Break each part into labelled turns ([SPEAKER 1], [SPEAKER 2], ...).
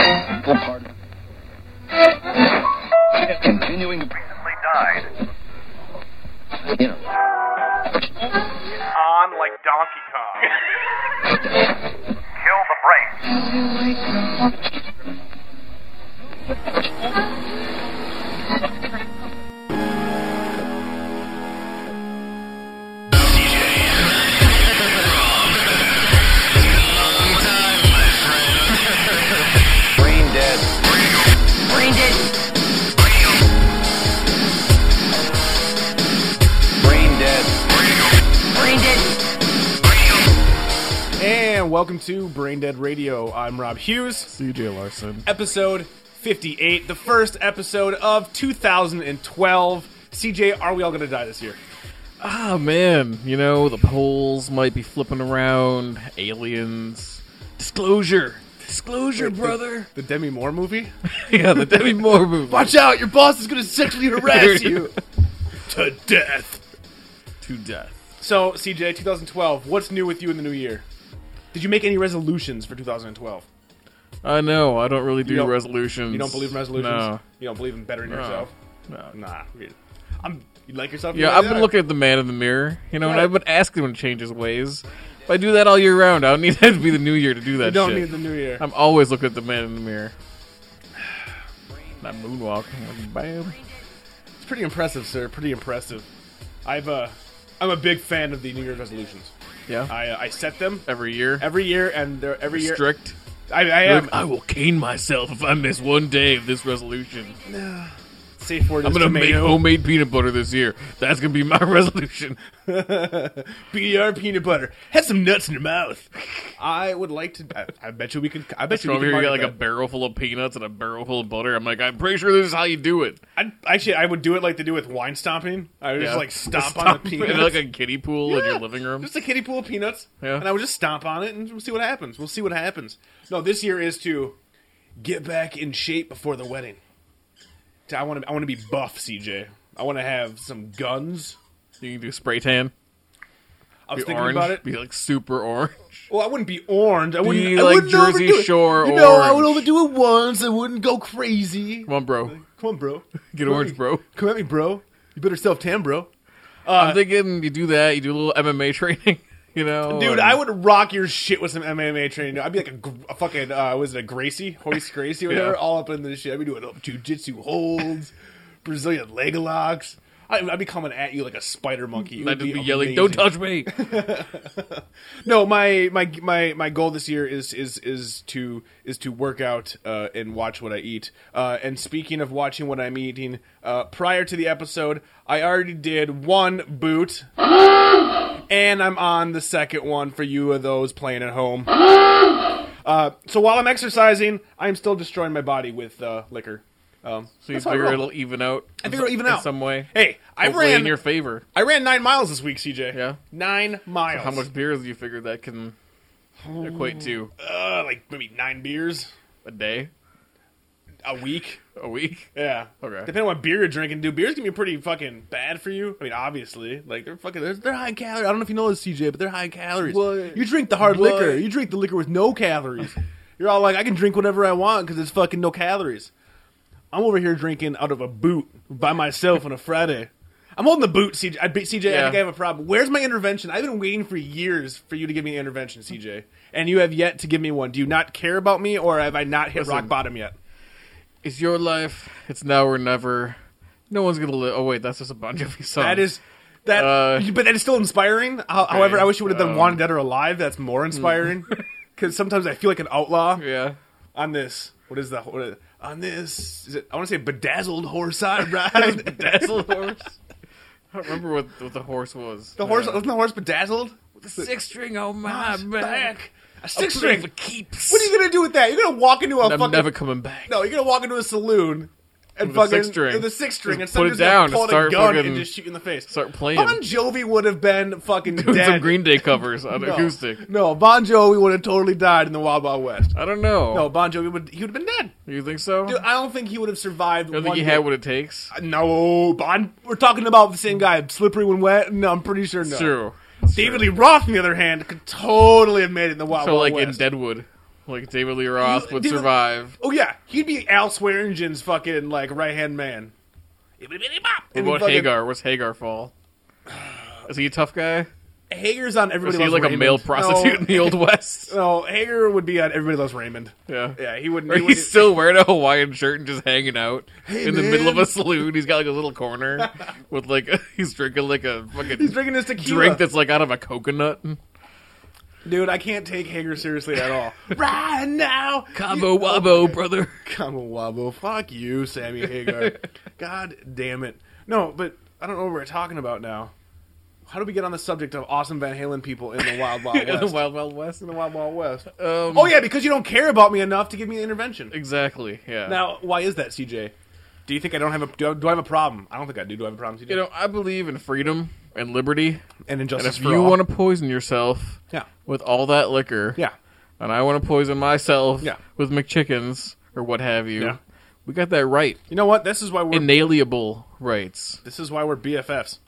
[SPEAKER 1] Pardon. Continuing to
[SPEAKER 2] They died
[SPEAKER 1] you know.
[SPEAKER 2] on like Donkey Kong. Kill the brakes.
[SPEAKER 3] Brain dead.
[SPEAKER 4] Brain dead.
[SPEAKER 3] Brain dead.
[SPEAKER 4] Brain dead.
[SPEAKER 5] And welcome to Brain Dead Radio. I'm Rob Hughes.
[SPEAKER 6] CJ Larson.
[SPEAKER 5] Episode 58, the first episode of 2012. CJ, are we all going to die this year?
[SPEAKER 6] Ah, man. You know, the polls might be flipping around. Aliens. Disclosure. Disclosure, brother.
[SPEAKER 5] The Demi Moore movie?
[SPEAKER 6] yeah, the Demi Moore movie.
[SPEAKER 5] Watch out, your boss is going to sexually harass you to death.
[SPEAKER 6] to death.
[SPEAKER 5] So, CJ, 2012, what's new with you in the new year? Did you make any resolutions for 2012?
[SPEAKER 6] I know. I don't really do
[SPEAKER 5] don't-
[SPEAKER 6] resolutions.
[SPEAKER 5] You don't believe in resolutions?
[SPEAKER 6] No.
[SPEAKER 5] You don't believe in bettering yourself? No. Nah. I'm, you like yourself?
[SPEAKER 6] Yeah,
[SPEAKER 5] You like
[SPEAKER 6] I've been
[SPEAKER 5] that?
[SPEAKER 6] looking at the man in the mirror, you know, and
[SPEAKER 5] Yeah.
[SPEAKER 6] I've been asking him to change his ways. If I do that all year round, I don't need that to be the new year to do that
[SPEAKER 5] You don't
[SPEAKER 6] shit.
[SPEAKER 5] need the new year.
[SPEAKER 6] I'm always looking at the man in the mirror. Not moonwalking. Like, bam.
[SPEAKER 5] It's pretty impressive, sir. Pretty impressive. I've uh, I'm a big fan of the New Year's resolutions.
[SPEAKER 6] Yeah.
[SPEAKER 5] I uh, I set them
[SPEAKER 6] Every year.
[SPEAKER 5] every year, and they're every year.
[SPEAKER 6] Strict.
[SPEAKER 5] I, I
[SPEAKER 6] You're
[SPEAKER 5] am
[SPEAKER 6] like, I will cane myself if I miss one day of this resolution.
[SPEAKER 5] safe word.
[SPEAKER 6] I'm gonna make homemade peanut butter this year. That's gonna be my resolution.
[SPEAKER 5] BDR E peanut butter. Have some nuts in your mouth. I would like to. I, I bet you we could. I bet you
[SPEAKER 6] So
[SPEAKER 5] we
[SPEAKER 6] over
[SPEAKER 5] could.
[SPEAKER 6] here, you got
[SPEAKER 5] market
[SPEAKER 6] like a barrel full of peanuts and a barrel full of butter. I'm like, I'm pretty sure this is how you do it.
[SPEAKER 5] that. I'd- actually, I would do it like they do with wine stomping. I would
[SPEAKER 6] Yeah.
[SPEAKER 5] just like stomp, on the
[SPEAKER 6] in,
[SPEAKER 5] peanuts.
[SPEAKER 6] like a kiddie pool in
[SPEAKER 5] Yeah,
[SPEAKER 6] your living room.
[SPEAKER 5] Just a kiddie pool of peanuts.
[SPEAKER 6] Yeah.
[SPEAKER 5] And I would just stomp on it and we'll see what happens. We'll see what happens. No, this year is to get back in shape before the wedding. To- I want to I want to be buff, CJ. I want to have some guns.
[SPEAKER 6] You can do spray tan.
[SPEAKER 5] I was
[SPEAKER 6] Be
[SPEAKER 5] thinking
[SPEAKER 6] orange.
[SPEAKER 5] about it.
[SPEAKER 6] Be like super orange.
[SPEAKER 5] Well, I wouldn't be orange. I wouldn't
[SPEAKER 6] Be
[SPEAKER 5] I
[SPEAKER 6] like
[SPEAKER 5] wouldn't
[SPEAKER 6] Jersey
[SPEAKER 5] overdo it.
[SPEAKER 6] Shore
[SPEAKER 5] You know, I would
[SPEAKER 6] orange.
[SPEAKER 5] overdo it once. I wouldn't go crazy.
[SPEAKER 6] Come on, bro.
[SPEAKER 5] Come on, bro.
[SPEAKER 6] Get
[SPEAKER 5] Come
[SPEAKER 6] orange,
[SPEAKER 5] at-
[SPEAKER 6] bro.
[SPEAKER 5] Come at me, bro. You better self tan, bro. Uh,
[SPEAKER 6] I'm thinking you do that. You do a little MMA training. You know,
[SPEAKER 5] Dude,
[SPEAKER 6] and-
[SPEAKER 5] I would rock your shit with some MMA training. I'd be like a, gr- a fucking uh, was it a Gracie, Hoist Gracie, whatever,
[SPEAKER 6] Yeah.
[SPEAKER 5] all up in this shit. I'd be doing up jujitsu holds, Brazilian leg locks. I, I'd be coming at you like a spider monkey. It would
[SPEAKER 6] I'd just be
[SPEAKER 5] amazing.
[SPEAKER 6] yelling, "Don't touch me!"
[SPEAKER 5] No, my my my my goal this year is is is to is to work out uh, and watch what I eat. Uh, and speaking of watching what I'm eating, uh, prior to the episode, I already did one boot, and I'm on the second one for you of those playing at home. Uh, so while I'm exercising, I'm still destroying my body with uh, liquor. Um,
[SPEAKER 6] So you
[SPEAKER 5] that's how I
[SPEAKER 6] figure
[SPEAKER 5] roll.
[SPEAKER 6] it'll even out.
[SPEAKER 5] I figure it'll even
[SPEAKER 6] in
[SPEAKER 5] out.
[SPEAKER 6] some way.
[SPEAKER 5] Hey, I
[SPEAKER 6] Hopefully
[SPEAKER 5] ran
[SPEAKER 6] in your favor.
[SPEAKER 5] I ran nine miles this week, CJ.
[SPEAKER 6] Yeah?
[SPEAKER 5] nine miles.
[SPEAKER 6] How much beers do you figure that can equate to
[SPEAKER 5] Uh, like maybe nine beers
[SPEAKER 6] a day,
[SPEAKER 5] a week.
[SPEAKER 6] a week?
[SPEAKER 5] Yeah.
[SPEAKER 6] Okay.
[SPEAKER 5] Depending on what beer you're drinking, dude, beers can be pretty fucking bad for you. I mean, obviously, like they're fucking they're, they're high calorie. I don't know if you know this, CJ, but they're high in calories.
[SPEAKER 6] What?
[SPEAKER 5] You drink the hard
[SPEAKER 6] What?
[SPEAKER 5] liquor. You drink the liquor with no calories. you're all like, I can drink whatever I want because it's fucking no calories. I'm over here drinking out of a boot by myself on a Friday. I'm holding the boot, CJ. I, CJ, I
[SPEAKER 6] Yeah.
[SPEAKER 5] think I have a problem. Where's my intervention? I've been waiting for years for you to give me an intervention, CJ, and you have yet to give me one. Do you not care about me, or have I not hit rock
[SPEAKER 6] Listen.
[SPEAKER 5] bottom yet?
[SPEAKER 6] It's your life. It's now or never. No one's gonna live. Oh wait, that's just a Bon Jovi song.
[SPEAKER 5] That is that,
[SPEAKER 6] Uh,
[SPEAKER 5] but that is still inspiring. How- However, I wish you would have done
[SPEAKER 6] um,
[SPEAKER 5] "Wanted Dead or Alive." That's more inspiring because sometimes I feel like an outlaw
[SPEAKER 6] Yeah.
[SPEAKER 5] on this. What is the what is, on this? Is it? I want to say bedazzled horse I ride.
[SPEAKER 6] Dazzled horse. I don't remember what, what the horse was.
[SPEAKER 5] the horse
[SPEAKER 6] Uh,
[SPEAKER 5] wasn't the horse bedazzled.
[SPEAKER 6] six string on my back.
[SPEAKER 5] Back a six string.
[SPEAKER 6] for keeps.
[SPEAKER 5] What are you gonna do with that? You're gonna walk into a
[SPEAKER 6] I'm
[SPEAKER 5] fucking
[SPEAKER 6] never coming back.
[SPEAKER 5] no. You're gonna walk into a saloon. And
[SPEAKER 6] With a
[SPEAKER 5] fucking
[SPEAKER 6] six-string.
[SPEAKER 5] with a six string, and
[SPEAKER 6] Just put
[SPEAKER 5] somebody's
[SPEAKER 6] it
[SPEAKER 5] gonna
[SPEAKER 6] down
[SPEAKER 5] pull
[SPEAKER 6] and
[SPEAKER 5] out a
[SPEAKER 6] start
[SPEAKER 5] gun
[SPEAKER 6] fucking-
[SPEAKER 5] and just shoot you in the face.
[SPEAKER 6] Start playing.
[SPEAKER 5] Bon Jovi would have been fucking
[SPEAKER 6] Doing
[SPEAKER 5] dead.
[SPEAKER 6] some Green Day covers on
[SPEAKER 5] No.
[SPEAKER 6] acoustic.
[SPEAKER 5] No, Bon Jovi would have totally died in the Wild Wild West.
[SPEAKER 6] I don't know.
[SPEAKER 5] No, Bon Jovi would he would have been dead.
[SPEAKER 6] You think so?
[SPEAKER 5] Dude, I don't think he would have survived.
[SPEAKER 6] I don't think
[SPEAKER 5] one
[SPEAKER 6] he
[SPEAKER 5] day. Uh,
[SPEAKER 6] had what it takes.
[SPEAKER 5] No, Bon. We're talking about the same guy, slippery when wet. No, I'm pretty sure. No.
[SPEAKER 6] It's true.
[SPEAKER 5] David Lee Roth, on the other hand, could totally have made it in the Wild
[SPEAKER 6] So
[SPEAKER 5] Wild
[SPEAKER 6] like
[SPEAKER 5] West.
[SPEAKER 6] in Deadwood. Like David Lee Roth
[SPEAKER 5] You-
[SPEAKER 6] would
[SPEAKER 5] David-
[SPEAKER 6] survive.
[SPEAKER 5] Oh yeah, he'd be Al Swearingen's fucking like right hand man.
[SPEAKER 6] What
[SPEAKER 5] And
[SPEAKER 6] about
[SPEAKER 5] fucking-
[SPEAKER 6] Hagar? Where's Hagar fall? Is he a tough guy?
[SPEAKER 5] Hager's on
[SPEAKER 6] Is
[SPEAKER 5] everybody.
[SPEAKER 6] he
[SPEAKER 5] Loves
[SPEAKER 6] like a
[SPEAKER 5] Raymond.
[SPEAKER 6] male prostitute in the old west?
[SPEAKER 5] No, no, Hager would be on Everybody Loves Raymond.
[SPEAKER 6] Yeah.
[SPEAKER 5] Yeah, he wouldn't.
[SPEAKER 6] Or
[SPEAKER 5] he wouldn't-
[SPEAKER 6] he's still wearing a Hawaiian shirt and just hanging out in the
[SPEAKER 5] man.
[SPEAKER 6] middle of a saloon. He's got like a little corner with like he's drinking like a fucking
[SPEAKER 5] he's drinking his tequila.
[SPEAKER 6] drink that's like out of a coconut.
[SPEAKER 5] Dude, I can't take Hager seriously at all. right now,
[SPEAKER 6] Cabo wabo, brother.
[SPEAKER 5] Come on, Wabo. Fuck you, Sammy Hagar. God damn it. No, but I don't know what we're talking about now. How do we get on the subject of awesome Van Halen people in the Wild Wild
[SPEAKER 6] In
[SPEAKER 5] West?
[SPEAKER 6] the Wild Wild West.
[SPEAKER 5] In the Wild Wild West.
[SPEAKER 6] Um,
[SPEAKER 5] oh, yeah, because you don't care about me enough to give me an intervention.
[SPEAKER 6] Exactly. Yeah.
[SPEAKER 5] Now, why is that, CJ? Do you think I don't have a do I, do I have a problem? I don't think I do. Do I have a problem, CJ?
[SPEAKER 6] you know, I believe in freedom and liberty.
[SPEAKER 5] and
[SPEAKER 6] And
[SPEAKER 5] injustice
[SPEAKER 6] if
[SPEAKER 5] for
[SPEAKER 6] you
[SPEAKER 5] all.
[SPEAKER 6] want to poison yourself
[SPEAKER 5] yeah,
[SPEAKER 6] with all that liquor,
[SPEAKER 5] yeah,
[SPEAKER 6] and I want to poison myself
[SPEAKER 5] Yeah.
[SPEAKER 6] with McChickens or what have you,
[SPEAKER 5] Yeah.
[SPEAKER 6] we got that right.
[SPEAKER 5] you know what? This is why we're
[SPEAKER 6] Inalienable rights.
[SPEAKER 5] this is why we're BFFs.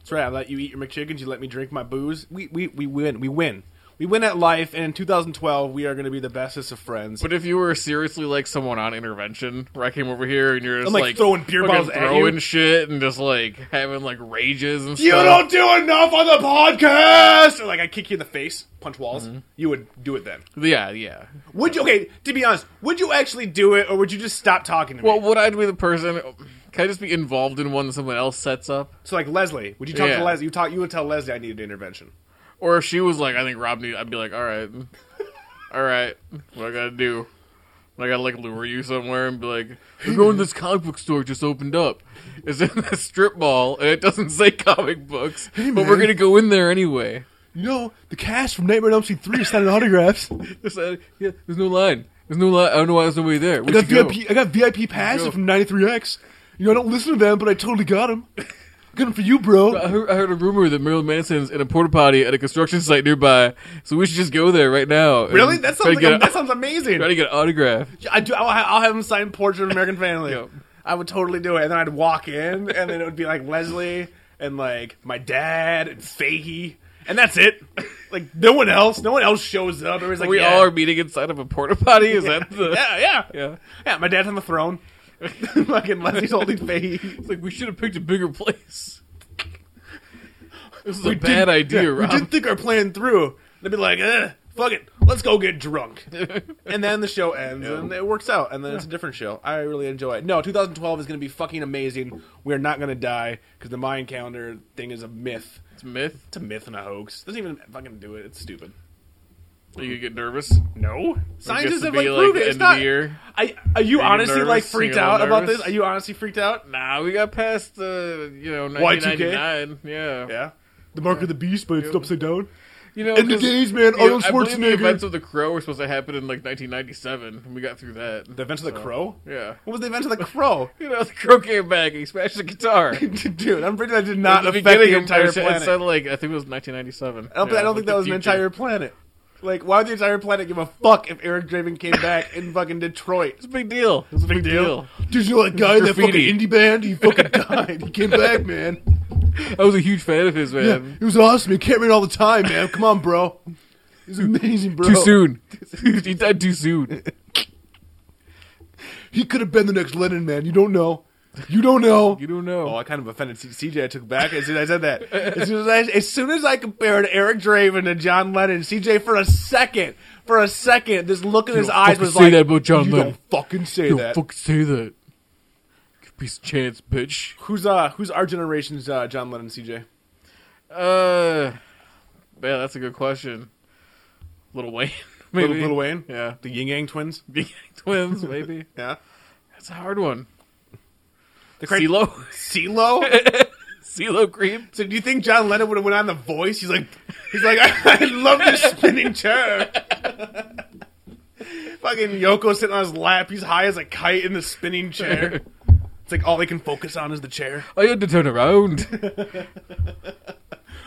[SPEAKER 5] That's right. I let you eat your McChickens. You let me drink my booze. We we we win. We win. We win at life. And in 2012, we are going to be the bestest of friends.
[SPEAKER 6] But if you were seriously like someone on intervention, where I came over here and you're just
[SPEAKER 5] I'm, like, throwing beer
[SPEAKER 6] fucking
[SPEAKER 5] bottles at
[SPEAKER 6] throwing
[SPEAKER 5] you.
[SPEAKER 6] shit, and just like having like rages and
[SPEAKER 5] you
[SPEAKER 6] stuff.
[SPEAKER 5] don't do enough on the podcast. Or, like I kick you in the face, punch walls.
[SPEAKER 6] Mm-hmm.
[SPEAKER 5] You would do it then.
[SPEAKER 6] yeah, yeah.
[SPEAKER 5] Would you? Okay. To be honest, would you actually do it, or would you just stop talking to me?
[SPEAKER 6] Well, would I be the person? Can I just be involved in one that someone else sets up?
[SPEAKER 5] so like Leslie, would you talk
[SPEAKER 6] Yeah.
[SPEAKER 5] to Leslie? You talk. You would tell Leslie I needed intervention.
[SPEAKER 6] Or if she was like, I think Rob need, I'd be like, all right, all right, what I gotta do? I gotta like lure you somewhere and be like, we're going to this comic book store just opened up. It's in this strip mall and it doesn't say comic books, but we're
[SPEAKER 5] man.
[SPEAKER 6] gonna go in there anyway.
[SPEAKER 5] You know, the cast from Nightmare on Elm Street three is signing autographs.
[SPEAKER 6] It's like, yeah, there's no line. There's no line. I don't know why there's nobody there. We
[SPEAKER 5] I got
[SPEAKER 6] should go.
[SPEAKER 5] VIP. I got VIP
[SPEAKER 6] Let's
[SPEAKER 5] passes
[SPEAKER 6] go.
[SPEAKER 5] from 93X. You know, I don't listen to them, but I totally got them. Got them for you, bro.
[SPEAKER 6] I heard, I heard a rumor that Marilyn Manson's in a porta potty at a construction site nearby, so we should just go there right now. and
[SPEAKER 5] Really? That
[SPEAKER 6] try to
[SPEAKER 5] sounds,
[SPEAKER 6] get
[SPEAKER 5] like,
[SPEAKER 6] a-
[SPEAKER 5] that sounds amazing.
[SPEAKER 6] try to get an autograph.
[SPEAKER 5] I do. I'll, ha- I'll have him sign Portrait of an American Family.
[SPEAKER 6] Yep.
[SPEAKER 5] I would totally do it, and then I'd walk in, and then it would be like Leslie and like my dad and Fahey, and that's it. Like no one else. No one else shows up. Everybody's like,
[SPEAKER 6] we
[SPEAKER 5] yeah.
[SPEAKER 6] all are meeting inside of a porta potty. Is that the?
[SPEAKER 5] Yeah, yeah,
[SPEAKER 6] Yeah.
[SPEAKER 5] yeah. My dad's on the throne. Fucking Leslie's holding Fahey.
[SPEAKER 6] It's like we should have picked a bigger place. This is a bad idea,
[SPEAKER 5] Yeah,
[SPEAKER 6] Rob.
[SPEAKER 5] We didn't think our plan through. They'd be like, eh, fuck it, let's go get drunk. and then the show ends and it works out, and then it's a different show. I really enjoy it. No, 2012 is going to be fucking amazing. We're not going to die because the Mayan calendar thing is a myth.
[SPEAKER 6] It's a myth.
[SPEAKER 5] It's a myth and a hoax. doesn't even fucking do it. It's stupid.
[SPEAKER 6] Are you gonna get nervous?
[SPEAKER 5] No, scientists
[SPEAKER 6] to
[SPEAKER 5] have like
[SPEAKER 6] be, like,
[SPEAKER 5] proved
[SPEAKER 6] the
[SPEAKER 5] it.
[SPEAKER 6] end of
[SPEAKER 5] It's
[SPEAKER 6] the
[SPEAKER 5] not.
[SPEAKER 6] year?
[SPEAKER 5] I, are you
[SPEAKER 6] Are you
[SPEAKER 5] honestly like
[SPEAKER 6] nervous?
[SPEAKER 5] freaked
[SPEAKER 6] You're a
[SPEAKER 5] out
[SPEAKER 6] little
[SPEAKER 5] about this? Are
[SPEAKER 6] nervous?
[SPEAKER 5] you honestly freaked out?
[SPEAKER 6] Nah, we got past the you know
[SPEAKER 5] Y2K?
[SPEAKER 6] 1999. Yeah.
[SPEAKER 5] Yeah. The mark of the beast, but it's upside down.
[SPEAKER 6] You know,
[SPEAKER 5] End the
[SPEAKER 6] 'cause,
[SPEAKER 5] days, man.
[SPEAKER 6] you know,
[SPEAKER 5] Arnold
[SPEAKER 6] I believe the
[SPEAKER 5] Schwarzenegger.
[SPEAKER 6] events of the Crow were supposed to happen in like 1997, and we got through that.
[SPEAKER 5] The event of the crow.
[SPEAKER 6] Yeah.
[SPEAKER 5] What was the event of the crow?
[SPEAKER 6] You know, the Crow came back and he smashed the guitar.
[SPEAKER 5] Dude, I'm pretty that did not
[SPEAKER 6] At
[SPEAKER 5] affect
[SPEAKER 6] beginning,
[SPEAKER 5] the entire
[SPEAKER 6] it
[SPEAKER 5] planet.
[SPEAKER 6] sounded like I think it was 1997.
[SPEAKER 5] I don't,
[SPEAKER 6] Yeah,
[SPEAKER 5] I don't
[SPEAKER 6] like
[SPEAKER 5] think
[SPEAKER 6] the
[SPEAKER 5] that was an
[SPEAKER 6] future.
[SPEAKER 5] entire planet. Like, why would the entire planet give a fuck if Eric Draven came back in fucking Detroit?
[SPEAKER 6] It's a big deal. It's a big, deal.
[SPEAKER 5] Did you know that guy in that fucking
[SPEAKER 6] Graffiti.
[SPEAKER 5] indie band? He fucking died. He came back, man.
[SPEAKER 6] I was a huge fan of his,
[SPEAKER 5] Yeah,
[SPEAKER 6] man.
[SPEAKER 5] it was awesome. He kept me all the time, man. Come on, bro. He's amazing, bro.
[SPEAKER 6] Too soon. he died too soon.
[SPEAKER 5] He could have been the next Lennon, man. You don't know. You don't know.
[SPEAKER 6] You don't
[SPEAKER 5] Oh,
[SPEAKER 6] know.
[SPEAKER 5] I kind of offended C- CJ. I took back as soon as I said that. As soon as I, as soon as I compared Eric Draven to John Lennon, CJ for a second, for a second, this look in his
[SPEAKER 6] don't
[SPEAKER 5] eyes
[SPEAKER 6] fucking
[SPEAKER 5] was
[SPEAKER 6] say
[SPEAKER 5] like,
[SPEAKER 6] that about John
[SPEAKER 5] "You
[SPEAKER 6] Lennon.
[SPEAKER 5] don't fucking say
[SPEAKER 6] Don't
[SPEAKER 5] that."
[SPEAKER 6] fucking say that. Good piece of chance, bitch.
[SPEAKER 5] who's uh, who's our generation's uh, John Lennon, CJ?
[SPEAKER 6] Uh, yeah, that's a good question. Little Wayne, maybe.
[SPEAKER 5] Little, Little Wayne,
[SPEAKER 6] Yeah.
[SPEAKER 5] the Ying Yang Twins,
[SPEAKER 6] Big Twins, maybe.
[SPEAKER 5] yeah,
[SPEAKER 6] That's a hard one.
[SPEAKER 5] the cra-
[SPEAKER 6] CeeLo.
[SPEAKER 5] CeeLo.
[SPEAKER 6] CeeLo Green.
[SPEAKER 5] so, do you think John Lennon would have went on The Voice? He's like, he's like, I, love this spinning chair. Fucking Yoko sitting on his lap. He's high as a kite in the spinning chair. It's like all they can focus on is the chair.
[SPEAKER 6] I had to turn around.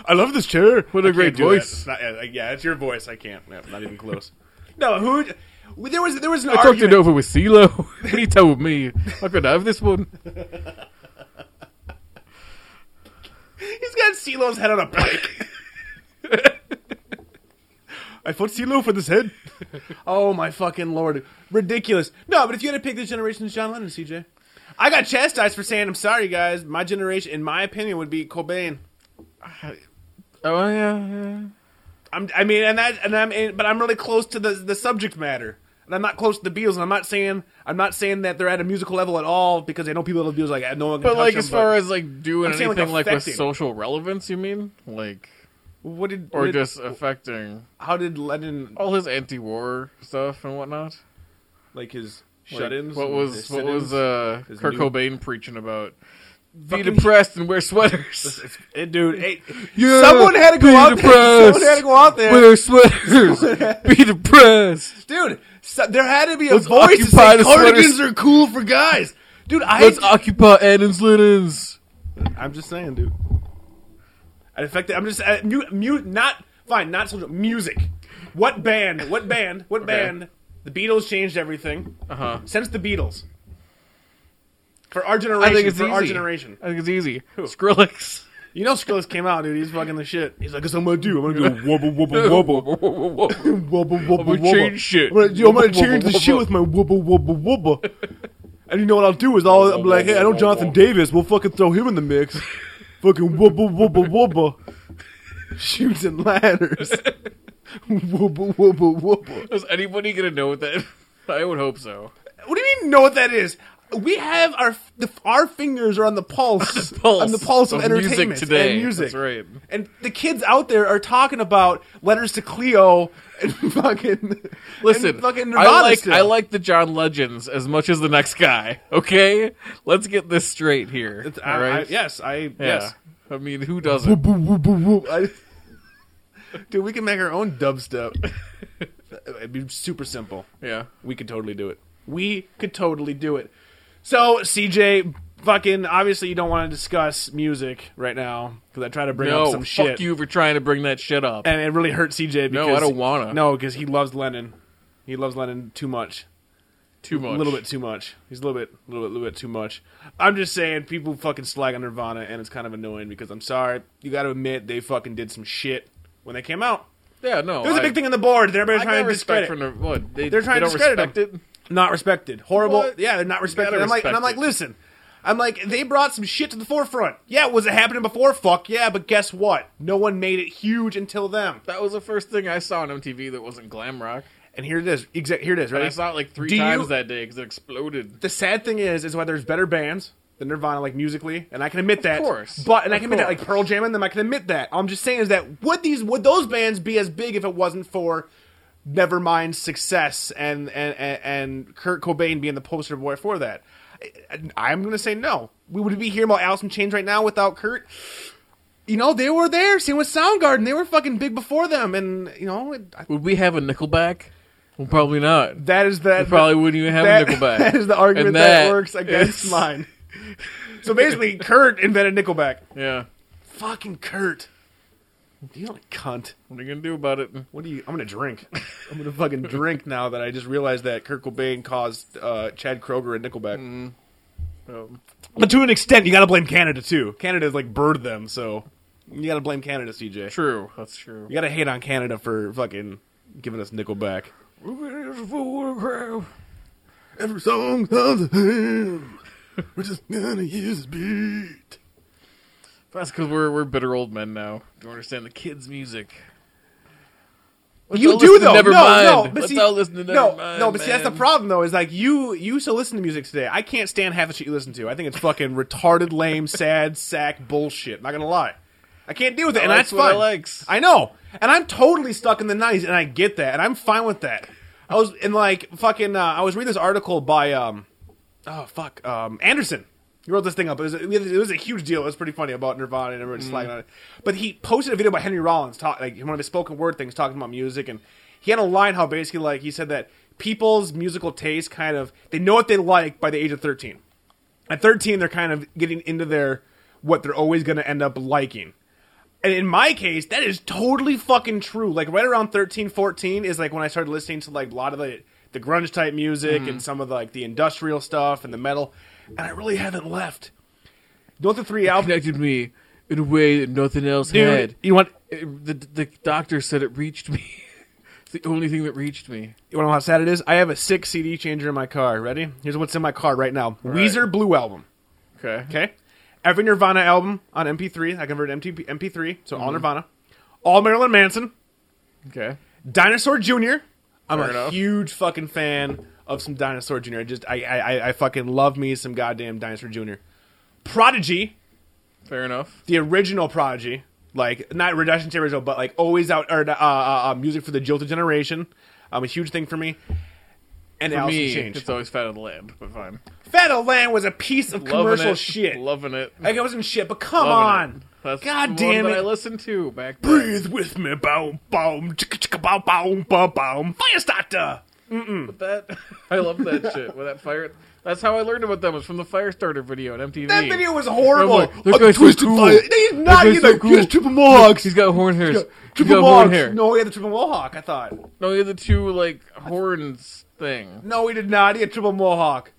[SPEAKER 5] I love this chair. What
[SPEAKER 6] a great voice.
[SPEAKER 5] It's not, uh, yeah, it's your voice. I can't. No, not even close. no, who? well, There was there was an
[SPEAKER 6] I talked it
[SPEAKER 5] argument.
[SPEAKER 6] over with CeeLo. what he told me. I could have this one.
[SPEAKER 5] He's got CeeLo's head on a pike. I fought CeeLo for this head. oh my fucking lord, ridiculous. No, but if you had to pick this generation's John Lennon, CJ, I got chastised for saying I'm sorry, guys. My generation, in my opinion, would be Cobain.
[SPEAKER 6] Oh yeah, yeah.
[SPEAKER 5] I'm, I mean, and that, and I'm, and, but I'm really close to the the subject matter, and I'm not close to the Beatles, and I'm not saying I'm not saying that they're at a musical level at all because I know people love the Beatles, like no one. Can
[SPEAKER 6] But
[SPEAKER 5] touch
[SPEAKER 6] like,
[SPEAKER 5] them,
[SPEAKER 6] as far as like doing
[SPEAKER 5] I'm saying, like,
[SPEAKER 6] anything like, with
[SPEAKER 5] affecting.
[SPEAKER 6] social relevance, you mean like,
[SPEAKER 5] what did
[SPEAKER 6] or
[SPEAKER 5] what did-
[SPEAKER 6] just affecting
[SPEAKER 5] how did Lennon
[SPEAKER 6] all his anti-war stuff and whatnot?
[SPEAKER 5] like his
[SPEAKER 6] Like,
[SPEAKER 5] shut-ins?
[SPEAKER 6] What
[SPEAKER 5] and
[SPEAKER 6] was
[SPEAKER 5] his
[SPEAKER 6] what
[SPEAKER 5] sit-ins?
[SPEAKER 6] was uh,
[SPEAKER 5] His
[SPEAKER 6] Kurt
[SPEAKER 5] new-
[SPEAKER 6] Cobain preaching about? Be
[SPEAKER 5] Fucking-
[SPEAKER 6] depressed and wear sweaters.
[SPEAKER 5] It's- it- dude, it-
[SPEAKER 6] Yeah,
[SPEAKER 5] someone had to go
[SPEAKER 6] be
[SPEAKER 5] out there. Someone
[SPEAKER 6] depressed.
[SPEAKER 5] had to go out there.
[SPEAKER 6] Wear sweaters. be depressed.
[SPEAKER 5] dude. So, there had to be a
[SPEAKER 6] Let's
[SPEAKER 5] voice to
[SPEAKER 6] occupy
[SPEAKER 5] say
[SPEAKER 6] the
[SPEAKER 5] cardigans
[SPEAKER 6] sweaters.
[SPEAKER 5] are cool for guys, dude. I
[SPEAKER 6] Let's occupy Adam's linens.
[SPEAKER 5] I'm just saying, dude. I affect I'm just uh, mute, mute, not fine, not social music. What band? What band? What band? The Beatles changed everything
[SPEAKER 6] Uh huh.
[SPEAKER 5] since the Beatles. For our generation,
[SPEAKER 6] I think it's
[SPEAKER 5] for
[SPEAKER 6] easy.
[SPEAKER 5] our generation.
[SPEAKER 6] I think it's easy. Skrillex.
[SPEAKER 5] You know, Skrillex came out, dude. He's fucking the shit. He's like, "Guess what I'm gonna do? I'm gonna go wobble, wobble, wobble, wobble, wobble,
[SPEAKER 6] gonna
[SPEAKER 5] wobble.
[SPEAKER 6] change shit.
[SPEAKER 5] I'm gonna, yo, I'm gonna
[SPEAKER 6] Wobble,
[SPEAKER 5] change the
[SPEAKER 6] wobble,
[SPEAKER 5] shit with my wobble, wobble, wobble." and you know what I'll do is I'll, I'll be like, "Hey, I know Jonathan Davis. We'll fucking throw him in the mix. fucking wobble, wobble, wobble, shoots and ladders. wobble, wobble, wobble."
[SPEAKER 6] Is anybody gonna know what that? I would hope so.
[SPEAKER 5] What do you mean know what that is? We have our the, our fingers are on the pulse,
[SPEAKER 6] pulse
[SPEAKER 5] on the pulse of,
[SPEAKER 6] of music
[SPEAKER 5] entertainment
[SPEAKER 6] today.
[SPEAKER 5] and music.
[SPEAKER 6] That's right.
[SPEAKER 5] And the kids out there are talking about letters to Cleo and fucking
[SPEAKER 6] Listen,
[SPEAKER 5] and fucking Nirvana
[SPEAKER 6] I like
[SPEAKER 5] still.
[SPEAKER 6] I like the John Legends as much as the next guy. Okay, let's get this straight here.
[SPEAKER 5] It's- I-
[SPEAKER 6] all right?
[SPEAKER 5] I- yes, I
[SPEAKER 6] Yeah.
[SPEAKER 5] yes.
[SPEAKER 6] I mean, who doesn't?
[SPEAKER 5] Whoop, whoop, whoop, whoop. I- dude, we can make our own dubstep. It'd be super simple.
[SPEAKER 6] yeah.
[SPEAKER 5] We could totally do it. We could totally do it. So, CJ, fucking, obviously, you don't want to discuss music right now because I try to bring
[SPEAKER 6] No,
[SPEAKER 5] up some
[SPEAKER 6] fuck
[SPEAKER 5] shit.
[SPEAKER 6] you for trying to bring that shit up.
[SPEAKER 5] And it really hurt CJ because.
[SPEAKER 6] No, I don't wanna.
[SPEAKER 5] No, because he loves Lennon. He loves Lennon too much.
[SPEAKER 6] Too much.
[SPEAKER 5] A little bit too much. He's a little bit, a little bit, little bit too much. I'm just saying, people fucking slag on Nirvana, and it's kind of annoying because I'm sorry. You got to admit, they fucking did some shit when they came out.
[SPEAKER 6] Yeah. No.
[SPEAKER 5] There was a
[SPEAKER 6] Oh, I-
[SPEAKER 5] big thing on the board that
[SPEAKER 6] I
[SPEAKER 5] everybody's trying
[SPEAKER 6] got
[SPEAKER 5] to
[SPEAKER 6] respect
[SPEAKER 5] discredit.
[SPEAKER 6] for Nir- what, they,
[SPEAKER 5] They're trying
[SPEAKER 6] they
[SPEAKER 5] to
[SPEAKER 6] don't
[SPEAKER 5] discredit
[SPEAKER 6] respect
[SPEAKER 5] them.
[SPEAKER 6] it.
[SPEAKER 5] not respected. Horrible.
[SPEAKER 6] What?
[SPEAKER 5] Yeah, they're not respected.
[SPEAKER 6] gotta
[SPEAKER 5] I'm like, and I'm like,
[SPEAKER 6] respect it.
[SPEAKER 5] listen, I'm like, they brought some shit to the forefront. Yeah, was it happening before? Fuck yeah, but guess what? No one made it huge until them.
[SPEAKER 6] That was the first thing I saw on MTV that wasn't glam rock.
[SPEAKER 5] And here it is. Exact. Here it is.
[SPEAKER 6] And I
[SPEAKER 5] Right.
[SPEAKER 6] saw it like three
[SPEAKER 5] Do you-
[SPEAKER 6] times that day because it exploded.
[SPEAKER 5] the sad thing is, is why there's better bands than Nirvana, like musically, and I can admit that.
[SPEAKER 6] course.
[SPEAKER 5] But and I can
[SPEAKER 6] Of
[SPEAKER 5] admit that,
[SPEAKER 6] course.
[SPEAKER 5] like Pearl Jam and them, I can admit that. I'm just saying is that would these would those bands be as big if it wasn't for Nevermind success and and and, and Kurt Cobain being the poster boy for that? I, am gonna say no. We would be hearing about Alice in Chains right now without Kurt. You know they were there. Same with Soundgarden. They were fucking big before them, and you know it, I,
[SPEAKER 6] Would we have a Nickelback? Well, probably not.
[SPEAKER 5] that is that.
[SPEAKER 6] I probably wouldn't even have
[SPEAKER 5] that,
[SPEAKER 6] a Nickelback.
[SPEAKER 5] That is the argument
[SPEAKER 6] And
[SPEAKER 5] that, works against
[SPEAKER 6] is-
[SPEAKER 5] mine. So basically, Kurt invented Nickelback.
[SPEAKER 6] Yeah.
[SPEAKER 5] Fucking Kurt. You little cunt.
[SPEAKER 6] What are you gonna do about it?
[SPEAKER 5] What do you? I'm gonna drink. I'm gonna fucking drink now that I just realized that Kurt Cobain caused uh, Chad Kroger and Nickelback.
[SPEAKER 6] Um,
[SPEAKER 5] But to an extent, you gotta blame Canada too. Canada's like bird them, so you gotta blame Canada, CJ.
[SPEAKER 6] true. That's true.
[SPEAKER 5] You gotta hate on Canada for fucking giving us Nickelback. Every song of him. We're just gonna use beat.
[SPEAKER 6] That's because we're we're bitter old men now. Don't understand the kids' music.
[SPEAKER 5] you
[SPEAKER 6] all
[SPEAKER 5] do
[SPEAKER 6] listen
[SPEAKER 5] though.
[SPEAKER 6] to Nevermind.
[SPEAKER 5] No, no, but
[SPEAKER 6] Let's
[SPEAKER 5] see,
[SPEAKER 6] all listen to
[SPEAKER 5] no,
[SPEAKER 6] Nevermind,
[SPEAKER 5] no, but see, that's the
[SPEAKER 6] man.
[SPEAKER 5] problem though. Is like you, you still listen to music today. I can't stand half the shit you listen to. I think it's fucking retarded, lame, sad sack bullshit. Not gonna lie, I can't deal with it, and
[SPEAKER 6] likes
[SPEAKER 5] that's
[SPEAKER 6] what I
[SPEAKER 5] fine.
[SPEAKER 6] likes.
[SPEAKER 5] I know, and I'm totally stuck in the '90s, and I get that, and I'm fine with that. I was in like fucking. Uh, I was reading this article by um, oh fuck, um, Anderson. He wrote this thing up. It was, a, it was a huge deal. It was pretty funny about Nirvana and everyone slagging on it. But he posted a video about Henry Rollins, talk, like one of his spoken word things, talking about music, and he had a line how basically like he said that people's musical taste kind of they know what they like by the age of thirteen. At thirteen, they're kind of getting into their what they're always going to end up liking. And in my case, that is totally fucking true. Like right around 13, 14 is like when I started listening to like a lot of the the grunge type music and some of like the industrial stuff and the metal, and I really haven't left. Don't the three albums,
[SPEAKER 6] Connected me in a way that nothing else
[SPEAKER 5] dude?
[SPEAKER 6] had.
[SPEAKER 5] You want
[SPEAKER 6] It- the the doctor said it reached me. the only thing that reached me.
[SPEAKER 5] You want to know how sad it is? I have a six CD changer in my car. Ready? Here's what's in my car right now: Weezer Blue Album.
[SPEAKER 6] Okay.
[SPEAKER 5] Okay. Every Nirvana album on MP3. I converted MP, MP3, so
[SPEAKER 6] Mm-hmm.
[SPEAKER 5] all Nirvana. All Marilyn Manson.
[SPEAKER 6] Okay.
[SPEAKER 5] Dinosaur Jr. I'm
[SPEAKER 6] Fair
[SPEAKER 5] a
[SPEAKER 6] enough.
[SPEAKER 5] huge fucking fan of some Dinosaur Jr. I just I, I I- I fucking love me some goddamn Dinosaur Jr. Prodigy,
[SPEAKER 6] Fair enough.
[SPEAKER 5] the original Prodigy, like not Reduction to Original, but like always out or uh, uh, uh, music for the jilted generation. Um, a huge thing for me. And
[SPEAKER 6] For
[SPEAKER 5] Alice in
[SPEAKER 6] me,
[SPEAKER 5] Chains.
[SPEAKER 6] it's always Fat of the Land, but fine.
[SPEAKER 5] Fat O' Land was a piece of commercial
[SPEAKER 6] Loving it.
[SPEAKER 5] shit.
[SPEAKER 6] Loving it.
[SPEAKER 5] like it wasn't shit, but come
[SPEAKER 6] Loving
[SPEAKER 5] on.
[SPEAKER 6] it. That's
[SPEAKER 5] God
[SPEAKER 6] the one
[SPEAKER 5] damn
[SPEAKER 6] that
[SPEAKER 5] it.
[SPEAKER 6] I listened to back then.
[SPEAKER 5] Breathe with me, boom, boom, chicka, chicka, boom, boom, boom, boom. Firestarter.
[SPEAKER 6] With that, I love that shit. With that fire, that's how I learned about them. Was from the Firestarter video on MTV.
[SPEAKER 5] That video was horrible.
[SPEAKER 6] I'm like, that guy's so cool.
[SPEAKER 5] fire- He's
[SPEAKER 6] That
[SPEAKER 5] not
[SPEAKER 6] guy's
[SPEAKER 5] either.
[SPEAKER 6] so
[SPEAKER 5] He has
[SPEAKER 6] cool.
[SPEAKER 5] triple mohawks.
[SPEAKER 6] He's got horn hairs. He's
[SPEAKER 5] triple
[SPEAKER 6] got horn
[SPEAKER 5] mohawks.
[SPEAKER 6] hair.
[SPEAKER 5] No, he had the triple mohawk. I thought.
[SPEAKER 6] No, he had the two like horns thing.
[SPEAKER 5] No, he did not. He had triple mohawk.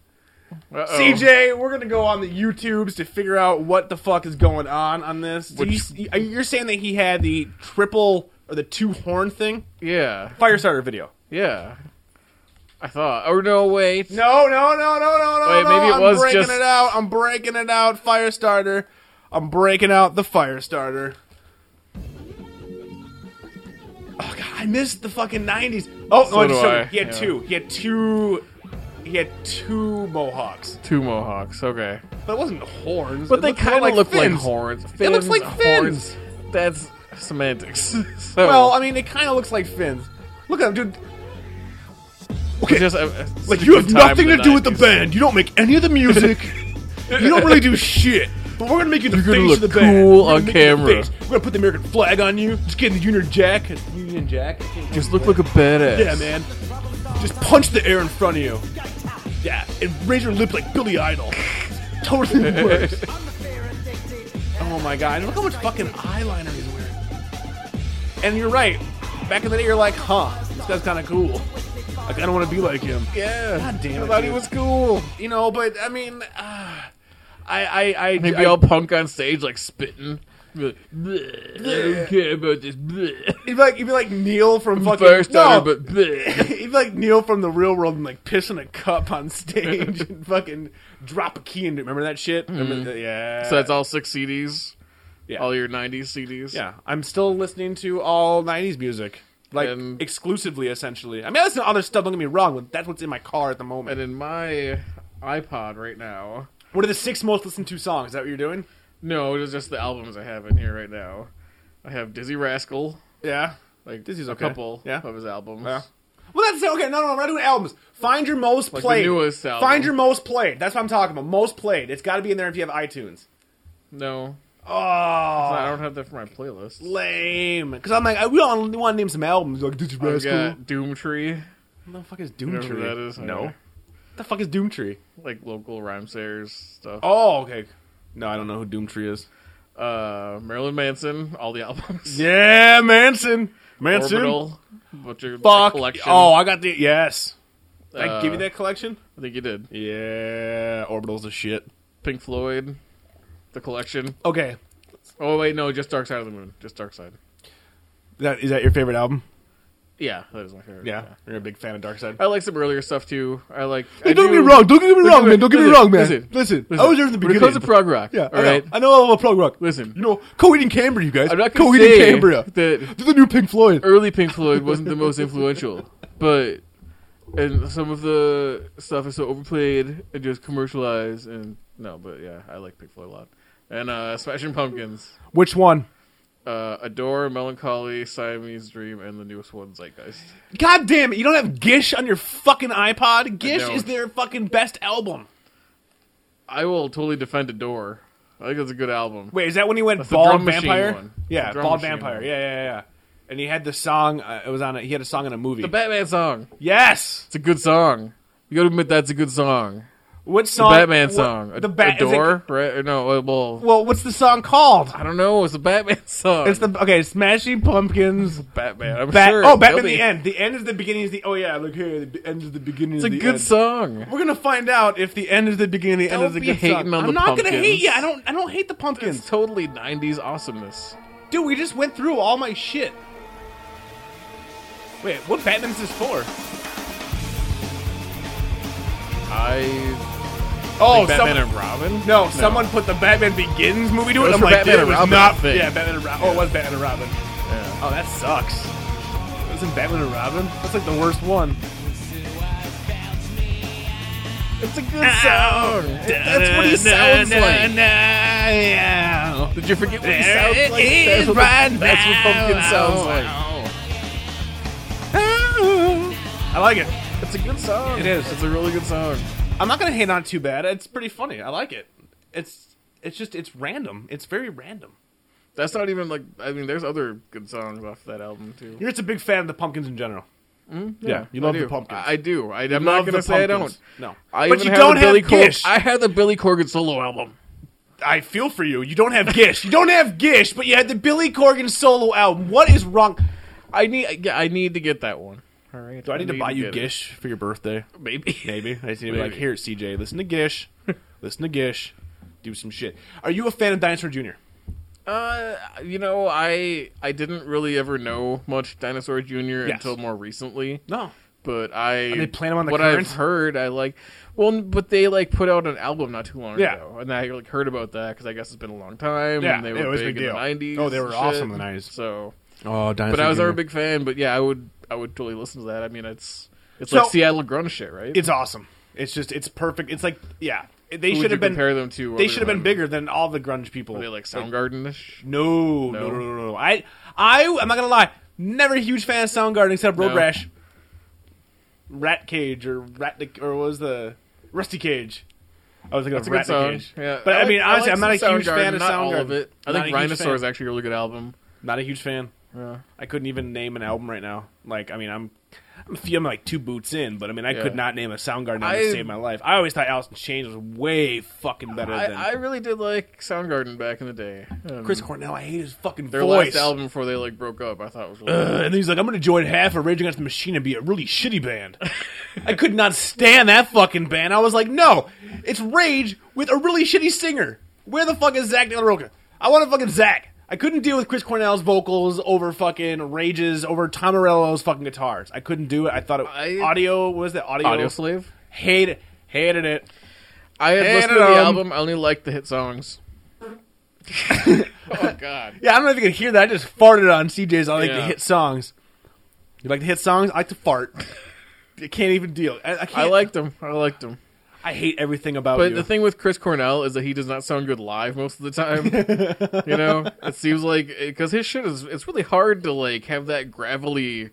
[SPEAKER 6] Uh-oh.
[SPEAKER 5] CJ, we're gonna go on the YouTubes to figure out what the fuck is going on on this. Do
[SPEAKER 6] Which-
[SPEAKER 5] you, you're saying that he had the triple or the two horn thing?
[SPEAKER 6] Yeah,
[SPEAKER 5] Firestarter video.
[SPEAKER 6] yeah. I thought. Oh no, wait.
[SPEAKER 5] No, no, no, no, no, no.
[SPEAKER 6] Wait,
[SPEAKER 5] no.
[SPEAKER 6] maybe it
[SPEAKER 5] I'm
[SPEAKER 6] was
[SPEAKER 5] breaking
[SPEAKER 6] just-
[SPEAKER 5] it out. I'm breaking it out. Firestarter. I'm breaking out the Firestarter. Oh god, I missed the fucking nineties. Oh,
[SPEAKER 6] So
[SPEAKER 5] oh,
[SPEAKER 6] do
[SPEAKER 5] sorry.
[SPEAKER 6] I,
[SPEAKER 5] he had
[SPEAKER 6] yeah.
[SPEAKER 5] two. He had two. He had two mohawks,
[SPEAKER 6] Two mohawks. Okay.
[SPEAKER 5] but it wasn't horns.
[SPEAKER 6] But
[SPEAKER 5] It
[SPEAKER 6] they
[SPEAKER 5] looked
[SPEAKER 6] kind of look like
[SPEAKER 5] fins.
[SPEAKER 6] horns.
[SPEAKER 5] It looks like
[SPEAKER 6] horns. That's semantics. so,
[SPEAKER 5] Well, I mean, it kind of looks like fins. Look at him, dude.
[SPEAKER 6] it's just a- a-
[SPEAKER 5] Like
[SPEAKER 6] such a
[SPEAKER 5] you have
[SPEAKER 6] good time
[SPEAKER 5] nothing
[SPEAKER 6] in
[SPEAKER 5] to
[SPEAKER 6] the
[SPEAKER 5] do with the
[SPEAKER 6] 90s.
[SPEAKER 5] band. You don't make any of the music. you don't really do shit. But we're gonna make you the
[SPEAKER 6] You're
[SPEAKER 5] face
[SPEAKER 6] gonna
[SPEAKER 5] of the
[SPEAKER 6] look
[SPEAKER 5] band.
[SPEAKER 6] cool
[SPEAKER 5] We're gonna
[SPEAKER 6] on
[SPEAKER 5] make you the
[SPEAKER 6] camera.
[SPEAKER 5] face. We're gonna put the American flag on you. Just get in the Union Jack. Union Jack.
[SPEAKER 6] Just look like a badass.
[SPEAKER 5] Yeah, man. Just punch the air in front of you. Yeah, and raise your lip like Billy Idol. totally works. oh my god! And look how much fucking eyeliner he's wearing. And you're right. Back in the day, you're like, huh, this guy's kind of cool. Like I don't want to be like him.
[SPEAKER 6] Yeah. God
[SPEAKER 5] damn it,
[SPEAKER 6] I thought he
[SPEAKER 5] dude.
[SPEAKER 6] was cool.
[SPEAKER 5] you know. But I mean, uh, I, I, I,
[SPEAKER 6] He'd
[SPEAKER 5] I,
[SPEAKER 6] be all punk on stage, like spitting. Be like, "Bleh, I don't care about this. bleh."
[SPEAKER 5] he'd be like, he'd be like Neil from fucking
[SPEAKER 6] First
[SPEAKER 5] no,
[SPEAKER 6] time, but bleh.
[SPEAKER 5] he'd be like Neil from the real world and like pissing a cup on stage and fucking drop a key into. it. Remember that shit? Remember- yeah.
[SPEAKER 6] Mm-hmm. so that's all six CDs.
[SPEAKER 5] Yeah.
[SPEAKER 6] All your '90s CDs.
[SPEAKER 5] yeah, I'm still listening to all '90s music, like
[SPEAKER 6] And-
[SPEAKER 5] exclusively, essentially. I mean, I listen to other stuff. Don't get me wrong, but that's what's in my car at the moment.
[SPEAKER 6] And in my iPod right now,
[SPEAKER 5] what are the six most listened to songs? Is that what you're doing?
[SPEAKER 6] no, it is just the albums I have in here right now. I have Dizzy Rascal,
[SPEAKER 5] Yeah.
[SPEAKER 6] like
[SPEAKER 5] Dizzy's
[SPEAKER 6] a
[SPEAKER 5] okay.
[SPEAKER 6] couple
[SPEAKER 5] Yeah.
[SPEAKER 6] of his albums.
[SPEAKER 5] Yeah. Well, that's okay. No, no, we're not doing albums. Find your most
[SPEAKER 6] Like the
[SPEAKER 5] played.
[SPEAKER 6] newest album.
[SPEAKER 5] Find your most played. That's what I'm talking about. Most played. It's got to be in there if you have iTunes.
[SPEAKER 6] No,
[SPEAKER 5] Oh,
[SPEAKER 6] I don't have that for my playlist.
[SPEAKER 5] lame. Because I'm like, I, we don't want to name some albums. Like, did you
[SPEAKER 6] I've
[SPEAKER 5] rascal?
[SPEAKER 6] got Doomtree.
[SPEAKER 5] What the fuck is
[SPEAKER 6] Whatever
[SPEAKER 5] Doomtree?
[SPEAKER 6] that is.
[SPEAKER 5] No.
[SPEAKER 6] Okay.
[SPEAKER 5] What the fuck is Doomtree?
[SPEAKER 6] Like local rhyme sayers stuff.
[SPEAKER 5] Oh, okay. No, I don't know who Doomtree is.
[SPEAKER 6] Uh, Marilyn Manson, all the albums.
[SPEAKER 5] Yeah, Manson. Manson.
[SPEAKER 6] Orbital, Butcher
[SPEAKER 5] Fuck.
[SPEAKER 6] Collection.
[SPEAKER 5] Oh, I got the yes. Did I
[SPEAKER 6] Uh,
[SPEAKER 5] give you that collection?
[SPEAKER 6] I think you did.
[SPEAKER 5] Yeah, Orbital's a shit.
[SPEAKER 6] Pink Floyd, the collection.
[SPEAKER 5] Okay,
[SPEAKER 6] Oh wait, no, just Dark Side of the Moon. Just Dark Side.
[SPEAKER 5] that is that your favorite album?
[SPEAKER 6] Yeah, that is my favorite.
[SPEAKER 5] Yeah, you're a big fan of Dark Side.
[SPEAKER 6] I like some earlier stuff too. I like.
[SPEAKER 5] Hey,
[SPEAKER 6] I
[SPEAKER 5] Uh, don't
[SPEAKER 6] do-
[SPEAKER 5] get me wrong. Don't get me wrong, man. Don't get me
[SPEAKER 6] listen,
[SPEAKER 5] wrong, man. Listen,
[SPEAKER 6] listen,
[SPEAKER 5] listen,
[SPEAKER 6] listen.
[SPEAKER 5] I was there in the beginning.
[SPEAKER 6] When it comes to prog rock,
[SPEAKER 5] yeah,
[SPEAKER 6] all
[SPEAKER 5] I
[SPEAKER 6] right.
[SPEAKER 5] know. I know all about prog rock.
[SPEAKER 6] Listen.
[SPEAKER 5] you know, Coheed and Cambria, you guys.
[SPEAKER 6] I'm not gonna
[SPEAKER 5] Coheed
[SPEAKER 6] say
[SPEAKER 5] and Cambria.
[SPEAKER 6] that
[SPEAKER 5] They're the new Pink Floyd.
[SPEAKER 6] early Pink Floyd wasn't the most influential, but and some of the stuff is so overplayed and just commercialized and no, but yeah, I like Pink Floyd a lot. And uh, Smashing Pumpkins,
[SPEAKER 5] Which one?
[SPEAKER 6] uh, Adore, Melancholy, Siamese Dream, and the newest one, Zeitgeist.
[SPEAKER 5] God damn it! You don't have Gish on your fucking iPod. Gish
[SPEAKER 6] don't.
[SPEAKER 5] is their fucking best album.
[SPEAKER 6] I will totally defend Adore. I think that's a good album.
[SPEAKER 5] Wait, is that when he went
[SPEAKER 6] That's the
[SPEAKER 5] bald
[SPEAKER 6] drum machine
[SPEAKER 5] vampire?
[SPEAKER 6] one.
[SPEAKER 5] Yeah,
[SPEAKER 6] The drum
[SPEAKER 5] bald
[SPEAKER 6] machine
[SPEAKER 5] vampire.
[SPEAKER 6] one.
[SPEAKER 5] Yeah, yeah, yeah, yeah. And he had the song. Uh, it was on. A, he had a song in a movie.
[SPEAKER 6] The Batman song.
[SPEAKER 5] yes.
[SPEAKER 6] It's a good song. You gotta admit that's a good song.
[SPEAKER 5] What
[SPEAKER 6] The
[SPEAKER 5] song?
[SPEAKER 6] Batman
[SPEAKER 5] what-
[SPEAKER 6] song.
[SPEAKER 5] The Bat. is it-
[SPEAKER 6] Adore, right? Or no, uh, well,
[SPEAKER 5] Well, what's the song called?
[SPEAKER 6] I don't know. It's a Batman song.
[SPEAKER 5] It's the okay. Smashing Pumpkins.
[SPEAKER 6] Batman. I'm
[SPEAKER 5] Bat-
[SPEAKER 6] sure.
[SPEAKER 5] oh, Batman
[SPEAKER 6] They'll be-
[SPEAKER 5] the end. The end is the beginning is the. Oh yeah, look here. The end is the beginning. is
[SPEAKER 6] It's a
[SPEAKER 5] the
[SPEAKER 6] good
[SPEAKER 5] end.
[SPEAKER 6] song.
[SPEAKER 5] We're gonna find out if the end is the beginning. The end
[SPEAKER 6] Don't
[SPEAKER 5] is the
[SPEAKER 6] be
[SPEAKER 5] good
[SPEAKER 6] hating
[SPEAKER 5] song.
[SPEAKER 6] on
[SPEAKER 5] I'm
[SPEAKER 6] the
[SPEAKER 5] not gonna hate
[SPEAKER 6] pumpkins.
[SPEAKER 5] you. I don't. I don't hate the pumpkins,
[SPEAKER 6] It's totally 90s awesomeness.
[SPEAKER 5] dude. We just went through all my shit. Wait, what Batman's this for?
[SPEAKER 6] I
[SPEAKER 5] Oh,
[SPEAKER 6] think Batman
[SPEAKER 5] someone,
[SPEAKER 6] and Robin.
[SPEAKER 5] no, someone put the Batman Begins movie to it.
[SPEAKER 6] was
[SPEAKER 5] I'm
[SPEAKER 6] for
[SPEAKER 5] like,
[SPEAKER 6] Batman
[SPEAKER 5] dude,
[SPEAKER 6] and
[SPEAKER 5] it was
[SPEAKER 6] Robin, I
[SPEAKER 5] not.
[SPEAKER 6] think.
[SPEAKER 5] Yeah, Batman and Robin. Oh, it was Batman and Robin.
[SPEAKER 6] Yeah.
[SPEAKER 5] Oh, that sucks. Isn't Batman and Robin? That's like the worst one. It's a good song. That's what he sounds like.
[SPEAKER 6] Did you forget what he
[SPEAKER 5] There
[SPEAKER 6] sounds
[SPEAKER 5] it
[SPEAKER 6] like?
[SPEAKER 5] is
[SPEAKER 6] that's, what
[SPEAKER 5] right
[SPEAKER 6] the, that's what Pumpkin
[SPEAKER 5] now.
[SPEAKER 6] sounds like.
[SPEAKER 5] I like it. It's a good song. It is.
[SPEAKER 6] It's a really good song.
[SPEAKER 5] I'm not gonna hate on it too bad. It's pretty funny. I like it. It's it's just it's random. It's very random.
[SPEAKER 6] That's not even like I mean, there's other good songs off that album too.
[SPEAKER 5] You're just a big fan of the pumpkins in general. yeah, you
[SPEAKER 6] Mm, I
[SPEAKER 5] love the
[SPEAKER 6] do.
[SPEAKER 5] Pumpkins.
[SPEAKER 6] I, I do. I, am
[SPEAKER 5] love
[SPEAKER 6] not gonna
[SPEAKER 5] the
[SPEAKER 6] say I don't.
[SPEAKER 5] Pumpkins. No.
[SPEAKER 6] I
[SPEAKER 5] But
[SPEAKER 6] even
[SPEAKER 5] you
[SPEAKER 6] have the
[SPEAKER 5] don't have
[SPEAKER 6] Billy Corgan-
[SPEAKER 5] Gish.
[SPEAKER 6] I had the Billy Corgan solo album.
[SPEAKER 5] I feel for you. You don't have Gish. You don't have Gish, but you had the Billy Corgan solo album. What is wrong?
[SPEAKER 6] I need. Yeah, I need to get that one. All right.
[SPEAKER 5] Do I need to buy you
[SPEAKER 6] get it.
[SPEAKER 5] Gish for your birthday?
[SPEAKER 6] Maybe.
[SPEAKER 5] Maybe. I just need to be like,
[SPEAKER 6] Maybe.
[SPEAKER 5] here, CJ, listen to Gish. listen to Gish. Do some shit. Are you a fan of Dinosaur Jr.?
[SPEAKER 6] Uh, you know, I I didn't really ever know much Dinosaur Jr. until more recently.
[SPEAKER 5] No.
[SPEAKER 6] But I
[SPEAKER 5] they playing him on the
[SPEAKER 6] what
[SPEAKER 5] current?
[SPEAKER 6] I've heard, I like. Well, n- but they like put out an album not too long
[SPEAKER 5] Yeah.
[SPEAKER 6] ago, and I like heard about that because I guess it's been a long time.
[SPEAKER 5] Yeah,
[SPEAKER 6] and they
[SPEAKER 5] it
[SPEAKER 6] were
[SPEAKER 5] was a
[SPEAKER 6] big
[SPEAKER 5] big
[SPEAKER 6] in
[SPEAKER 5] deal.
[SPEAKER 6] the nineties.
[SPEAKER 5] Oh, they were awesome in the 90s.
[SPEAKER 6] So,
[SPEAKER 5] Oh, Dinosaur
[SPEAKER 6] but I was never a big fan. But yeah, I would I would totally listen to that. I mean, it's it's
[SPEAKER 5] So-
[SPEAKER 6] like Seattle grunge shit, right?
[SPEAKER 5] It's awesome. It's just, it's perfect. It's like, yeah. They
[SPEAKER 6] Who would
[SPEAKER 5] should
[SPEAKER 6] you
[SPEAKER 5] have been.
[SPEAKER 6] compare them to.
[SPEAKER 5] They
[SPEAKER 6] other
[SPEAKER 5] should have been
[SPEAKER 6] than-
[SPEAKER 5] bigger than all the grunge people.
[SPEAKER 6] Were they like Soundgarden ish?
[SPEAKER 5] No, no,
[SPEAKER 6] No.
[SPEAKER 5] no, no, no. I, I, I'm not gonna lie. Never a huge fan of Soundgarden except Road
[SPEAKER 6] No.
[SPEAKER 5] Rash, Rat Cage, or Rat, or what was the Rusty Cage? I was thinking
[SPEAKER 6] It's a
[SPEAKER 5] of
[SPEAKER 6] good
[SPEAKER 5] Rat
[SPEAKER 6] song.
[SPEAKER 5] Cage.
[SPEAKER 6] Yeah,
[SPEAKER 5] But I,
[SPEAKER 6] like-
[SPEAKER 5] mean, honestly, I'm
[SPEAKER 6] like
[SPEAKER 5] not a
[SPEAKER 6] some
[SPEAKER 5] huge fan
[SPEAKER 6] Soundgarden,
[SPEAKER 5] of
[SPEAKER 6] not all
[SPEAKER 5] Soundgarden.
[SPEAKER 6] of it. I
[SPEAKER 5] Not
[SPEAKER 6] think
[SPEAKER 5] a huge
[SPEAKER 6] Rhinosaur is
[SPEAKER 5] fan.
[SPEAKER 6] actually a really good album.
[SPEAKER 5] Not a huge fan.
[SPEAKER 6] Yeah.
[SPEAKER 5] I couldn't even name an album right now. Like, I mean, I'm. I'm a few, I'm like two boots in, but I mean, I
[SPEAKER 6] Yeah.
[SPEAKER 5] could not name a Soundgarden album
[SPEAKER 6] I-
[SPEAKER 5] to save my life. I always thought Alice in Chains was way fucking better
[SPEAKER 6] I,
[SPEAKER 5] than
[SPEAKER 6] I really did like Soundgarden back in the day. Um,
[SPEAKER 5] Chris Cornell. I hate his fucking
[SPEAKER 6] their
[SPEAKER 5] voice.
[SPEAKER 6] last album before they like broke up, I thought was really
[SPEAKER 5] Uh, and then he's like, I'm going to join half of Rage Against the Machine and be a really shitty band. I could not stand that fucking band. I was like, no, it's Rage with a really shitty singer. Where the fuck is Zach De La Rocha? I want a fucking Zach. I couldn't deal with Chris Cornell's vocals over fucking Rage's, over Tom Morello's fucking guitars. I couldn't do it. I thought it
[SPEAKER 6] I-
[SPEAKER 5] audio, what was that? Audio,
[SPEAKER 6] Audio Slave.
[SPEAKER 5] Hate it. Hated it.
[SPEAKER 6] I had
[SPEAKER 5] Hated
[SPEAKER 6] listened to the
[SPEAKER 5] them.
[SPEAKER 6] album. I only liked the hit songs. oh God!
[SPEAKER 5] Yeah, I don't know if you can hear that. I just farted on CJ's. I like to
[SPEAKER 6] Yeah.
[SPEAKER 5] hit songs. You like to hit songs? I like to fart. I can't even deal. I, I can't.
[SPEAKER 6] I liked them. I liked them.
[SPEAKER 5] I hate everything about
[SPEAKER 6] But
[SPEAKER 5] you.
[SPEAKER 6] the thing with Chris Cornell is that he does not sound good live most of the time. you know, it seems like because his shit is it's really hard to like have that gravelly,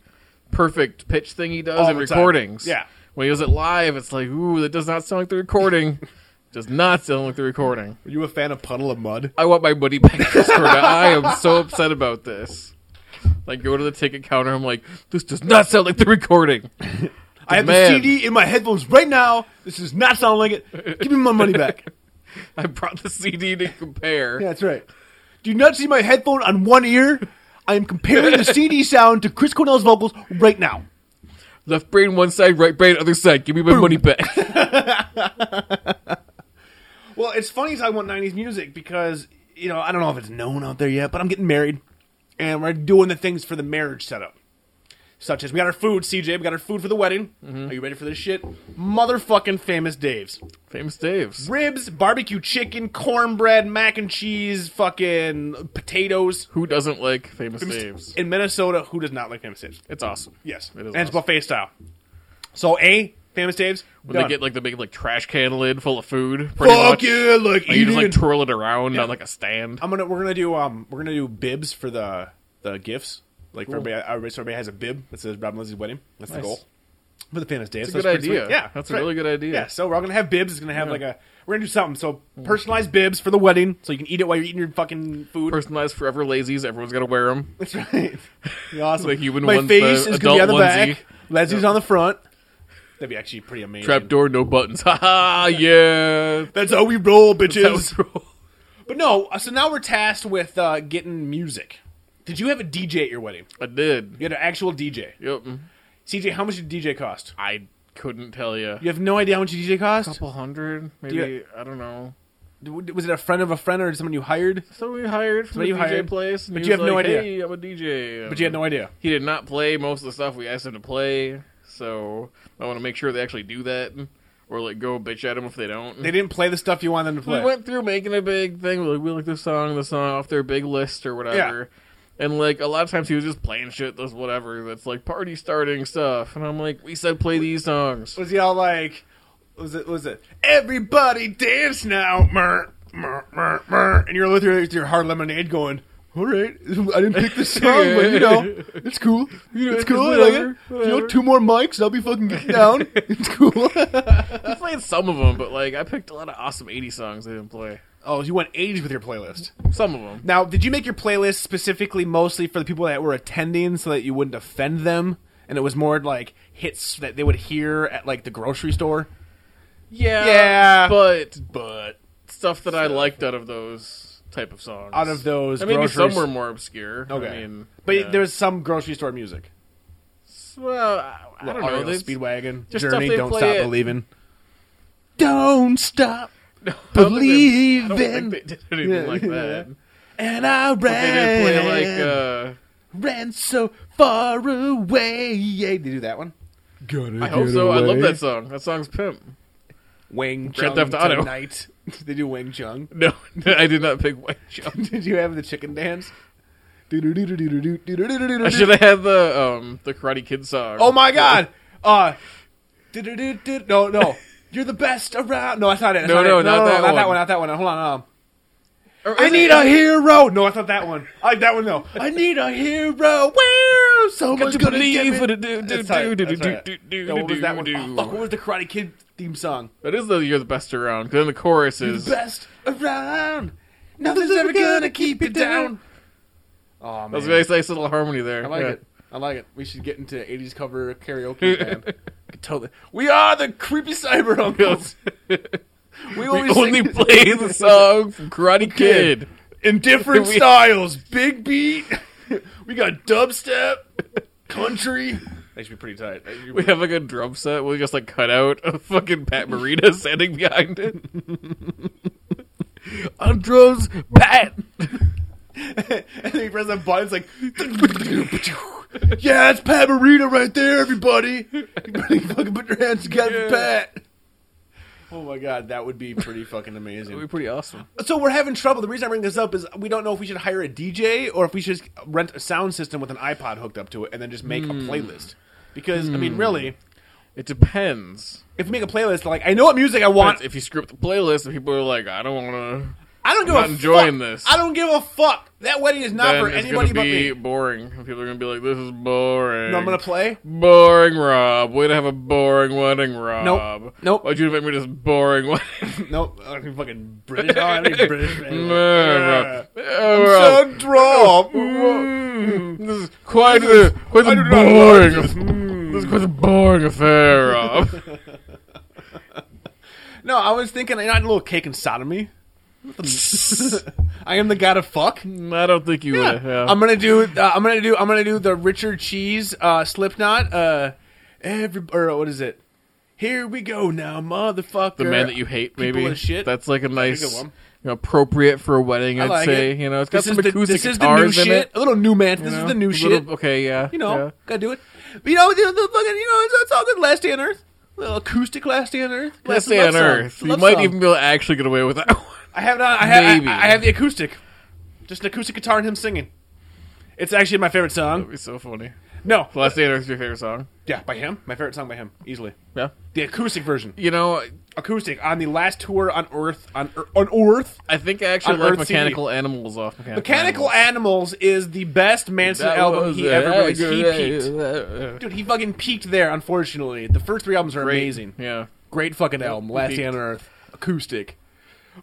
[SPEAKER 6] perfect pitch thing he does
[SPEAKER 5] All
[SPEAKER 6] in
[SPEAKER 5] the time.
[SPEAKER 6] recordings.
[SPEAKER 5] Yeah.
[SPEAKER 6] when he does it live, it's like ooh, that does not sound like the recording. does not sound like the recording.
[SPEAKER 5] Are you a fan of Puddle of Mud?
[SPEAKER 6] I want my money back, Chris Cornell. I am so upset about this. Like go to the ticket counter. I'm like, this does not sound like the recording.
[SPEAKER 5] I have
[SPEAKER 6] man.
[SPEAKER 5] the CD in my headphones right now. This does not sound like it. Give me my money back.
[SPEAKER 6] I brought the CD to compare.
[SPEAKER 5] Yeah, that's right. Do you not see my headphone on one ear? I am comparing the CD sound to Chris Cornell's vocals right now.
[SPEAKER 6] Left brain one side, right brain other side. Give me my money back.
[SPEAKER 5] Well, it's funny talking about 90s music because, you know, I don't know if it's known out there yet, but I'm getting married and we're doing the things for the marriage setup. Such as we got our food, CJ. We got our food for the wedding. Are you ready for this shit? Motherfucking famous Dave's.
[SPEAKER 6] Famous Dave's.
[SPEAKER 5] ribs, barbecue chicken, cornbread, mac and cheese, fucking potatoes.
[SPEAKER 6] Who doesn't like Famous, Dave's?
[SPEAKER 5] In Minnesota, who does not like Famous Dave's?
[SPEAKER 6] It's awesome.
[SPEAKER 5] Yes,
[SPEAKER 6] It is
[SPEAKER 5] and it's
[SPEAKER 6] awesome.
[SPEAKER 5] buffet style. So a Famous Dave's
[SPEAKER 6] When they get like the big like trash can lid full of food, pretty
[SPEAKER 5] fuck
[SPEAKER 6] much.
[SPEAKER 5] yeah, like,
[SPEAKER 6] Like, you
[SPEAKER 5] eating.
[SPEAKER 6] just like twirl it around on like a stand.
[SPEAKER 5] I'm gonna we're gonna do um we're gonna do bibs for the the gifts. Like for everybody, everybody, so everybody has a bib that says Robin Leslie's wedding. That's the
[SPEAKER 6] Nice.
[SPEAKER 5] goal for the Famous Dave's.
[SPEAKER 6] That's
[SPEAKER 5] so
[SPEAKER 6] a good
[SPEAKER 5] pretty sweet.
[SPEAKER 6] idea.
[SPEAKER 5] Yeah,
[SPEAKER 6] That's a really good idea. Mm.
[SPEAKER 5] Yeah, so we're all gonna have bibs. It's gonna have like a we're gonna do something. So personalized bibs for the wedding, so you can eat it while you're eating your fucking food.
[SPEAKER 6] Personalized forever lazies. Everyone's gotta wear them.
[SPEAKER 5] That's right. Be awesome.
[SPEAKER 6] The human
[SPEAKER 5] My
[SPEAKER 6] one-
[SPEAKER 5] face
[SPEAKER 6] the
[SPEAKER 5] is gonna be on the
[SPEAKER 6] adult onesie.
[SPEAKER 5] back. Leslie's on the front. That'd be actually pretty amazing.
[SPEAKER 6] Trapdoor, no buttons. Ha ha! Yeah.
[SPEAKER 5] That's how we roll, bitches.
[SPEAKER 6] That was wrong.
[SPEAKER 5] but no, uh, so now we're tasked with uh, getting music. Did you have a DJ at your wedding?
[SPEAKER 6] I did.
[SPEAKER 5] You had an actual DJ.
[SPEAKER 6] Yep.
[SPEAKER 5] CJ, how much did DJ cost?
[SPEAKER 6] I couldn't tell you.
[SPEAKER 5] You have no idea how much a DJ cost?
[SPEAKER 6] couple hundred, maybe.
[SPEAKER 5] you-
[SPEAKER 6] I don't know.
[SPEAKER 5] was it a friend of a friend or someone you hired?
[SPEAKER 6] So we hired from
[SPEAKER 5] Somebody
[SPEAKER 6] the
[SPEAKER 5] you
[SPEAKER 6] DJ
[SPEAKER 5] hired,
[SPEAKER 6] place, and
[SPEAKER 5] but
[SPEAKER 6] he
[SPEAKER 5] you
[SPEAKER 6] was
[SPEAKER 5] have no
[SPEAKER 6] like,
[SPEAKER 5] idea.
[SPEAKER 6] Hey, I'm a DJ,
[SPEAKER 5] But you had no idea.
[SPEAKER 6] He did not play most of the stuff we asked him to play, so I want to make sure they actually do that, or like go bitch at him if they don't.
[SPEAKER 5] They didn't play the stuff you wanted them to
[SPEAKER 6] we
[SPEAKER 5] play.
[SPEAKER 6] went through making a big thing. Like we like this song, the song off their big list or whatever. And like a lot of times he was just playing shit that's whatever that's like party starting stuff. And I'm like, we said play these songs.
[SPEAKER 5] Was he all like, was it, was it, everybody dance now, mer, mer, mer, mer. And you're literally with your hard lemonade going, all right, I didn't pick this song, but you know, it's cool.
[SPEAKER 6] You know,
[SPEAKER 5] it's cool. I like
[SPEAKER 6] whatever,
[SPEAKER 5] it. You know,
[SPEAKER 6] whatever.
[SPEAKER 5] two more mics, I'll be fucking getting down. It's cool.
[SPEAKER 6] He played some of them, but like I picked a lot of awesome 80 songs they didn't play.
[SPEAKER 5] oh, you went age with your playlist.
[SPEAKER 6] Some of them.
[SPEAKER 5] Now, did you make your playlist specifically mostly for the people that were attending so that you wouldn't offend them? And it was more like hits that they would hear at like the grocery store?
[SPEAKER 6] Yeah.
[SPEAKER 5] Yeah.
[SPEAKER 6] But but stuff that I liked out of those type of songs.
[SPEAKER 5] Out of those
[SPEAKER 6] I mean, maybe
[SPEAKER 5] groceries-
[SPEAKER 6] some were more obscure.
[SPEAKER 5] Okay.
[SPEAKER 6] I mean,
[SPEAKER 5] but
[SPEAKER 6] yeah.
[SPEAKER 5] there's some grocery store music.
[SPEAKER 6] well, I, I don't know.
[SPEAKER 5] Ariel
[SPEAKER 6] They-
[SPEAKER 5] Speedwagon,
[SPEAKER 6] just
[SPEAKER 5] Journey,
[SPEAKER 6] stuff they
[SPEAKER 5] Don't
[SPEAKER 6] play
[SPEAKER 5] Stop
[SPEAKER 6] at-
[SPEAKER 5] Believing. Don't stop
[SPEAKER 6] I don't think they- I
[SPEAKER 5] believing.
[SPEAKER 6] don't think they did anything
[SPEAKER 5] Yeah,
[SPEAKER 6] like
[SPEAKER 5] yeah.
[SPEAKER 6] that.
[SPEAKER 5] and I
[SPEAKER 6] They
[SPEAKER 5] ran.
[SPEAKER 6] didn't play like uh,
[SPEAKER 5] ran so far away. Yeah, they do that one. Gotta
[SPEAKER 6] I hope so. I love that song. That song's pimp.
[SPEAKER 5] Wang Chung
[SPEAKER 6] Grand Theft Auto.
[SPEAKER 5] tonight. they do Wang Chung.
[SPEAKER 6] No, I did not pick White Show.
[SPEAKER 5] Did you have the chicken dance?
[SPEAKER 6] I should have had the um the Karate Kid song.
[SPEAKER 5] Oh my god! Uh, do-do-do-do- no, no. You're the best around. No, that's not it. That's
[SPEAKER 6] No,
[SPEAKER 5] not
[SPEAKER 6] no,
[SPEAKER 5] it.
[SPEAKER 6] not
[SPEAKER 5] not
[SPEAKER 6] that
[SPEAKER 5] that
[SPEAKER 6] one.
[SPEAKER 5] one. Not that one. Hold on. Hold on.
[SPEAKER 6] Or is
[SPEAKER 5] I
[SPEAKER 6] it-
[SPEAKER 5] need a hero. No, I thought that one. I like that one though. I need a hero. Wow, someone's
[SPEAKER 6] Got to
[SPEAKER 5] gonna
[SPEAKER 6] believe
[SPEAKER 5] give
[SPEAKER 6] what
[SPEAKER 5] me.
[SPEAKER 6] it do do
[SPEAKER 5] That's tight.
[SPEAKER 6] do do do
[SPEAKER 5] That's right.
[SPEAKER 6] do do
[SPEAKER 5] No, what was that one?
[SPEAKER 6] do
[SPEAKER 5] Oh, fuck, what was the Karate Kid theme song?
[SPEAKER 6] That is the you're the best around. 'cause Then the chorus is
[SPEAKER 5] The best around. Nothing's ever gonna keep you down. Oh man,
[SPEAKER 6] That was a nice, nice little harmony there.
[SPEAKER 5] I like
[SPEAKER 6] Yeah.
[SPEAKER 5] it. I like it. We should get into '80s cover karaoke, man. Totally. We are the creepy cyber uncles. We,
[SPEAKER 6] we
[SPEAKER 5] always
[SPEAKER 6] only
[SPEAKER 5] sing
[SPEAKER 6] play the song from Karate Kid.
[SPEAKER 5] in different
[SPEAKER 6] We-
[SPEAKER 5] styles. Big beat. we got dubstep, country. That should be pretty tight. That should be
[SPEAKER 6] We have like a drum set. We just like cut out a fucking Pat Morita standing behind it. On drums, Pat.
[SPEAKER 5] and then you press that button, it's like, yeah, it's Pat Morita right there, everybody. You better fucking put your hands together, for
[SPEAKER 6] Yeah.
[SPEAKER 5] Pat. Oh my god, that would be pretty fucking
[SPEAKER 6] That'd be
[SPEAKER 5] amazing.
[SPEAKER 6] pretty awesome.
[SPEAKER 5] So we're having trouble. The reason I bring this up is we don't know if we should hire a DJ or if we should rent a sound system with an iPod hooked up to it and then just make
[SPEAKER 6] Hmm.
[SPEAKER 5] a playlist. Because I mean, really,
[SPEAKER 6] It depends.
[SPEAKER 5] if we make a playlist, like I know what music I want.
[SPEAKER 6] If you screw up the playlist, and people are like, "I don't want to,"
[SPEAKER 5] I don't give
[SPEAKER 6] not
[SPEAKER 5] a
[SPEAKER 6] enjoying
[SPEAKER 5] fuck.
[SPEAKER 6] this.
[SPEAKER 5] I don't give a fuck. That wedding is not
[SPEAKER 6] then
[SPEAKER 5] for
[SPEAKER 6] it's
[SPEAKER 5] anybody
[SPEAKER 6] gonna
[SPEAKER 5] but
[SPEAKER 6] be
[SPEAKER 5] me.
[SPEAKER 6] boring. And People are gonna be like, "This is boring."
[SPEAKER 5] No, I'm gonna play.
[SPEAKER 6] boring, Rob. Way to have a boring wedding, Rob.
[SPEAKER 5] Nope.
[SPEAKER 6] Why'd you invite me to this boring wedding?
[SPEAKER 5] Nope, I'm fucking British. Oh, I don't even British.
[SPEAKER 6] Rob. Oh, Rob.
[SPEAKER 5] So draw.
[SPEAKER 6] This is quite the quite the boring. This is quite the boring affair, Rob.
[SPEAKER 5] No, I was thinking, I had a little cake and sodomy. I am the god of fuck.
[SPEAKER 6] I don't think you would. Yeah.
[SPEAKER 5] I'm gonna do. Uh, I'm gonna do. I'm gonna do the Richard Cheese uh, Slipknot. Uh, every or what is it? Here we go now, motherfucker.
[SPEAKER 6] the man that you hate,
[SPEAKER 5] People
[SPEAKER 6] maybe.
[SPEAKER 5] and shit.
[SPEAKER 6] That's like a nice,
[SPEAKER 5] good one.
[SPEAKER 6] you know, appropriate for a wedding.
[SPEAKER 5] I
[SPEAKER 6] I'd
[SPEAKER 5] like
[SPEAKER 6] say.
[SPEAKER 5] it.
[SPEAKER 6] You know, it's got
[SPEAKER 5] this
[SPEAKER 6] some
[SPEAKER 5] is the,
[SPEAKER 6] acoustic
[SPEAKER 5] This is the new
[SPEAKER 6] guitars in
[SPEAKER 5] shit.
[SPEAKER 6] it.
[SPEAKER 5] A little new man. This
[SPEAKER 6] you
[SPEAKER 5] is
[SPEAKER 6] know?
[SPEAKER 5] the new
[SPEAKER 6] A
[SPEAKER 5] shit.
[SPEAKER 6] little- Okay, yeah.
[SPEAKER 5] You know,
[SPEAKER 6] yeah.
[SPEAKER 5] gotta do it. But you know, the, the fucking, you know, it's, it's all good. Last day on Earth, little acoustic last day on Earth. Last
[SPEAKER 6] Let's say
[SPEAKER 5] love
[SPEAKER 6] on
[SPEAKER 5] song.
[SPEAKER 6] Earth. You
[SPEAKER 5] Love
[SPEAKER 6] might
[SPEAKER 5] song.
[SPEAKER 6] even be able to actually get away with that one.
[SPEAKER 5] I have not. I have.
[SPEAKER 6] Maybe.
[SPEAKER 5] I, I have the acoustic, just an acoustic guitar and him singing. It's actually my favorite
[SPEAKER 6] That'd
[SPEAKER 5] song.
[SPEAKER 6] be so funny.
[SPEAKER 5] No,
[SPEAKER 6] The Last Day on Earth is your favorite song.
[SPEAKER 5] yeah, by him. My favorite song by him, easily.
[SPEAKER 6] Yeah.
[SPEAKER 5] The acoustic version.
[SPEAKER 6] You know,
[SPEAKER 5] Acoustic on the last tour on Earth on Ear- on Earth.
[SPEAKER 6] I think I actually
[SPEAKER 5] On
[SPEAKER 6] like
[SPEAKER 5] Earth
[SPEAKER 6] Mechanical Animals off Mechanical,
[SPEAKER 5] Mechanical
[SPEAKER 6] Animals.
[SPEAKER 5] Animals is the best Manson album he ever released. He peaked.
[SPEAKER 6] peaked.
[SPEAKER 5] Dude, he fucking peaked there. Unfortunately, the first three albums are amazing.
[SPEAKER 6] Yeah.
[SPEAKER 5] Great fucking album, Last
[SPEAKER 6] peaked.
[SPEAKER 5] Day on Earth, acoustic.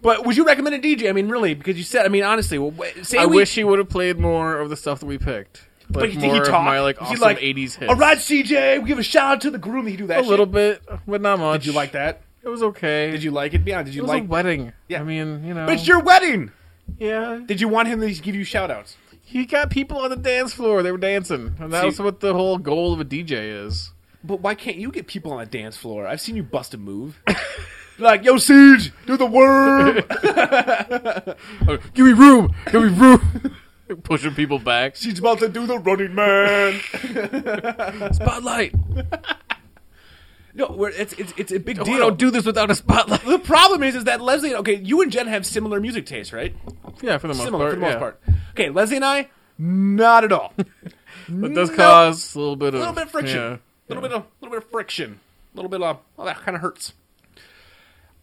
[SPEAKER 5] But would you recommend a DJ? I mean, really, because you said, I mean, honestly, well, wait, say
[SPEAKER 6] I
[SPEAKER 5] we,
[SPEAKER 6] wish he would have played more of the stuff that we picked. Like
[SPEAKER 5] but you
[SPEAKER 6] more
[SPEAKER 5] think he
[SPEAKER 6] of
[SPEAKER 5] talked?
[SPEAKER 6] my like
[SPEAKER 5] Is
[SPEAKER 6] awesome
[SPEAKER 5] he like,
[SPEAKER 6] 80s hits.
[SPEAKER 5] All right, CJ, we give a shout out to the groom. He do that
[SPEAKER 6] A
[SPEAKER 5] shit."
[SPEAKER 6] little bit, but not much.
[SPEAKER 5] Did you like that?
[SPEAKER 6] It was okay.
[SPEAKER 5] Did you like it? Yeah. Did
[SPEAKER 6] It
[SPEAKER 5] you
[SPEAKER 6] was
[SPEAKER 5] like?
[SPEAKER 6] a wedding.
[SPEAKER 5] Yeah.
[SPEAKER 6] I mean, you know.
[SPEAKER 5] But it's your wedding.
[SPEAKER 6] yeah.
[SPEAKER 5] Did you want him to give you shout outs?
[SPEAKER 6] He got people on the dance floor. They were dancing, and that
[SPEAKER 5] See-
[SPEAKER 6] was what the whole goal of a DJ is.
[SPEAKER 5] But why can't you get people on a dance floor? I've seen you bust a move. like, yo, Siege, do the worm.
[SPEAKER 6] Oh, Give me room. Give me room. Pushing people back.
[SPEAKER 5] She's about to do the running man.
[SPEAKER 6] Spotlight.
[SPEAKER 5] no, we're, it's, it's, it's a big
[SPEAKER 6] Oh, I
[SPEAKER 5] deal.
[SPEAKER 6] don't do this without a spotlight.
[SPEAKER 5] the problem is, is that Leslie, okay, you and Jen have similar music tastes, right?
[SPEAKER 6] Yeah, for the most
[SPEAKER 5] Similar
[SPEAKER 6] part.
[SPEAKER 5] for the most
[SPEAKER 6] yeah.
[SPEAKER 5] part. Okay, Leslie and I, not at all.
[SPEAKER 6] But it does
[SPEAKER 5] No.
[SPEAKER 6] cause a little bit of
[SPEAKER 5] A little bit of friction.
[SPEAKER 6] Yeah.
[SPEAKER 5] little bit of little bit of friction. A little bit of oh, that kind of hurts.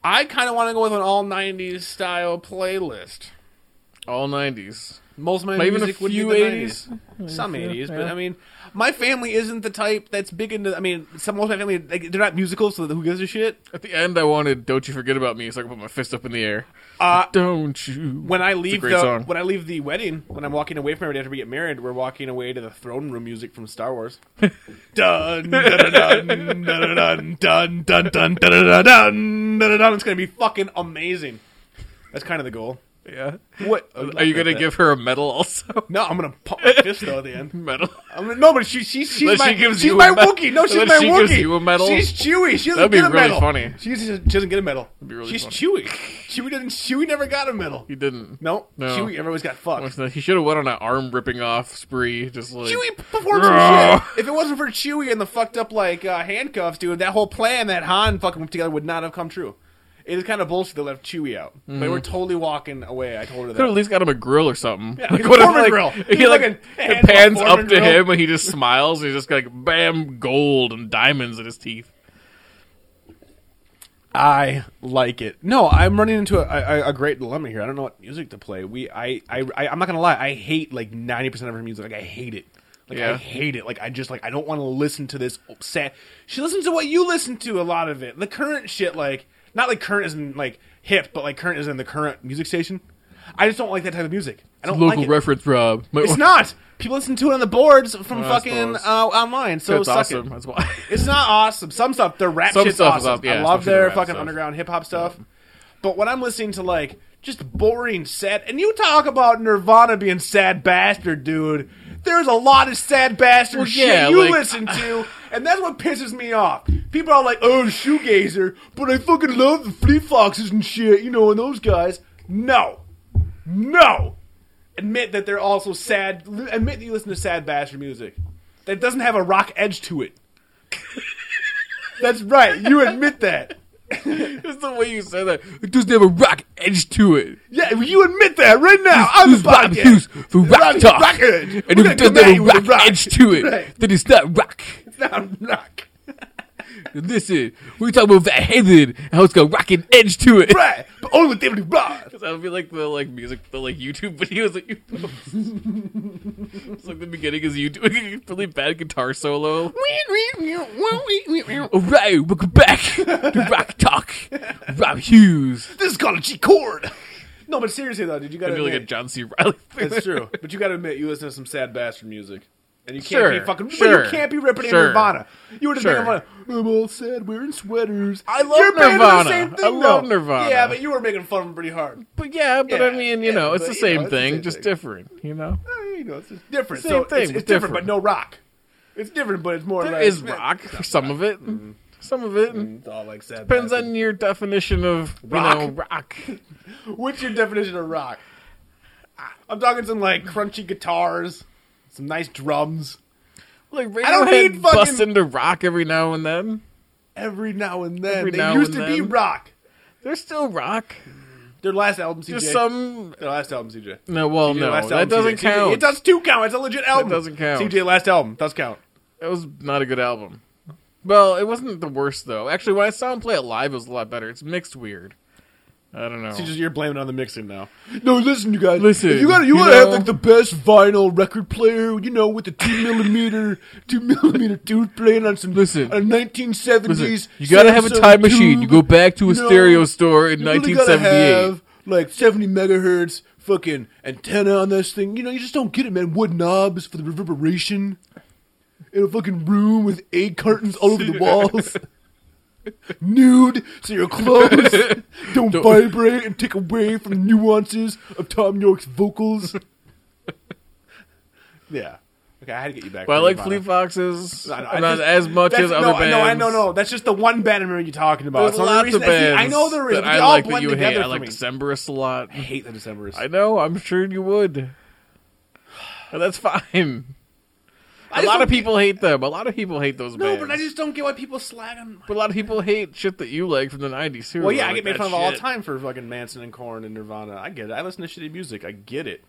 [SPEAKER 5] I kind of want to go with an all '90s style playlist.
[SPEAKER 6] All nineties.
[SPEAKER 5] Most of my
[SPEAKER 6] Maybe even a
[SPEAKER 5] music would be
[SPEAKER 6] few
[SPEAKER 5] the
[SPEAKER 6] 80s.
[SPEAKER 5] 90s. Some 80s, but I mean, my family isn't the type that's big into. I mean, some most of my family like, they're not musical, so who gives a shit?
[SPEAKER 6] At the end, I wanted "Don't You Forget About Me," so I could put my fist up in the air.
[SPEAKER 5] Uh,
[SPEAKER 6] Don't you?
[SPEAKER 5] when I
[SPEAKER 6] It's a
[SPEAKER 5] leave
[SPEAKER 6] great
[SPEAKER 5] the
[SPEAKER 6] song.
[SPEAKER 5] when I leave the wedding, when I'm walking away from it after we get married, we're walking away to the throne room music from Star Wars. dun dun dun dun dun dun dun dun dun dun dun dun dun dun. It's gonna be fucking amazing. That's kind of the goal.
[SPEAKER 6] yeah.
[SPEAKER 5] What
[SPEAKER 6] Are you gonna give her a medal also?
[SPEAKER 5] No, I'm gonna pump my fist though at the end.
[SPEAKER 6] medal.
[SPEAKER 5] I'm gonna, no, but she she she's
[SPEAKER 6] Unless
[SPEAKER 5] my
[SPEAKER 6] she gives
[SPEAKER 5] she's
[SPEAKER 6] you
[SPEAKER 5] my
[SPEAKER 6] a medal.
[SPEAKER 5] Wookiee. No, she's
[SPEAKER 6] Unless
[SPEAKER 5] my
[SPEAKER 6] she
[SPEAKER 5] Wookiee.
[SPEAKER 6] gives you a medal.
[SPEAKER 5] She's Chewy. She doesn't
[SPEAKER 6] That'd be
[SPEAKER 5] get a
[SPEAKER 6] really
[SPEAKER 5] medal.
[SPEAKER 6] funny.
[SPEAKER 5] She just she doesn't get a medal.
[SPEAKER 6] be really
[SPEAKER 5] she's
[SPEAKER 6] funny.
[SPEAKER 5] Chewy. Chewy didn't. Chewy never got a medal.
[SPEAKER 6] He didn't.
[SPEAKER 5] No,
[SPEAKER 6] No.
[SPEAKER 5] Chewy. Everyone's got fucked.
[SPEAKER 6] He should have went on an arm ripping off spree. Just like
[SPEAKER 5] Chewie performed some shit. If it wasn't for Chewie and the fucked up like uh, handcuffs, dude, that whole plan that Han fucking put together would not have come true. It is kind of bullshit they left Chewie out. They were totally walking away. I told her
[SPEAKER 6] Could have
[SPEAKER 5] that.
[SPEAKER 6] at least got him a grill or something.
[SPEAKER 5] Yeah, like a
[SPEAKER 6] what if,
[SPEAKER 5] Foreman
[SPEAKER 6] like,
[SPEAKER 5] grill.
[SPEAKER 6] He
[SPEAKER 5] He's
[SPEAKER 6] like,
[SPEAKER 5] like a-
[SPEAKER 6] it
[SPEAKER 5] hands on
[SPEAKER 6] pans
[SPEAKER 5] Foreman
[SPEAKER 6] up to
[SPEAKER 5] grill.
[SPEAKER 6] him and he just smiles. And he's just like bam, gold and diamonds in his teeth.
[SPEAKER 5] I like it. No, I'm running into a, a, a great dilemma here. I don't know what music to play. We, I, I, I I'm not gonna lie. I hate like 90 percent of her music. Like I hate it. Like I
[SPEAKER 6] Yeah.
[SPEAKER 5] hate it. Like I just like I don't want to listen to this sad. She listens to what you listen to a lot of it. The current shit, like not like current isn't like hip, but like current is in the current music station. I just don't like that type of music. I don't
[SPEAKER 6] Local
[SPEAKER 5] like it.
[SPEAKER 6] reference, Rob. oh, Might
[SPEAKER 5] It's
[SPEAKER 6] want-
[SPEAKER 5] not. People listen to it on the boards from
[SPEAKER 6] I
[SPEAKER 5] fucking
[SPEAKER 6] suppose.
[SPEAKER 5] uh, online. So
[SPEAKER 6] That's
[SPEAKER 5] suck
[SPEAKER 6] awesome.
[SPEAKER 5] it.
[SPEAKER 6] That's why.
[SPEAKER 5] It's not awesome. Some stuff, their rap
[SPEAKER 6] Some
[SPEAKER 5] shit's
[SPEAKER 6] stuff is
[SPEAKER 5] awesome.
[SPEAKER 6] awesome. Yeah,
[SPEAKER 5] I love
[SPEAKER 6] especially their
[SPEAKER 5] their
[SPEAKER 6] rap
[SPEAKER 5] fucking
[SPEAKER 6] stuff.
[SPEAKER 5] underground hip hop stuff. But when I'm listening to like just boring sad, and you talk about Nirvana being sad bastard, dude. There's a lot of sad bastard
[SPEAKER 6] Well,
[SPEAKER 5] shit
[SPEAKER 6] yeah,
[SPEAKER 5] you
[SPEAKER 6] like-
[SPEAKER 5] listen to, and that's what pisses me off. People are like, "Oh, shoegazer," but I fucking love the Fleet Foxes and shit, you know, and those guys. No, no. Admit that they're also sad. Admit that you listen to sad bastard music that doesn't have a rock edge to it. That's right. You admit that.
[SPEAKER 6] It's the way you said that. It doesn't have a rock edge to it.
[SPEAKER 5] Yeah, you admit that right now on the
[SPEAKER 6] This is Rob
[SPEAKER 5] podcast.
[SPEAKER 6] Hughes for Rock
[SPEAKER 5] Rob
[SPEAKER 6] Talk.
[SPEAKER 5] Rock Edge. We're
[SPEAKER 6] And if
[SPEAKER 5] gonna
[SPEAKER 6] it doesn't
[SPEAKER 5] come at
[SPEAKER 6] have a
[SPEAKER 5] you with a
[SPEAKER 6] rock,
[SPEAKER 5] rock.
[SPEAKER 6] edge to it,
[SPEAKER 5] Right.
[SPEAKER 6] then it's not rock.
[SPEAKER 5] It's not rock.
[SPEAKER 6] Listen, we're talking about Van Halen, and how it's got a rockin' edge to it.
[SPEAKER 5] Right, but only with David Rock.
[SPEAKER 6] That would be like the like music, the like YouTube videos that you post. it's like the beginning is you doing a really bad guitar solo. All right, welcome back to Rock Talk. Rob Hughes.
[SPEAKER 5] This is called a G chord. No, but seriously though, did you gotta
[SPEAKER 6] That'd be like a
[SPEAKER 5] admit?
[SPEAKER 6] John C. Riley thing.
[SPEAKER 5] It's true, but you gotta admit you listen to some sad bastard music, and you can't
[SPEAKER 6] Sure,
[SPEAKER 5] be fucking. But
[SPEAKER 6] sure,
[SPEAKER 5] you can't be ripping in
[SPEAKER 6] sure.
[SPEAKER 5] Nirvana. You were just
[SPEAKER 6] Sure.
[SPEAKER 5] making fun. of, I'm all sad wearing sweaters.
[SPEAKER 6] I love
[SPEAKER 5] Your band did the
[SPEAKER 6] Nirvana.
[SPEAKER 5] same thing,
[SPEAKER 6] I love
[SPEAKER 5] though.
[SPEAKER 6] Nirvana.
[SPEAKER 5] Yeah, but you were making fun of them pretty hard.
[SPEAKER 6] But yeah, but I
[SPEAKER 5] Yeah,
[SPEAKER 6] mean, you
[SPEAKER 5] yeah,
[SPEAKER 6] know, it's
[SPEAKER 5] but,
[SPEAKER 6] the
[SPEAKER 5] you know,
[SPEAKER 6] same
[SPEAKER 5] it's the
[SPEAKER 6] thing,
[SPEAKER 5] same
[SPEAKER 6] just
[SPEAKER 5] thing.
[SPEAKER 6] different. You know,
[SPEAKER 5] you know, it's just different.
[SPEAKER 6] Same
[SPEAKER 5] so
[SPEAKER 6] thing,
[SPEAKER 5] It's, it's
[SPEAKER 6] but
[SPEAKER 5] different, but
[SPEAKER 6] different.
[SPEAKER 5] no rock. It's different, but it's more
[SPEAKER 6] there
[SPEAKER 5] like
[SPEAKER 6] is
[SPEAKER 5] eh,
[SPEAKER 6] rock. Some of it.
[SPEAKER 5] Mm-hmm.
[SPEAKER 6] Some of it.
[SPEAKER 5] It's all like sad.
[SPEAKER 6] Depends
[SPEAKER 5] bastard.
[SPEAKER 6] on your definition of
[SPEAKER 5] Rock.
[SPEAKER 6] you know rock.
[SPEAKER 5] what's your definition of rock. I'm talking some like crunchy guitars, some nice drums.
[SPEAKER 6] Like Radiohead
[SPEAKER 5] I don't need fucking-
[SPEAKER 6] busts into rock every now and then.
[SPEAKER 5] Every now and then,
[SPEAKER 6] Every
[SPEAKER 5] they
[SPEAKER 6] now
[SPEAKER 5] used to
[SPEAKER 6] and
[SPEAKER 5] be
[SPEAKER 6] then.
[SPEAKER 5] rock.
[SPEAKER 6] They're still rock.
[SPEAKER 5] Their last album, CJ.
[SPEAKER 6] There's some
[SPEAKER 5] Their last album, CJ.
[SPEAKER 6] no, well,
[SPEAKER 5] Their
[SPEAKER 6] no,
[SPEAKER 5] last
[SPEAKER 6] that
[SPEAKER 5] album,
[SPEAKER 6] doesn't
[SPEAKER 5] CJ.
[SPEAKER 6] count.
[SPEAKER 5] It does two count. It's a legit album.
[SPEAKER 6] doesn't count.
[SPEAKER 5] CJ last album does count.
[SPEAKER 6] It was not a good album. Well, it wasn't the worst though. Actually, when I saw him play it live, it was a lot better. It's mixed weird. I don't know.
[SPEAKER 5] CJ, you're blaming it on the mixing now. No, listen, you guys.
[SPEAKER 6] Listen,
[SPEAKER 5] if you gotta you,
[SPEAKER 6] you
[SPEAKER 5] gotta have
[SPEAKER 6] know-
[SPEAKER 5] like the best vinyl record player, you know, with the two millimeter, two millimeter dude playing on some
[SPEAKER 6] Listen.
[SPEAKER 5] a 1970s.
[SPEAKER 6] Listen, you gotta have a
[SPEAKER 5] Samsung
[SPEAKER 6] time machine.
[SPEAKER 5] tube.
[SPEAKER 6] You go back to a
[SPEAKER 5] No,
[SPEAKER 6] stereo store in
[SPEAKER 5] you really
[SPEAKER 6] 1978.
[SPEAKER 5] gotta have, like 70 megahertz fucking antenna on this thing. You know, you just don't get it, man. Wood knobs for the reverberation. In a fucking room with egg cartons all over the walls. Nude, so your clothes don't, vibrate and take away from the nuances of Tom York's vocals. yeah. Okay, I had to get you back.
[SPEAKER 6] But I
[SPEAKER 5] for
[SPEAKER 6] like
[SPEAKER 5] Nirvana.
[SPEAKER 6] Fleet Foxes
[SPEAKER 5] I know, I
[SPEAKER 6] not
[SPEAKER 5] just-
[SPEAKER 6] as much
[SPEAKER 5] that's-
[SPEAKER 6] as other
[SPEAKER 5] no,
[SPEAKER 6] bands.
[SPEAKER 5] No, I no, no. That's just the one band I remember you talking about.
[SPEAKER 6] There's
[SPEAKER 5] It's the only
[SPEAKER 6] lots
[SPEAKER 5] reason
[SPEAKER 6] of
[SPEAKER 5] I see-
[SPEAKER 6] bands.
[SPEAKER 5] I know there is.
[SPEAKER 6] that
[SPEAKER 5] But
[SPEAKER 6] I
[SPEAKER 5] they all
[SPEAKER 6] like that
[SPEAKER 5] blend
[SPEAKER 6] you
[SPEAKER 5] together
[SPEAKER 6] hate. I
[SPEAKER 5] for
[SPEAKER 6] like
[SPEAKER 5] me.
[SPEAKER 6] Decemberists a lot.
[SPEAKER 5] I hate the Decemberists.
[SPEAKER 6] I know. I'm sure you would. And that's fine. A
[SPEAKER 5] just
[SPEAKER 6] lot of
[SPEAKER 5] don't-
[SPEAKER 6] people hate them. A lot of people hate those
[SPEAKER 5] no,
[SPEAKER 6] bands.
[SPEAKER 5] but I just don't get why people slag on.
[SPEAKER 6] But a lot of people hate shit that you like from the '90s too.
[SPEAKER 5] Well, yeah, I
[SPEAKER 6] Like
[SPEAKER 5] get made
[SPEAKER 6] that
[SPEAKER 5] fun of all the
[SPEAKER 6] shit.
[SPEAKER 5] time for fucking Manson and Korn and Nirvana. I get it. I listen to shitty music. I get it.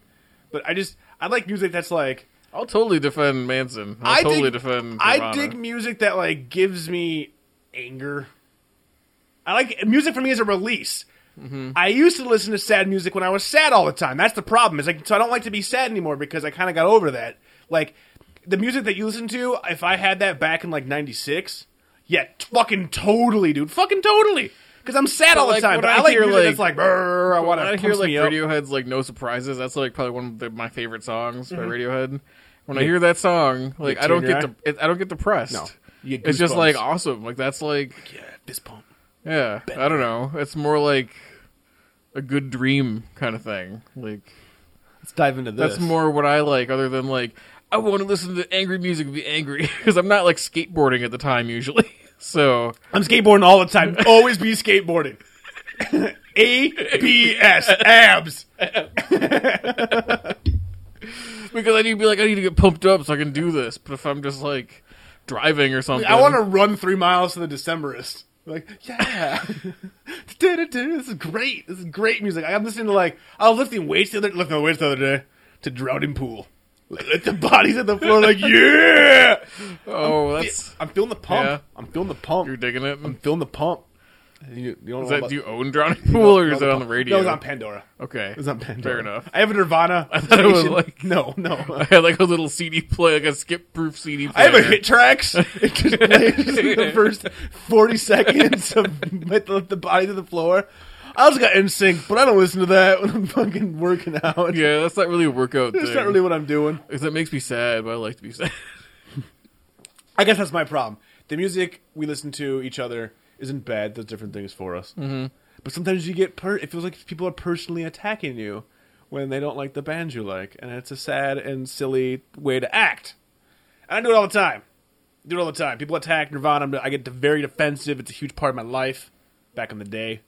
[SPEAKER 5] But I just I like music that's like
[SPEAKER 6] I'll totally defend Manson. I'll
[SPEAKER 5] I
[SPEAKER 6] totally
[SPEAKER 5] dig-
[SPEAKER 6] defend.
[SPEAKER 5] I
[SPEAKER 6] Nirvana.
[SPEAKER 5] dig music that like gives me anger. I like music for me is a release.
[SPEAKER 6] Mm-hmm.
[SPEAKER 5] I used to listen to sad music when I was sad all the time. That's the problem. Is like so I don't like to be sad anymore because I kind of got over that. Like the music that you listen to, if I had that back in like '96, yeah, t- fucking totally, dude, fucking totally. Because I'm sad all
[SPEAKER 6] like,
[SPEAKER 5] the time.
[SPEAKER 6] when
[SPEAKER 5] But
[SPEAKER 6] I
[SPEAKER 5] I like
[SPEAKER 6] hear,
[SPEAKER 5] music
[SPEAKER 6] like-
[SPEAKER 5] that's like, "Brrr," I want
[SPEAKER 6] When I
[SPEAKER 5] to
[SPEAKER 6] hear like
[SPEAKER 5] me up.
[SPEAKER 6] Radiohead's like "No Surprises." That's like probably one of the, my favorite songs
[SPEAKER 5] Mm-hmm.
[SPEAKER 6] by Radiohead. When I hear that song, like I don't get
[SPEAKER 5] tear-eyed?
[SPEAKER 6] the it, I don't get depressed.
[SPEAKER 5] No. You get
[SPEAKER 6] it's just
[SPEAKER 5] goosebumps.
[SPEAKER 6] like awesome. Like that's like
[SPEAKER 5] Yeah, fist pump.
[SPEAKER 6] yeah. I don't know. It's more like a good dream kind of thing. Like
[SPEAKER 5] Let's dive into this.
[SPEAKER 6] that's more what I like, other than like I want to listen to angry music and be angry because I'm not like skateboarding at the time usually. So
[SPEAKER 5] I'm skateboarding all the time. Always be skateboarding. ABS abs.
[SPEAKER 6] because I need to be like I need to get pumped up so I can do this. But if I'm just like driving or something,
[SPEAKER 5] I want to run three miles to the Decemberist. Like, yeah. this is great. This is great music. I'm listening to like I was lifting weights the other lifting weights the other day to drowning pool. Like, let the bodies at the floor like yeah.
[SPEAKER 6] Oh, that's
[SPEAKER 5] I'm feeling the pump.
[SPEAKER 6] Yeah.
[SPEAKER 5] I'm feeling the pump.
[SPEAKER 6] you're digging it.
[SPEAKER 5] I'm feeling the pump. You, you don't
[SPEAKER 6] Is
[SPEAKER 5] know
[SPEAKER 6] that
[SPEAKER 5] about-
[SPEAKER 6] do you own Drowning Pool or
[SPEAKER 5] No,
[SPEAKER 6] is that on
[SPEAKER 5] pump.
[SPEAKER 6] the radio?
[SPEAKER 5] No, it was on Pandora.
[SPEAKER 6] okay,
[SPEAKER 5] It was on Pandora.
[SPEAKER 6] Fair enough.
[SPEAKER 5] I have a Nirvana. I
[SPEAKER 6] thought it was like-
[SPEAKER 5] no, no.
[SPEAKER 6] I had like a little CD play, like a skip-proof CD.
[SPEAKER 5] I
[SPEAKER 6] Player.
[SPEAKER 5] have a hit tracks. It just plays the first forty seconds of with the, the body to the floor. I also got NSYNC, but I don't listen to that when I'm fucking working out.
[SPEAKER 6] Yeah, that's not really a workout thing.
[SPEAKER 5] That's not really what I'm doing.
[SPEAKER 6] 'Cause that makes me sad, but I like to be sad.
[SPEAKER 5] I guess that's my problem. The music we listen to each other isn't bad. Does different things for us. Mm-hmm. But sometimes you get per. It feels like people are personally attacking you when they don't like the band you like, and it's a sad and silly way to act. And I do it all the time. I do it all the time. People attack Nirvana. I'm- I get very defensive. It's a huge part of my life. Back in the day,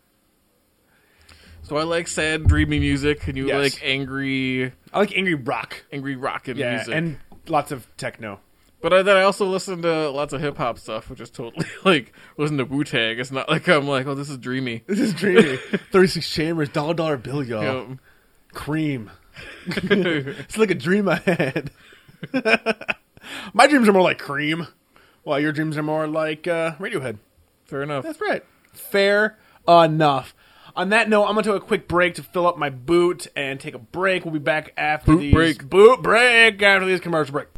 [SPEAKER 6] So I like sad, dreamy music, and you
[SPEAKER 5] Yes.
[SPEAKER 6] like angry,
[SPEAKER 5] I like angry rock.
[SPEAKER 6] angry rock and
[SPEAKER 5] Yeah,
[SPEAKER 6] music.
[SPEAKER 5] and lots of techno.
[SPEAKER 6] but I, then I also listen to lots of hip hop stuff, which is totally like listen to Wu Tang. It's not like I'm like, oh, this is dreamy.
[SPEAKER 5] This is dreamy. Thirty six chambers, dollar dollar bill, y'all.
[SPEAKER 6] You
[SPEAKER 5] Cream.
[SPEAKER 6] know?
[SPEAKER 5] It's like a dream I had. My dreams are more like cream, while your dreams are more like uh, Radiohead.
[SPEAKER 6] Fair enough.
[SPEAKER 5] That's right. Fair enough. On that note, I'm gonna take a quick break to fill up my boot and take a break. We'll be back after
[SPEAKER 6] Boot
[SPEAKER 5] these
[SPEAKER 6] break.
[SPEAKER 5] boot break after these commercial break.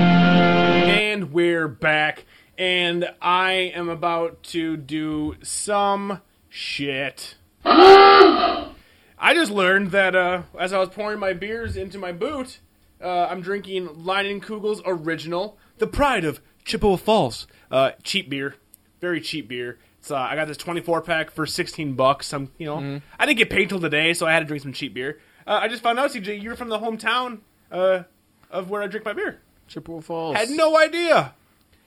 [SPEAKER 5] And we're back, and I am about to do some shit. I just learned that uh, as I was pouring my beers into my boot, uh, I'm drinking Leinenkugel's original, the pride of Chippewa Falls. Uh, cheap beer, very cheap beer. It's, uh, I got this 24 pack for 16 bucks. I'm, you know, I didn't get paid till today, so I had to drink some cheap beer. Uh, I just found out, CJ, you're from the hometown uh, of where I drink my beer.
[SPEAKER 6] Chippewa Falls.
[SPEAKER 5] I had no idea.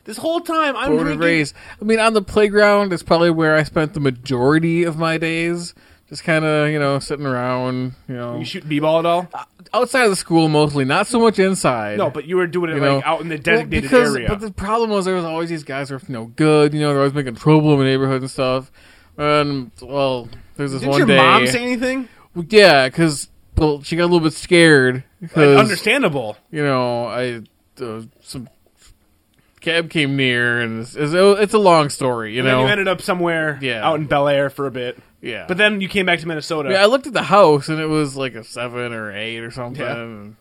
[SPEAKER 5] This whole time I'm
[SPEAKER 6] born and
[SPEAKER 5] drinking.
[SPEAKER 6] raised. I mean, on the playground is probably where I spent the majority of my days. Just kind of, you know, sitting around, you know,
[SPEAKER 5] You shoot b-ball at all?
[SPEAKER 6] Uh, outside of the school mostly, not so much inside.
[SPEAKER 5] No, but you were doing it
[SPEAKER 6] you
[SPEAKER 5] like
[SPEAKER 6] know,
[SPEAKER 5] out in the
[SPEAKER 6] Well,
[SPEAKER 5] designated
[SPEAKER 6] because-
[SPEAKER 5] area.
[SPEAKER 6] But the problem was there was always these guys who were no good. You know, they're always making trouble in the neighborhood and stuff. And well, there's this
[SPEAKER 5] Did
[SPEAKER 6] one
[SPEAKER 5] your
[SPEAKER 6] day.
[SPEAKER 5] mom say anything?
[SPEAKER 6] Well, yeah, because well, she got a little bit scared. 'cause-
[SPEAKER 5] Understandable.
[SPEAKER 6] you know, I uh, some cab came near, and it's, it's, it's a long story. You
[SPEAKER 5] Then
[SPEAKER 6] know,
[SPEAKER 5] you ended up somewhere
[SPEAKER 6] Yeah.
[SPEAKER 5] out in Bel Air for a bit.
[SPEAKER 6] yeah.
[SPEAKER 5] But then you came back to Minnesota.
[SPEAKER 6] Yeah, I looked at the house and it was like a seven or eight or something.
[SPEAKER 5] Yeah.
[SPEAKER 6] And,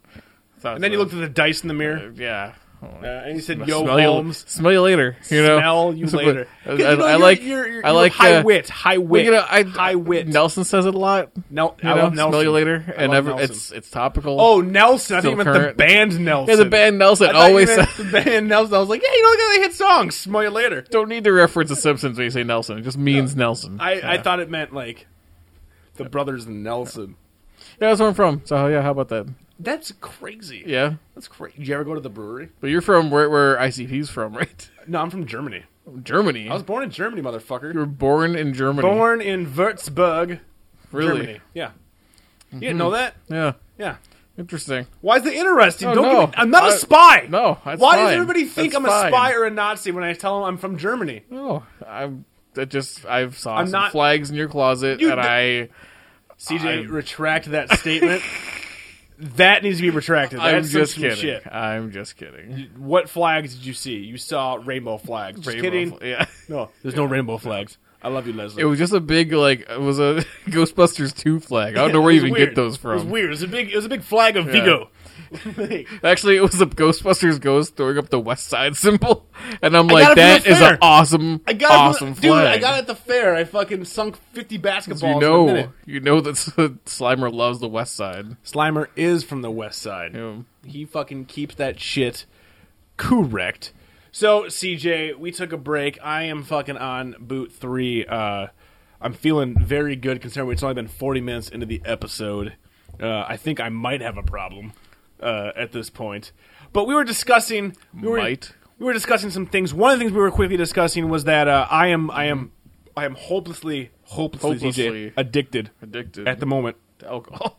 [SPEAKER 6] thought
[SPEAKER 5] and then you
[SPEAKER 6] so.
[SPEAKER 5] looked at the dice in the mirror.
[SPEAKER 6] yeah,
[SPEAKER 5] Uh, and he said, "Yo,
[SPEAKER 6] smell you,
[SPEAKER 5] Holmes,
[SPEAKER 6] smell you later. You know,
[SPEAKER 5] smell you
[SPEAKER 6] So, but-
[SPEAKER 5] later."
[SPEAKER 6] I,
[SPEAKER 5] 'Cause, you
[SPEAKER 6] I-
[SPEAKER 5] know,
[SPEAKER 6] I
[SPEAKER 5] you're-
[SPEAKER 6] like.
[SPEAKER 5] you're- you're-
[SPEAKER 6] I
[SPEAKER 5] you're
[SPEAKER 6] like
[SPEAKER 5] high
[SPEAKER 6] uh,
[SPEAKER 5] wit, high
[SPEAKER 6] well,
[SPEAKER 5] wit,
[SPEAKER 6] you know, I,
[SPEAKER 5] high wit.
[SPEAKER 6] Nelson says it a lot.
[SPEAKER 5] Nel-
[SPEAKER 6] You
[SPEAKER 5] I
[SPEAKER 6] know,
[SPEAKER 5] love Nelson.
[SPEAKER 6] smell you later,
[SPEAKER 5] I
[SPEAKER 6] and
[SPEAKER 5] love
[SPEAKER 6] every,
[SPEAKER 5] Nelson.
[SPEAKER 6] it's it's topical.
[SPEAKER 5] Oh, Nelson! I
[SPEAKER 6] Still
[SPEAKER 5] think you meant
[SPEAKER 6] current.
[SPEAKER 5] the band Nelson.
[SPEAKER 6] yeah, the band Nelson
[SPEAKER 5] I thought you
[SPEAKER 6] always.
[SPEAKER 5] meant
[SPEAKER 6] says-
[SPEAKER 5] the band Nelson. I was like, yeah, you know, look at that hit songs. Smell you later.
[SPEAKER 6] don't need to reference the Simpsons when you say Nelson. It just means Nelson.
[SPEAKER 5] I, I
[SPEAKER 6] Yeah.
[SPEAKER 5] thought it meant like the brothers Nelson.
[SPEAKER 6] Yeah, that's where I'm from. So yeah, how about that?
[SPEAKER 5] That's crazy.
[SPEAKER 6] Yeah,
[SPEAKER 5] that's crazy. Did you ever go to the brewery?
[SPEAKER 6] but you're from where where ICP's from, right?
[SPEAKER 5] No, I'm from Germany.
[SPEAKER 6] Germany.
[SPEAKER 5] I was born in Germany,
[SPEAKER 6] you
[SPEAKER 5] motherfucker.
[SPEAKER 6] were born in Germany.
[SPEAKER 5] Born in Würzburg,
[SPEAKER 6] really? Mm-hmm.
[SPEAKER 5] Germany. Yeah, you didn't know that?
[SPEAKER 6] Yeah.
[SPEAKER 5] Yeah.
[SPEAKER 6] Interesting.
[SPEAKER 5] Why is it interesting?
[SPEAKER 6] Oh,
[SPEAKER 5] Don't
[SPEAKER 6] no.
[SPEAKER 5] give me, I'm not a
[SPEAKER 6] I-
[SPEAKER 5] spy.
[SPEAKER 6] no, that's
[SPEAKER 5] Why does
[SPEAKER 6] fine.
[SPEAKER 5] everybody think
[SPEAKER 6] That's
[SPEAKER 5] I'm a spy
[SPEAKER 6] fine.
[SPEAKER 5] or a Nazi when I tell them I'm from Germany?
[SPEAKER 6] Oh, I'm. That just I've saw
[SPEAKER 5] I'm
[SPEAKER 6] some
[SPEAKER 5] not-
[SPEAKER 6] flags in your closet,
[SPEAKER 5] You
[SPEAKER 6] and
[SPEAKER 5] d-
[SPEAKER 6] I
[SPEAKER 5] CJ,
[SPEAKER 6] I'm-
[SPEAKER 5] retract that statement. that needs to be retracted. That's
[SPEAKER 6] I'm
[SPEAKER 5] some-
[SPEAKER 6] just
[SPEAKER 5] some
[SPEAKER 6] kidding.
[SPEAKER 5] Shit.
[SPEAKER 6] I'm just kidding.
[SPEAKER 5] What flags did you see? You saw rainbow flags. Just
[SPEAKER 6] Rainbow
[SPEAKER 5] kidding.
[SPEAKER 6] fl- Yeah.
[SPEAKER 5] No, there's no rainbow flags. I love you, Leslie.
[SPEAKER 6] It was just a big like it was a Ghostbusters two flag. I don't know
[SPEAKER 5] It
[SPEAKER 6] where you
[SPEAKER 5] was
[SPEAKER 6] even
[SPEAKER 5] weird.
[SPEAKER 6] get those
[SPEAKER 5] It was
[SPEAKER 6] from.
[SPEAKER 5] weird. It was a big. It was a big flag of Vigo.
[SPEAKER 6] Actually, it was the Ghostbusters ghost throwing up the West Side symbol, and I'm
[SPEAKER 5] got
[SPEAKER 6] like,
[SPEAKER 5] it from
[SPEAKER 6] that
[SPEAKER 5] the
[SPEAKER 6] is
[SPEAKER 5] fair.
[SPEAKER 6] an awesome,
[SPEAKER 5] I got
[SPEAKER 6] awesome
[SPEAKER 5] it, from- dude.
[SPEAKER 6] flag.
[SPEAKER 5] I got it at the fair. I fucking sunk fifty basketballs.
[SPEAKER 6] So you
[SPEAKER 5] in a minute.
[SPEAKER 6] know, you know that Slimer loves the West Side.
[SPEAKER 5] Slimer is from the West Side.
[SPEAKER 6] Yeah.
[SPEAKER 5] He fucking keeps that shit correct. So CJ, we took a break. I am fucking on boot three. Uh, I'm feeling very good considering it's only been 40 minutes into the episode. Uh, I think I might have a problem uh, at this point. But we were discussing. We were,
[SPEAKER 6] Might.
[SPEAKER 5] We were discussing some things. One of the things we were quickly discussing was that uh, I am I am I am hopelessly hopelessly,
[SPEAKER 6] Hopelessly.
[SPEAKER 5] CJ, addicted
[SPEAKER 6] Addicted
[SPEAKER 5] at the moment.
[SPEAKER 6] to alcohol.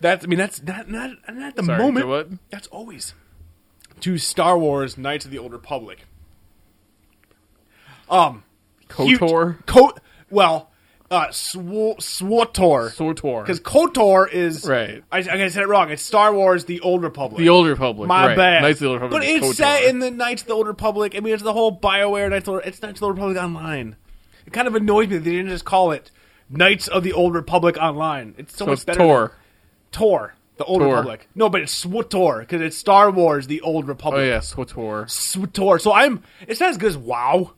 [SPEAKER 5] That's I mean that's not not not at the
[SPEAKER 6] Sorry,
[SPEAKER 5] moment.
[SPEAKER 6] to what?
[SPEAKER 5] That's always to Star Wars: Knights of the Old Republic. Um, huge-
[SPEAKER 6] Kotor.
[SPEAKER 5] Co- well, uh, Sw- Swotor.
[SPEAKER 6] Sotor.
[SPEAKER 5] Because Kotor is
[SPEAKER 6] Right.
[SPEAKER 5] I, I guess I said it wrong. It's Star Wars: The Old Republic.
[SPEAKER 6] the Old Republic.
[SPEAKER 5] My
[SPEAKER 6] right.
[SPEAKER 5] bad.
[SPEAKER 6] Knights of the Old Republic.
[SPEAKER 5] But
[SPEAKER 6] is
[SPEAKER 5] it's
[SPEAKER 6] KOTOR.
[SPEAKER 5] set in the Knights of the Old Republic. I mean, it's the whole Bioware Knights of the Old, It's Knights of the Old Republic Online. It kind of annoys me that they didn't just call it Knights of the Old Republic Online. It's so,
[SPEAKER 6] so
[SPEAKER 5] much
[SPEAKER 6] it's
[SPEAKER 5] better. than-
[SPEAKER 6] Tor.
[SPEAKER 5] Tor, the Old
[SPEAKER 6] Tor.
[SPEAKER 5] Republic. No, but it's SWTOR because it's Star Wars, the Old
[SPEAKER 6] Oh
[SPEAKER 5] Republic.
[SPEAKER 6] yeah, Sotor.
[SPEAKER 5] SWTOR. So I'm. It's not as good as WoW.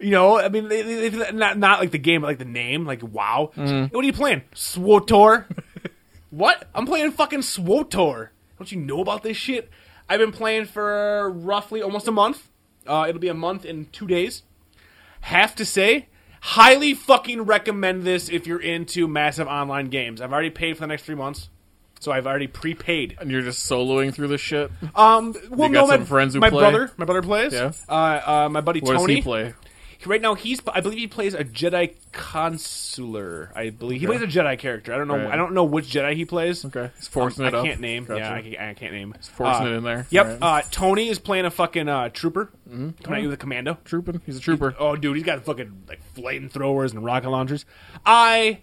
[SPEAKER 5] You know, I mean, they, they, they- not not like the game, but like the name, like WoW. What are you playing? SWTOR. what? I'm playing fucking SWTOR. Don't you know about this shit? I've been playing for roughly almost a month. Uh, it'll be a month in two days. Have to say, highly fucking recommend this if you're into massive online games. I've already paid for the next three months, so I've already prepaid.
[SPEAKER 6] And you're just soloing through this shit.
[SPEAKER 5] Um, well,
[SPEAKER 6] You
[SPEAKER 5] no,
[SPEAKER 6] got
[SPEAKER 5] my,
[SPEAKER 6] some friends who
[SPEAKER 5] my
[SPEAKER 6] play?
[SPEAKER 5] brother, my brother plays.
[SPEAKER 6] Yeah.
[SPEAKER 5] Uh, uh, my buddy
[SPEAKER 6] What
[SPEAKER 5] Tony.
[SPEAKER 6] does he play?
[SPEAKER 5] Right now, he's I believe he plays a Jedi consular. I believe he
[SPEAKER 6] Okay.
[SPEAKER 5] plays a Jedi character. I don't know.
[SPEAKER 6] Right.
[SPEAKER 5] I don't know which Jedi he plays.
[SPEAKER 6] Okay, he's forcing
[SPEAKER 5] I
[SPEAKER 6] it up.
[SPEAKER 5] can't name. Yeah,
[SPEAKER 6] Gotcha.
[SPEAKER 5] I, can't- I can't name. He's
[SPEAKER 6] forcing it in there. Mm-hmm.
[SPEAKER 5] Yep.
[SPEAKER 6] Alright.
[SPEAKER 5] Uh, Tony is playing a fucking uh, trooper coming at you with a commando.
[SPEAKER 6] Trooping. He's a trooper.
[SPEAKER 5] Oh, dude, he's got fucking like flamethrowers and rocket launchers. I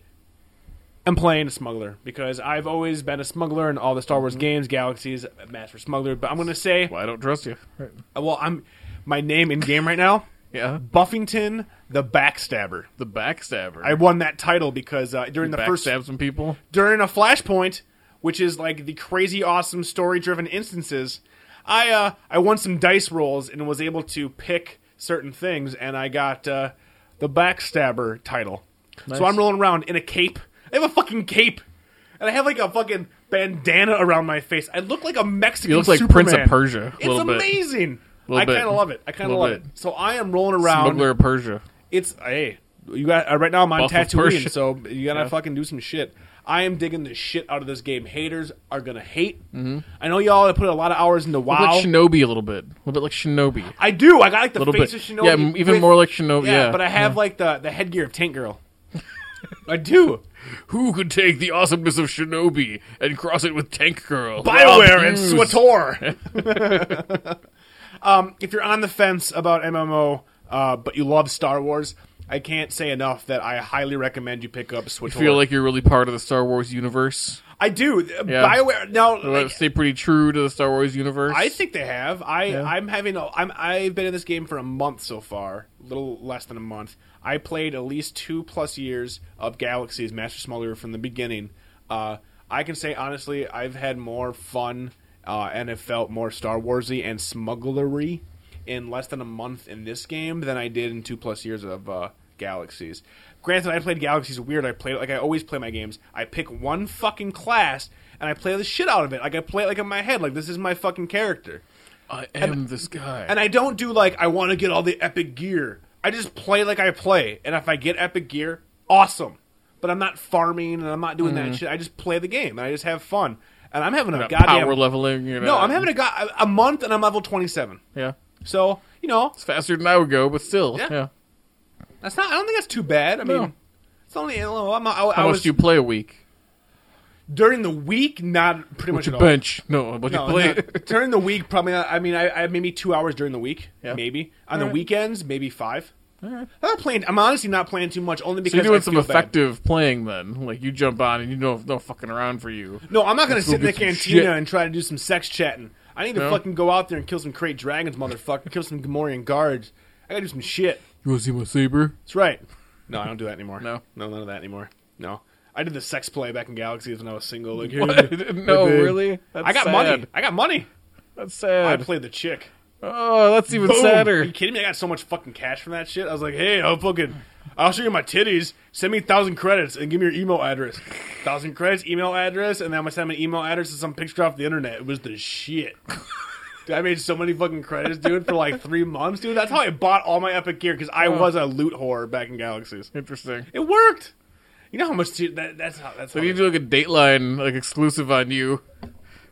[SPEAKER 5] am playing a smuggler because I've always been a smuggler in all the Star Wars
[SPEAKER 6] Mm-hmm.
[SPEAKER 5] games, galaxies, master smuggler. But I'm gonna say,
[SPEAKER 6] Well, I don't trust you. Right.
[SPEAKER 5] well, I'm my name in game right now,
[SPEAKER 6] Yeah.
[SPEAKER 5] Buffington the Backstabber.
[SPEAKER 6] The backstabber.
[SPEAKER 5] I won that title because uh, during the first
[SPEAKER 6] backstab some people.
[SPEAKER 5] during a flashpoint, which is like the crazy awesome story driven instances, I uh, I won some dice rolls and was able to pick certain things, and I got uh, the backstabber title.
[SPEAKER 6] Nice.
[SPEAKER 5] So I'm rolling around in a cape. I have a fucking cape, and I have like a fucking bandana around my face. I look like a Mexican.
[SPEAKER 6] You look like
[SPEAKER 5] Superman.
[SPEAKER 6] Prince of Persia a
[SPEAKER 5] It's
[SPEAKER 6] little bit.
[SPEAKER 5] amazing.
[SPEAKER 6] Little
[SPEAKER 5] I
[SPEAKER 6] bit.
[SPEAKER 5] kind of love it. I kind of
[SPEAKER 6] Little
[SPEAKER 5] love
[SPEAKER 6] bit.
[SPEAKER 5] it. So I am rolling around.
[SPEAKER 6] Smuggler of Persia.
[SPEAKER 5] It's hey, you got uh, right now. I'm on
[SPEAKER 6] Buff of
[SPEAKER 5] Tatooine,
[SPEAKER 6] Persia.
[SPEAKER 5] so you gotta
[SPEAKER 6] Yeah.
[SPEAKER 5] fucking do some shit. I am digging the shit out of this game. Haters are gonna hate. I know y'all have put a lot of hours into
[SPEAKER 6] Mm-hmm. Look
[SPEAKER 5] WoW.
[SPEAKER 6] Like Shinobi a little bit. A little bit like Shinobi. A
[SPEAKER 5] I do. I got like the
[SPEAKER 6] little
[SPEAKER 5] face
[SPEAKER 6] bit.
[SPEAKER 5] of Shinobi.
[SPEAKER 6] yeah, m- even
[SPEAKER 5] with-
[SPEAKER 6] more like Shinobi. Yeah,
[SPEAKER 5] but I have like the the headgear of Tank Girl. I do.
[SPEAKER 6] Who could take the awesomeness of Shinobi and cross it with Tank Girl?
[SPEAKER 5] Bioware
[SPEAKER 6] Rob
[SPEAKER 5] and
[SPEAKER 6] Hughes.
[SPEAKER 5] Swator. um, if you're on the fence about MMO, uh, but you love Star Wars, I can't say enough that I highly recommend you pick up Swator.
[SPEAKER 6] I feel like you're really part of the Star Wars universe.
[SPEAKER 5] I do. Bioware now.
[SPEAKER 6] Do I
[SPEAKER 5] like,
[SPEAKER 6] stay pretty true to the Star Wars universe.
[SPEAKER 5] I think they have. I I'm having a, I'm I've been in this game for a month so far, a little less than a month. I played at least two plus years of Galaxies Master Smuggler from the beginning. Uh, I can say honestly, I've had more fun uh, and it felt more Star Warsy and smugglery in less than a month in this game than I did in two plus years of uh, Galaxies. Granted, I played Galaxies weird. I played like I always play my games. I pick one fucking class and I play the shit out of it. Like I play it like in my head. Like this is my fucking character.
[SPEAKER 6] I am this guy.
[SPEAKER 5] And I don't do like I want to get all the epic gear. I just play like I play, and if I get epic gear, awesome. But I'm not farming, and I'm not doing that shit. I just play the game, and I just have fun. And I'm having a
[SPEAKER 6] Got
[SPEAKER 5] goddamn
[SPEAKER 6] power leveling. You know,
[SPEAKER 5] No, I'm having a go- a month, and I'm level 27.
[SPEAKER 6] yeah.
[SPEAKER 5] So you know,
[SPEAKER 6] It's faster than I would go, but still,
[SPEAKER 5] Yeah.
[SPEAKER 6] yeah.
[SPEAKER 5] that's not. I don't think that's too bad. I mean,
[SPEAKER 6] No.
[SPEAKER 5] it's only. I'm, I, I
[SPEAKER 6] How much
[SPEAKER 5] was
[SPEAKER 6] do you play a week?
[SPEAKER 5] during the week, not pretty much
[SPEAKER 6] What's
[SPEAKER 5] at
[SPEAKER 6] your
[SPEAKER 5] all.
[SPEAKER 6] bench? No, how much
[SPEAKER 5] No,
[SPEAKER 6] you play?
[SPEAKER 5] no, during the week, probably not. I mean, I, I maybe two hours during the week,
[SPEAKER 6] Yeah.
[SPEAKER 5] maybe on the
[SPEAKER 6] Alright.
[SPEAKER 5] weekends, maybe five. I'm not playing. I'm honestly not playing too much, only because
[SPEAKER 6] So you're
[SPEAKER 5] I
[SPEAKER 6] doing some
[SPEAKER 5] feel bad.
[SPEAKER 6] effective playing then. Like you jump on and you know no fucking around for you.
[SPEAKER 5] No, I'm not going to
[SPEAKER 6] Let's
[SPEAKER 5] sit in
[SPEAKER 6] go
[SPEAKER 5] the
[SPEAKER 6] get some
[SPEAKER 5] cantina
[SPEAKER 6] shit.
[SPEAKER 5] and try to do some sex chatting. I need to
[SPEAKER 6] No?
[SPEAKER 5] fucking go out there and kill some crate dragons, motherfucker. kill some Gamorrean guards. I got to do some shit.
[SPEAKER 6] You want to see my saber?
[SPEAKER 5] That's right. No, I don't do that anymore.
[SPEAKER 6] No.
[SPEAKER 5] no, none of that anymore. No, I did the sex play back in Galaxies when I was single. Like,
[SPEAKER 6] no,
[SPEAKER 5] Hey, babe.
[SPEAKER 6] really? That's
[SPEAKER 5] I got
[SPEAKER 6] sad.
[SPEAKER 5] money. I got money.
[SPEAKER 6] That's
[SPEAKER 5] I
[SPEAKER 6] sad.
[SPEAKER 5] played the chick.
[SPEAKER 6] oh, that's even
[SPEAKER 5] Boom. Are you
[SPEAKER 6] sadder.
[SPEAKER 5] kidding me? I got so much fucking cash from that shit. I was like, hey, I'll fucking, I'll show you my titties. Send me a thousand credits and give me your email address. Thousand credits, email address, and then I'm gonna send my email address to some picture off the internet. It was the shit. Dude, I made so many fucking credits, dude, for like three months, dude. That's how I bought all my epic gear because
[SPEAKER 6] Oh.
[SPEAKER 5] I was a loot whore back in Galaxies.
[SPEAKER 6] Interesting.
[SPEAKER 5] It worked. You know how much dude, that, that's how that's how.
[SPEAKER 6] They need to do like a Dateline like exclusive on you.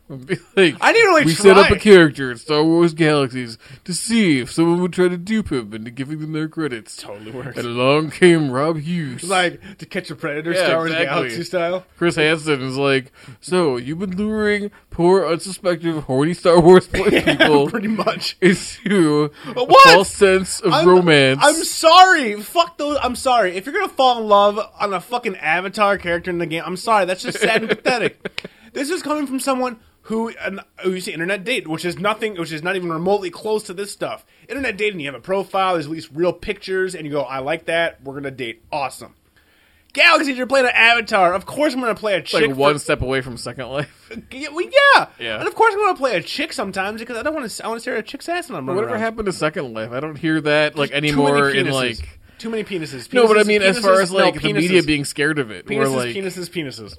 [SPEAKER 6] Be like,
[SPEAKER 5] I didn't really
[SPEAKER 6] we
[SPEAKER 5] try.
[SPEAKER 6] set up a character in Star Wars Galaxies to see if someone would try to dupe him into giving them their credits.
[SPEAKER 5] Totally worked.
[SPEAKER 6] And along came Rob Hughes.
[SPEAKER 5] Like to catch a predator,
[SPEAKER 6] Yeah,
[SPEAKER 5] Star Wars
[SPEAKER 6] exactly.
[SPEAKER 5] Galaxy style.
[SPEAKER 6] Chris Hansen is like, so you've been luring poor, unsuspecting, horny Star Wars play people
[SPEAKER 5] pretty much.
[SPEAKER 6] into a
[SPEAKER 5] what?
[SPEAKER 6] false sense of romance.
[SPEAKER 5] I'm sorry. Fuck those. I'm sorry. If you're gonna fall in love on a fucking avatar character in the game, I'm sorry. That's just sad and pathetic. This is coming from someone who an, who used to internet date, which is nothing, which is not even remotely close to this stuff. Internet dating, you have a profile, there's at least real pictures, and you go, I like that. We're gonna date. Awesome. Galaxy, you're playing an avatar. Of course, I'm gonna play a chick.
[SPEAKER 6] like
[SPEAKER 5] for-
[SPEAKER 6] one step away from Second Life.
[SPEAKER 5] Yeah, well, yeah.
[SPEAKER 6] Yeah.
[SPEAKER 5] And of course, I'm gonna play a chick sometimes because I don't want to. I want to stare at a chick's ass when I'm running
[SPEAKER 6] Whatever
[SPEAKER 5] around.
[SPEAKER 6] happened to Second Life? I don't hear that like
[SPEAKER 5] Too many
[SPEAKER 6] anymore in
[SPEAKER 5] penises.
[SPEAKER 6] like.
[SPEAKER 5] too many penises.
[SPEAKER 6] No, but I
[SPEAKER 5] Penises,
[SPEAKER 6] mean, as far
[SPEAKER 5] penises,
[SPEAKER 6] as like
[SPEAKER 5] no,
[SPEAKER 6] the
[SPEAKER 5] penises.
[SPEAKER 6] media being scared of it, or
[SPEAKER 5] penises,
[SPEAKER 6] like,
[SPEAKER 5] penises,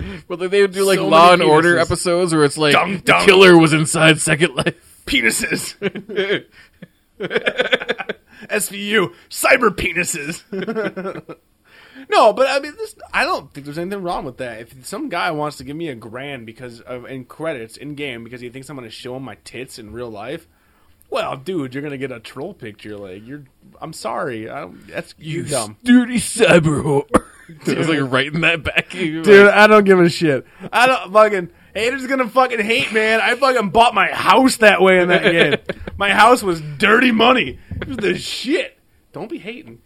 [SPEAKER 5] penises.
[SPEAKER 6] well, they would do like
[SPEAKER 5] So
[SPEAKER 6] Law
[SPEAKER 5] many
[SPEAKER 6] and Order
[SPEAKER 5] penises.
[SPEAKER 6] episodes where it's like
[SPEAKER 5] Dum, dum.
[SPEAKER 6] the killer was inside Second Life.
[SPEAKER 5] penises. SVU cyber penises. no, but I mean, this, I don't think there's anything wrong with that. If some guy wants to give me a grand because of in credits in game because he thinks I'm going to show him my tits in real life. Well, dude, you're gonna get a troll picture. Like, you're. I'm sorry. I don't, that's you dumb.
[SPEAKER 6] dirty cyber whore. It was like writing that back.
[SPEAKER 5] Dude, I don't give a shit. I don't fucking haters gonna fucking hate, man. I fucking bought my house that way in that game. My house was dirty money. It was the shit. Don't be hating.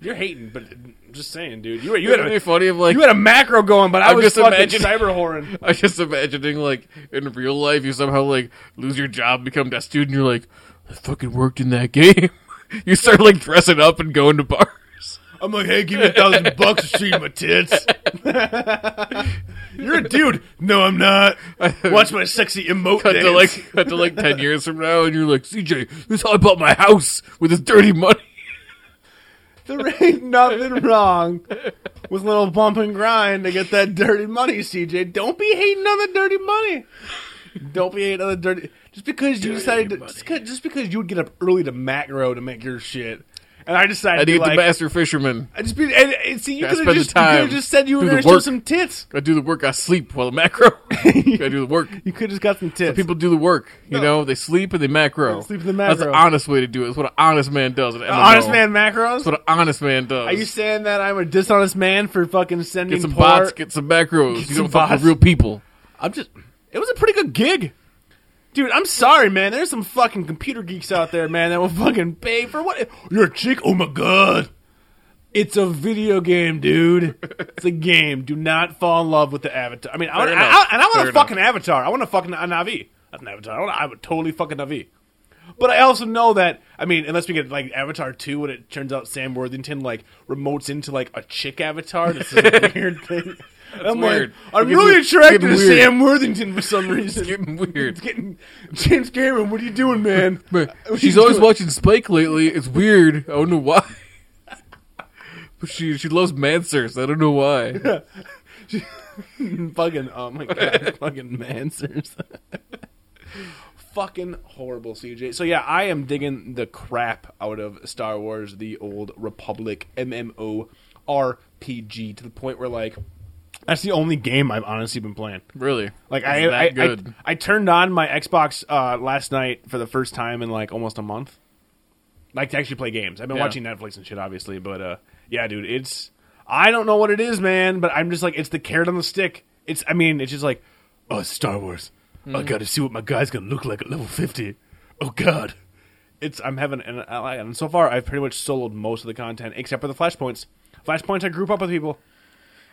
[SPEAKER 5] You're hating, but I'm just saying, dude. You, you had
[SPEAKER 6] It'd be
[SPEAKER 5] a
[SPEAKER 6] funny if like
[SPEAKER 5] you had a macro going, but I
[SPEAKER 6] I'm
[SPEAKER 5] was
[SPEAKER 6] just
[SPEAKER 5] fucking
[SPEAKER 6] imagining-
[SPEAKER 5] cyber whoring.
[SPEAKER 6] I was just imagining like in real life you somehow like lose your job, become that student, you're like, I fucking worked in that game. you start like dressing up and going to bars.
[SPEAKER 5] I'm like, hey, give me a thousand bucks to see my tits. You're a dude. No, I'm not. Watch my sexy emote.
[SPEAKER 6] Cut to
[SPEAKER 5] dance.
[SPEAKER 6] like cut to like ten years from now and you're like, CJ, this is how I bought my house with this dirty money.
[SPEAKER 5] There ain't nothing wrong with a little bump and grind to get that dirty money, CJ. Don't be hating on the dirty money. Don't be hating on the dirty. Just because you decided, to, just, because, just because you would get up early to macro to make your shit, and I decided
[SPEAKER 6] I
[SPEAKER 5] to be
[SPEAKER 6] need the
[SPEAKER 5] like,
[SPEAKER 6] master fisherman.
[SPEAKER 5] I just be, and, and see, you
[SPEAKER 6] Gotta
[SPEAKER 5] could have
[SPEAKER 6] spend the
[SPEAKER 5] just, you coulda
[SPEAKER 6] time.
[SPEAKER 5] just said you were
[SPEAKER 6] Do the
[SPEAKER 5] going to show
[SPEAKER 6] work.
[SPEAKER 5] some tits.
[SPEAKER 6] I do the work, I sleep while the macro. I do the work.
[SPEAKER 5] You could have just got some tits.
[SPEAKER 6] People do the work, you
[SPEAKER 5] No.
[SPEAKER 6] know. They sleep and they macro.
[SPEAKER 5] They sleep and they
[SPEAKER 6] That's the
[SPEAKER 5] macro.
[SPEAKER 6] honest way to do it. It's what an honest man does. in MMO.
[SPEAKER 5] honest man macros.
[SPEAKER 6] That's what an honest man does.
[SPEAKER 5] Are you saying that I'm a dishonest man for fucking sending
[SPEAKER 6] Get some
[SPEAKER 5] poor-
[SPEAKER 6] bots, get some macros.
[SPEAKER 5] Get
[SPEAKER 6] you
[SPEAKER 5] some
[SPEAKER 6] don't fuck
[SPEAKER 5] bots.
[SPEAKER 6] with real people.
[SPEAKER 5] I'm just. It was a pretty good gig. Dude, I'm sorry, man. There's some fucking computer geeks out there, man, that will fucking pay for what? You're a chick? Oh my god. It's a video game, dude. It's a game. Do not fall in love with the avatar. I mean, I, want, I,
[SPEAKER 6] enough.
[SPEAKER 5] I- and I want
[SPEAKER 6] Fair
[SPEAKER 5] a
[SPEAKER 6] enough.
[SPEAKER 5] fucking avatar. I want a fucking a Navi. That's an avatar. I, want, I would totally fucking Navi. But I also know that I mean, unless we get like Avatar two, when it turns out Sam Worthington like remotes into like a chick avatar, this is a weird thing. I'm like,
[SPEAKER 6] weird.
[SPEAKER 5] I'm
[SPEAKER 6] It gets
[SPEAKER 5] really
[SPEAKER 6] weird.
[SPEAKER 5] attracted to
[SPEAKER 6] Getting weird.
[SPEAKER 5] Sam Worthington for some reason.
[SPEAKER 6] getting weird.
[SPEAKER 5] It's getting James Cameron. What are you doing, man?
[SPEAKER 6] Man,
[SPEAKER 5] What are
[SPEAKER 6] she's
[SPEAKER 5] you
[SPEAKER 6] always
[SPEAKER 5] doing?
[SPEAKER 6] watching Spike lately. It's weird. I don't know why. But she she loves Mansers. I don't know why.
[SPEAKER 5] fucking oh my god, fucking mansers. fucking horrible CJ. So yeah, I am digging the crap out of Star Wars the old Republic MMO RPG to the point where like that's the only game I've honestly been playing.
[SPEAKER 6] Really?
[SPEAKER 5] Like
[SPEAKER 6] It's
[SPEAKER 5] I,
[SPEAKER 6] that
[SPEAKER 5] I,
[SPEAKER 6] good.
[SPEAKER 5] I I turned on my Xbox uh, last night for the first time in like almost a month. Like to actually play games. I've been
[SPEAKER 6] Yeah.
[SPEAKER 5] watching Netflix and shit, obviously, but uh, yeah, dude, it's I don't know what it is, man, but I'm just like it's the carrot on the stick. It's I mean, it's just like oh it's Star Wars.
[SPEAKER 6] Hmm.
[SPEAKER 5] I got to see what my guy's gonna look like at level fifty. Oh God, it's I'm having an ally, and so far I've pretty much soloed most of the content except for the flashpoints. Flashpoints, I group up with people.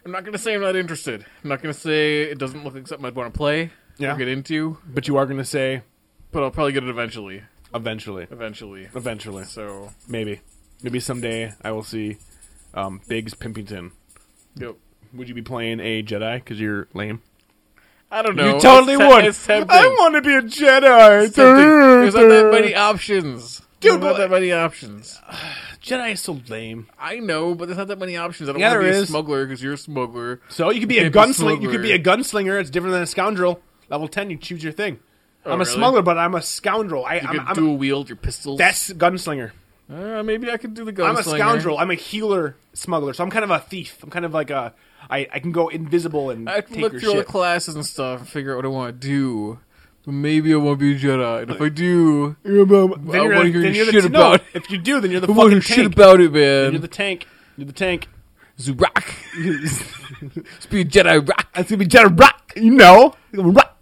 [SPEAKER 6] I'm not gonna say I'm not interested. I'm not gonna say it doesn't look like something I'd want to play
[SPEAKER 5] Yeah.
[SPEAKER 6] or get into.
[SPEAKER 5] But you are gonna say
[SPEAKER 6] But I'll probably get it eventually.
[SPEAKER 5] eventually,
[SPEAKER 6] Eventually.
[SPEAKER 5] eventually.
[SPEAKER 6] So
[SPEAKER 5] Maybe. Maybe someday I will see um, Biggs Pimpington.
[SPEAKER 6] yep.
[SPEAKER 5] Would you be playing a Jedi? Because you're lame.
[SPEAKER 6] I don't know.
[SPEAKER 5] you totally
[SPEAKER 6] It's te-
[SPEAKER 5] would.
[SPEAKER 6] It's tempting.
[SPEAKER 5] I want to be a Jedi.
[SPEAKER 6] It's tempting. There's not that many options.
[SPEAKER 5] Dude,
[SPEAKER 6] There's not
[SPEAKER 5] but-
[SPEAKER 6] that many options.
[SPEAKER 5] Jedi is so lame.
[SPEAKER 6] I know, but there's not that many options. I don't
[SPEAKER 5] Yeah,
[SPEAKER 6] want to
[SPEAKER 5] there
[SPEAKER 6] be a
[SPEAKER 5] is.
[SPEAKER 6] smuggler because you're a smuggler.
[SPEAKER 5] So you could be a
[SPEAKER 6] Can't be
[SPEAKER 5] gunslinger. You could
[SPEAKER 6] smuggler.
[SPEAKER 5] be a gunslinger. It's different than a scoundrel. Level ten, you choose your thing. I'm a
[SPEAKER 6] Oh, really?
[SPEAKER 5] smuggler, but I'm a scoundrel. I,
[SPEAKER 6] You
[SPEAKER 5] I'm,
[SPEAKER 6] can
[SPEAKER 5] I'm
[SPEAKER 6] dual wield your pistols.
[SPEAKER 5] that's gunslinger.
[SPEAKER 6] Uh, maybe I could do the gunslinger.
[SPEAKER 5] I'm a scoundrel. I'm a healer smuggler. So I'm kind of a thief. I'm kind of like a. I, I can go invisible and
[SPEAKER 6] I have to
[SPEAKER 5] take
[SPEAKER 6] look
[SPEAKER 5] your
[SPEAKER 6] through all the
[SPEAKER 5] shit.
[SPEAKER 6] classes and stuff and figure out what I want to do. But maybe I won't be a Jedi. And if I do, I want
[SPEAKER 5] then you're, the-
[SPEAKER 6] to
[SPEAKER 5] then
[SPEAKER 6] hear your
[SPEAKER 5] you're
[SPEAKER 6] shit
[SPEAKER 5] the,
[SPEAKER 6] about
[SPEAKER 5] no,
[SPEAKER 6] it.
[SPEAKER 5] If you do, then you're the
[SPEAKER 6] I want to
[SPEAKER 5] fucking
[SPEAKER 6] hear shit
[SPEAKER 5] tank.
[SPEAKER 6] about it,
[SPEAKER 5] You're the
[SPEAKER 6] man.
[SPEAKER 5] tank. You're the tank.
[SPEAKER 6] Zurak. Let's be a Jedi rock.
[SPEAKER 5] It's gonna be Jedi Rock. You know, Rock.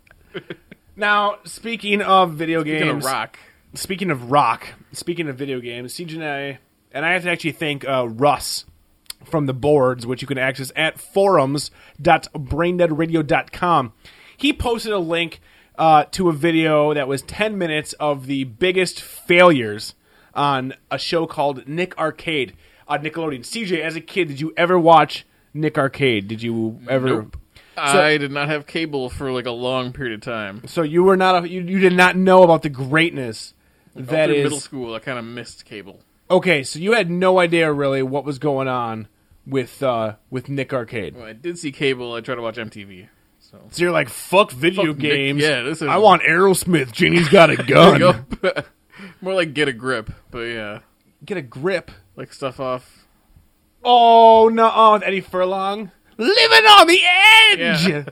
[SPEAKER 5] now, speaking of video
[SPEAKER 6] Speaking
[SPEAKER 5] games,
[SPEAKER 6] of rock.
[SPEAKER 5] speaking of rock, speaking of video games, CJ and I, and I have to actually thank uh, Russ from the boards, which you can access at forums.braindeadradio.com. He posted a link uh, to a video that was 10 minutes of the biggest failures on a show called Nick Arcade on Nickelodeon. CJ, as a kid, did you ever watch Nick Arcade? Did you ever?
[SPEAKER 6] Nope. I did not have cable for like a long period of time.
[SPEAKER 5] So you were not a, you, you did not know about the greatness that
[SPEAKER 6] Through
[SPEAKER 5] is
[SPEAKER 6] middle school. I kind of missed cable.
[SPEAKER 5] Okay, so you had no idea really what was going on with uh with Nick Arcade.
[SPEAKER 6] When I did see cable, I tried to watch MTV. So
[SPEAKER 5] So you're like, fuck video
[SPEAKER 6] Fuck Nick-
[SPEAKER 5] games.
[SPEAKER 6] yeah, this is-
[SPEAKER 5] I want Aerosmith. Genie's got a gun.
[SPEAKER 6] Yup. more like get a grip, but yeah,
[SPEAKER 5] Get a grip.
[SPEAKER 6] like stuff off.
[SPEAKER 5] Oh no, oh with Eddie Furlong. Living on the edge.
[SPEAKER 6] Yeah.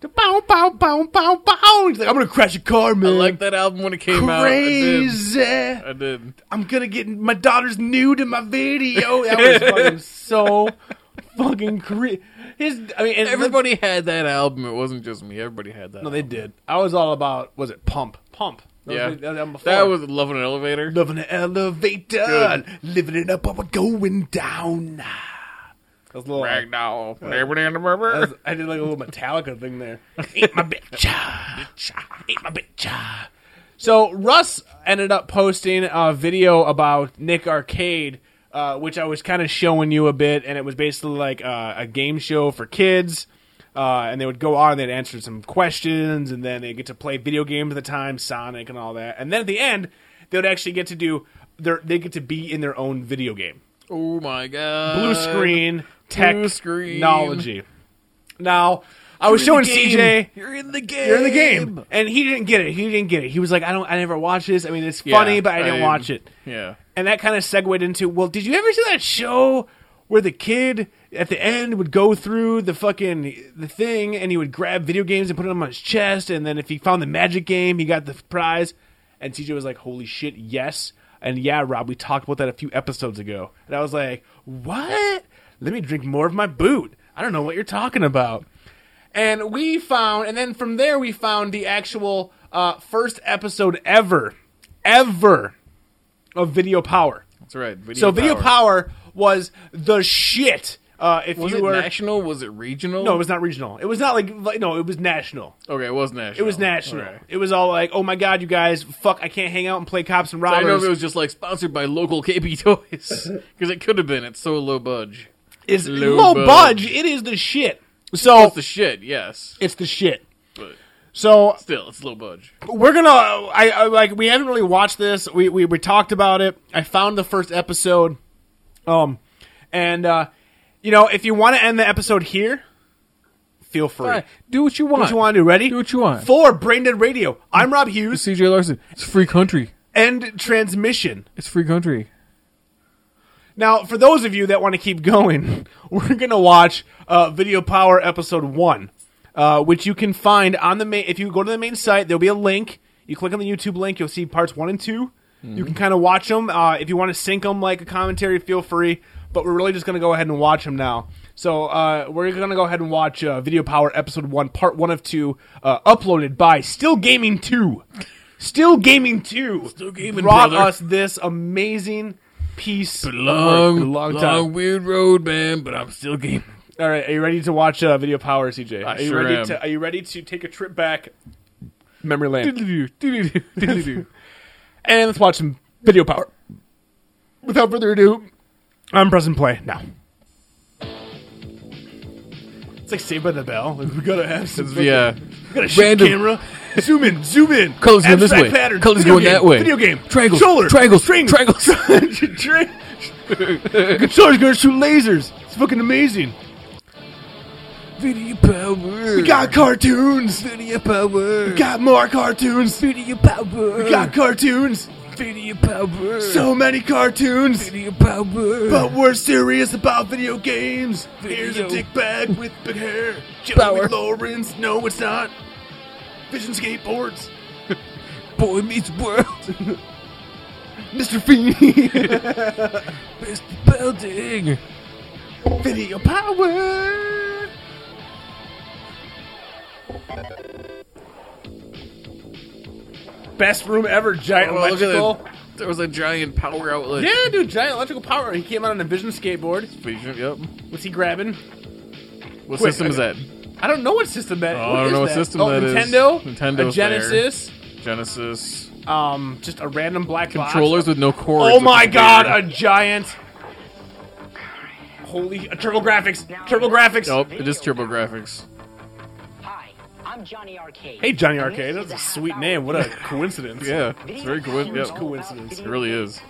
[SPEAKER 5] The Bow bow bow bow bow. He's like, I'm gonna crash a car, man.
[SPEAKER 6] I liked that album when it came out. I did.
[SPEAKER 5] Crazy.
[SPEAKER 6] I did.
[SPEAKER 5] I'm gonna get my daughter's nude in my video. That was fucking so fucking crazy. His, I mean, and
[SPEAKER 6] Everybody had that album. It wasn't just me. Everybody had that.
[SPEAKER 5] No, they did. I was all about was it Pump? Pump. That
[SPEAKER 6] yeah,
[SPEAKER 5] Was, that, was,
[SPEAKER 6] that was Love in an Elevator.
[SPEAKER 5] loving the elevator,
[SPEAKER 6] Good.
[SPEAKER 5] living it up, I'm going down. That was a little.
[SPEAKER 6] Ragdoll. Everybody in the river.
[SPEAKER 5] I, was- I did like a little Metallica thing there. Eat my bitch, ah, bitch, ah, eat my bitch. ah. So Russ ended up posting a video about Nick Arcade, uh, which I was kind of showing you a bit, and it was basically like uh, a game show for kids. Uh, and they would go on and they'd answer some questions, and then they get to play video games at the time, Sonic and all that. And then at the end, they would actually get to do their they get to be in their own video game
[SPEAKER 6] oh my god.
[SPEAKER 5] blue screen
[SPEAKER 6] blue
[SPEAKER 5] technology.
[SPEAKER 6] screen.
[SPEAKER 5] Now, I was showing CJ.
[SPEAKER 6] You're in the game.
[SPEAKER 5] You're in the game, and he didn't get it. He didn't get it. He was like, "I don't. I never watched this. I mean, it's
[SPEAKER 6] Yeah,
[SPEAKER 5] funny, but I didn't
[SPEAKER 6] I-
[SPEAKER 5] watch it."
[SPEAKER 6] Yeah.
[SPEAKER 5] And that kind of segued into, "Well, did you ever see that show where the kid at the end would go through the fucking the thing, and he would grab video games and put them on his chest, and then if he found the magic game, he got the prize?" And CJ was like, "Holy shit, yes!" And yeah, Rob, we talked about that a few episodes ago, and I was like, "What? Let me drink more of my boot. I don't know what you're talking about." and we found and then from there we found the actual uh, first episode ever ever of video power
[SPEAKER 6] That's right. Video
[SPEAKER 5] so video power was the shit Uh, if
[SPEAKER 6] Was
[SPEAKER 5] you
[SPEAKER 6] it
[SPEAKER 5] were
[SPEAKER 6] national? Was it regional?
[SPEAKER 5] no, it was not regional. It was not like, like no, it was national.
[SPEAKER 6] Okay, it was
[SPEAKER 5] It
[SPEAKER 6] national.
[SPEAKER 5] was national.
[SPEAKER 6] Oh, Okay.
[SPEAKER 5] It was all like, oh my god, you guys, fuck, I can't hang out and play cops and
[SPEAKER 6] I
[SPEAKER 5] robbers.
[SPEAKER 6] don't know if it was just like sponsored by local KB Toys because it could have been. It's so low budge.
[SPEAKER 5] it's
[SPEAKER 6] low
[SPEAKER 5] low budge.
[SPEAKER 6] budge.
[SPEAKER 5] It is the shit. So
[SPEAKER 6] It's the shit. Yes,
[SPEAKER 5] it's the shit.
[SPEAKER 6] but
[SPEAKER 5] So
[SPEAKER 6] still, it's low budge.
[SPEAKER 5] we're gonna I, I like we haven't really watched this we, we we talked about it i found the first episode um and uh you know if you want to end the episode here feel free
[SPEAKER 6] Do what you
[SPEAKER 5] do
[SPEAKER 6] want.
[SPEAKER 5] what you want to do ready
[SPEAKER 6] Do what you want.
[SPEAKER 5] for brain dead radio i'm rob hughes
[SPEAKER 6] CJ Larson. It's free country.
[SPEAKER 5] end transmission
[SPEAKER 6] It's free country.
[SPEAKER 5] now for those of you that want to keep going we're gonna watch uh video power episode one uh which you can find on the main if you go to the main site there'll be a link you click on the youtube link you'll see parts one and 2 you can kind of watch them uh, if you want to sync them like a commentary feel free but we're really just going to go ahead and watch them now so uh, we're going to go ahead and watch uh, video power episode 1 part 1 of 2 uh, uploaded by still gaming 2 still gaming 2 still
[SPEAKER 6] Gaming,
[SPEAKER 5] brought
[SPEAKER 6] brother.
[SPEAKER 5] us this amazing piece of
[SPEAKER 6] Long,
[SPEAKER 5] work.
[SPEAKER 6] long, weird road, man. But I'm still game.
[SPEAKER 5] all right, are you ready to watch uh, Video Power, CJ?
[SPEAKER 6] I
[SPEAKER 5] are you
[SPEAKER 6] sure
[SPEAKER 5] ready
[SPEAKER 6] am.
[SPEAKER 5] to Are you ready to take a trip back memory lane
[SPEAKER 6] Do-do-do.
[SPEAKER 5] and let's watch some Video Power? Without further ado, I'm pressing play now. It's like Saved by the Bell. Like, we gotta have some.
[SPEAKER 6] yeah.
[SPEAKER 5] we gotta shoot
[SPEAKER 6] Random-
[SPEAKER 5] camera. Zoom in, zoom in.
[SPEAKER 6] Colors going this
[SPEAKER 5] Abstract
[SPEAKER 6] way.
[SPEAKER 5] pattern.
[SPEAKER 6] Colors
[SPEAKER 5] Video
[SPEAKER 6] going
[SPEAKER 5] game,
[SPEAKER 6] that way.
[SPEAKER 5] Video game.
[SPEAKER 6] Triangles.
[SPEAKER 5] Shoulder.
[SPEAKER 6] Triangles.
[SPEAKER 5] String.
[SPEAKER 6] Triangles.
[SPEAKER 5] Tri- Controller's gonna shoot lasers. It's fucking amazing.
[SPEAKER 6] Video power.
[SPEAKER 5] We got cartoons.
[SPEAKER 6] video power.
[SPEAKER 5] We got more cartoons.
[SPEAKER 6] video power.
[SPEAKER 5] We got cartoons.
[SPEAKER 6] video power.
[SPEAKER 5] So many cartoons.
[SPEAKER 6] video power.
[SPEAKER 5] But we're serious about video games. Here's a
[SPEAKER 6] Video.
[SPEAKER 5] dick bag with big hair. Joey
[SPEAKER 6] Power.
[SPEAKER 5] Lawrence. No, it's not. Vision skateboards.
[SPEAKER 6] Boy Meets World.
[SPEAKER 5] Mr. Feeney.
[SPEAKER 6] Best building.
[SPEAKER 5] video power. Best room ever. Giant
[SPEAKER 6] Oh,
[SPEAKER 5] electrical.
[SPEAKER 6] There was a giant power outlet.
[SPEAKER 5] Yeah, dude. Giant electrical power. He came out on a Vision skateboard.
[SPEAKER 6] Vision, Yep.
[SPEAKER 5] What's he grabbing?
[SPEAKER 6] What
[SPEAKER 5] Wait,
[SPEAKER 6] system is that?
[SPEAKER 5] I don't know what system that.
[SPEAKER 6] Oh,
[SPEAKER 5] what
[SPEAKER 6] I don't
[SPEAKER 5] is
[SPEAKER 6] know what
[SPEAKER 5] that?
[SPEAKER 6] system
[SPEAKER 5] oh,
[SPEAKER 6] that is.
[SPEAKER 5] Nintendo, a
[SPEAKER 6] Nintendo's there.
[SPEAKER 5] Genesis,
[SPEAKER 6] Genesis.
[SPEAKER 5] um, just a random black box.
[SPEAKER 6] Controllers with no cords.
[SPEAKER 5] Oh
[SPEAKER 6] which
[SPEAKER 5] my
[SPEAKER 6] is
[SPEAKER 5] god, a
[SPEAKER 6] weird.
[SPEAKER 5] giant! Holy uh, Turbo Graphics, Turbo Graphics.
[SPEAKER 6] Nope, it is Turbo Graphics.
[SPEAKER 4] Hi, I'm Johnny Arcade.
[SPEAKER 5] Hey Johnny Arcade, that's a sweet name. What a coincidence.
[SPEAKER 6] Yeah, it's very coinc-
[SPEAKER 5] Huge
[SPEAKER 6] yep.
[SPEAKER 5] coincidence.
[SPEAKER 6] It really is.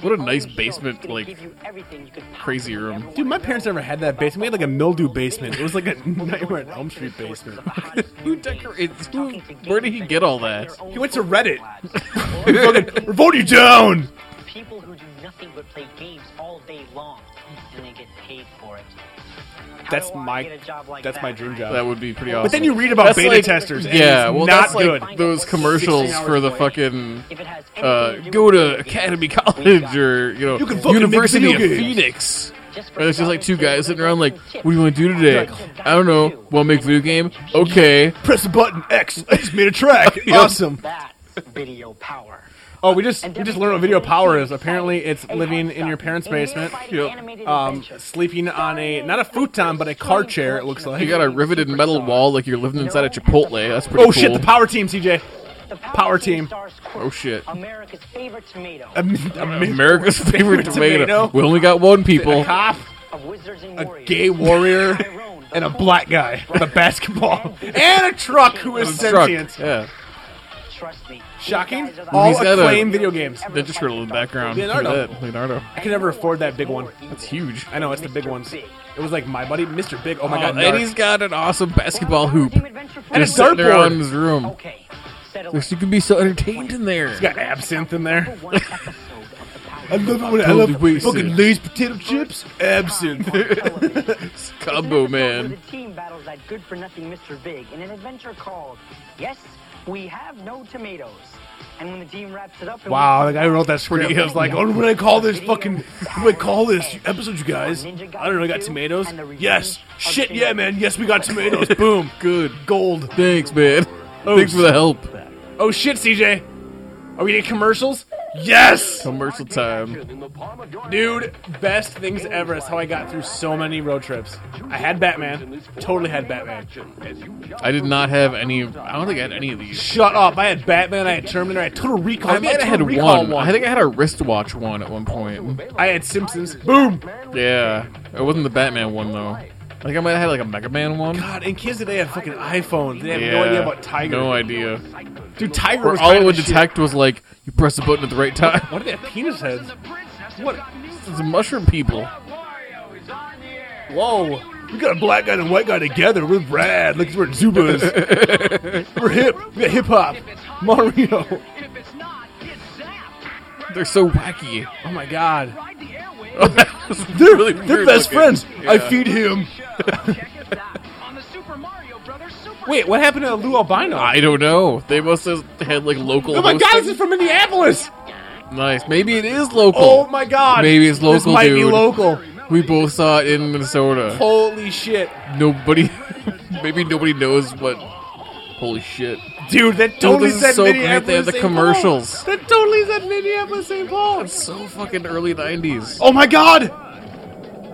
[SPEAKER 4] What a nice basement, like
[SPEAKER 6] crazy
[SPEAKER 4] crazy
[SPEAKER 6] room.
[SPEAKER 4] room.
[SPEAKER 5] Dude, my parents never had that basement. We had like a mildew basement. It was like a Nightmare on Elm Street basement.
[SPEAKER 6] Who decorates? Who, where did he get all that?
[SPEAKER 5] He went to Reddit. Fucking, We're voting you down.
[SPEAKER 4] People who do nothing but play games all day long, and they get paid for it. How
[SPEAKER 5] That's
[SPEAKER 4] do I
[SPEAKER 5] my-
[SPEAKER 4] get a job like
[SPEAKER 5] That's
[SPEAKER 4] that?
[SPEAKER 5] my dream job.
[SPEAKER 6] That would be pretty awesome.
[SPEAKER 5] but then you read about
[SPEAKER 6] That's
[SPEAKER 5] beta
[SPEAKER 6] like-
[SPEAKER 5] testers. And
[SPEAKER 6] yeah,
[SPEAKER 5] it's
[SPEAKER 6] well,
[SPEAKER 5] not
[SPEAKER 6] that's
[SPEAKER 5] good.
[SPEAKER 6] like those commercials
[SPEAKER 4] 16 hours
[SPEAKER 6] for the
[SPEAKER 4] away.
[SPEAKER 6] fucking
[SPEAKER 4] If it has
[SPEAKER 6] uh,
[SPEAKER 4] anything to do
[SPEAKER 6] go
[SPEAKER 4] with
[SPEAKER 6] to
[SPEAKER 4] video games,
[SPEAKER 6] Academy
[SPEAKER 4] we've
[SPEAKER 6] College
[SPEAKER 4] got
[SPEAKER 6] or you know
[SPEAKER 5] You can fucking make
[SPEAKER 6] University of
[SPEAKER 5] video games.
[SPEAKER 6] Phoenix.
[SPEAKER 4] Just for
[SPEAKER 6] And it's just like two
[SPEAKER 4] starting,
[SPEAKER 6] guys
[SPEAKER 4] we're
[SPEAKER 6] sitting
[SPEAKER 4] gonna
[SPEAKER 6] around
[SPEAKER 4] go
[SPEAKER 6] like,
[SPEAKER 4] through
[SPEAKER 6] what
[SPEAKER 4] tips.
[SPEAKER 6] do you want to do today?
[SPEAKER 4] Good.
[SPEAKER 6] I don't know. Want to make a video game? Okay.
[SPEAKER 5] Press the button. X. I just made a track. awesome.
[SPEAKER 4] That's video power.
[SPEAKER 5] Oh, we just we
[SPEAKER 4] We
[SPEAKER 5] just learned what video power is. Apparently, it's living in your parents' basement, um, sleeping on a not a futon but a car chair. It looks
[SPEAKER 6] You
[SPEAKER 5] like.
[SPEAKER 6] got a riveted metal wall like you're living inside a Chipotle. That's pretty
[SPEAKER 5] Oh
[SPEAKER 6] cool.
[SPEAKER 5] shit! The power team, CJ. power team.
[SPEAKER 6] Oh, shit.
[SPEAKER 4] America's favorite tomato.
[SPEAKER 5] A, mi- a mi-
[SPEAKER 6] America's favorite
[SPEAKER 5] Tomato.
[SPEAKER 6] tomato. We only got one, people.
[SPEAKER 5] a cop,
[SPEAKER 4] of wizards and
[SPEAKER 5] a
[SPEAKER 4] warriors.
[SPEAKER 5] gay warrior, and a black guy with a basketball and a truck who is
[SPEAKER 6] Truck.
[SPEAKER 5] sentient.
[SPEAKER 6] Yeah.
[SPEAKER 4] Trust me. these
[SPEAKER 5] Shocking.
[SPEAKER 4] guys are the
[SPEAKER 5] All
[SPEAKER 6] He's got a-
[SPEAKER 5] acclaimed video games.
[SPEAKER 6] Ninja Turtle in the background.
[SPEAKER 5] Leonardo.
[SPEAKER 6] Look at that. Leonardo.
[SPEAKER 5] I can never afford that big one.
[SPEAKER 6] That's huge.
[SPEAKER 5] I know it's the big
[SPEAKER 4] Mr.
[SPEAKER 5] ones.
[SPEAKER 4] Big.
[SPEAKER 5] It was like my buddy, Mr. Big. Oh my god,
[SPEAKER 6] Oh,
[SPEAKER 5] Narc.
[SPEAKER 6] and he's got an awesome basketball hoop.
[SPEAKER 4] Team adventure
[SPEAKER 6] And
[SPEAKER 4] program.
[SPEAKER 6] it's sitting there
[SPEAKER 5] dartboard.
[SPEAKER 6] on his room.
[SPEAKER 4] Okay. Settle
[SPEAKER 6] Looks you can be so entertained in there.
[SPEAKER 5] got absinthe in there.
[SPEAKER 4] One episode of the power.
[SPEAKER 5] I love it when I
[SPEAKER 6] Totally
[SPEAKER 5] love
[SPEAKER 6] wasted.
[SPEAKER 5] fucking Lay's potato chips, absinthe.
[SPEAKER 6] It's combo, man.
[SPEAKER 4] The team battles that good for nothing Mr. Big in an adventure called Yes, We Have No Tomatoes. And when the team wraps it up, and
[SPEAKER 5] Wow,
[SPEAKER 4] we-
[SPEAKER 5] the guy who wrote that script
[SPEAKER 6] Pretty
[SPEAKER 5] was like, oh, what do I call this fucking, what do I call this episode, you guys? I
[SPEAKER 4] Ninja
[SPEAKER 5] don't know, I got
[SPEAKER 4] Gaiden
[SPEAKER 5] tomatoes?
[SPEAKER 4] and the Revenge
[SPEAKER 5] Yes.
[SPEAKER 4] of
[SPEAKER 5] Shit,
[SPEAKER 4] Shinobi.
[SPEAKER 5] yeah, man, yes, we got tomatoes. Boom.
[SPEAKER 6] Good.
[SPEAKER 5] Gold.
[SPEAKER 6] Thanks, man.
[SPEAKER 5] Oh,
[SPEAKER 6] Thanks for the help.
[SPEAKER 5] Oh, shit, CJ. Are we getting commercials? Yes,
[SPEAKER 6] Commercial time.
[SPEAKER 5] dude, best things ever. That's how I got through so many road trips. I had Batman, totally had Batman.
[SPEAKER 6] I did not have any. of- I don't think I had any of these.
[SPEAKER 5] Shut up! I had Batman, I had Terminator, I had Total Recall.
[SPEAKER 6] I think I
[SPEAKER 5] Total
[SPEAKER 6] had
[SPEAKER 5] Recall
[SPEAKER 6] one. I think I had a wristwatch one at one point.
[SPEAKER 5] I had Simpsons. Boom.
[SPEAKER 6] Yeah, it wasn't the Batman one though. I think I might have had like a Mega Man one.
[SPEAKER 5] God, and kids today have fucking iPhones. They have
[SPEAKER 6] yeah,
[SPEAKER 5] no idea about Tiger.
[SPEAKER 6] No idea.
[SPEAKER 5] Dude, Tiger
[SPEAKER 6] Where
[SPEAKER 5] was
[SPEAKER 6] all
[SPEAKER 5] kind
[SPEAKER 6] it
[SPEAKER 5] of
[SPEAKER 6] would
[SPEAKER 5] the shit.
[SPEAKER 6] detect was like you press the button at the right time.
[SPEAKER 5] What are they have penis heads? What?
[SPEAKER 6] It's mushroom people.
[SPEAKER 5] Whoa! We got a black guy and a white guy together. We're rad. Look, we're Zubas. we're hip. We got hip hop. Mario.
[SPEAKER 6] They're so wacky.
[SPEAKER 5] Oh my god.
[SPEAKER 6] That was
[SPEAKER 5] They're,
[SPEAKER 6] really
[SPEAKER 5] they're
[SPEAKER 6] weird
[SPEAKER 5] best
[SPEAKER 6] looking.
[SPEAKER 5] friends. I
[SPEAKER 6] Yeah.
[SPEAKER 5] feed him. Wait, what happened to Lou Albino?
[SPEAKER 6] I don't know. They must have had like local.
[SPEAKER 5] oh my god, this
[SPEAKER 6] hosting.
[SPEAKER 5] is from Minneapolis.
[SPEAKER 6] nice. Maybe it is local.
[SPEAKER 5] Oh my god.
[SPEAKER 6] Maybe it's
[SPEAKER 5] This
[SPEAKER 6] local,
[SPEAKER 5] might be
[SPEAKER 6] dude.
[SPEAKER 5] local.
[SPEAKER 6] We both saw it in Minnesota.
[SPEAKER 5] Holy shit.
[SPEAKER 6] Nobody, maybe nobody knows what. Holy shit!
[SPEAKER 5] Dude, that totally
[SPEAKER 6] this is
[SPEAKER 5] said
[SPEAKER 6] so great they
[SPEAKER 5] Minneapolis.
[SPEAKER 6] have the
[SPEAKER 5] St.
[SPEAKER 6] commercials.
[SPEAKER 5] Paul. That totally said Minneapolis St. Paul.
[SPEAKER 6] It's so fucking early '90s.
[SPEAKER 5] Oh my god!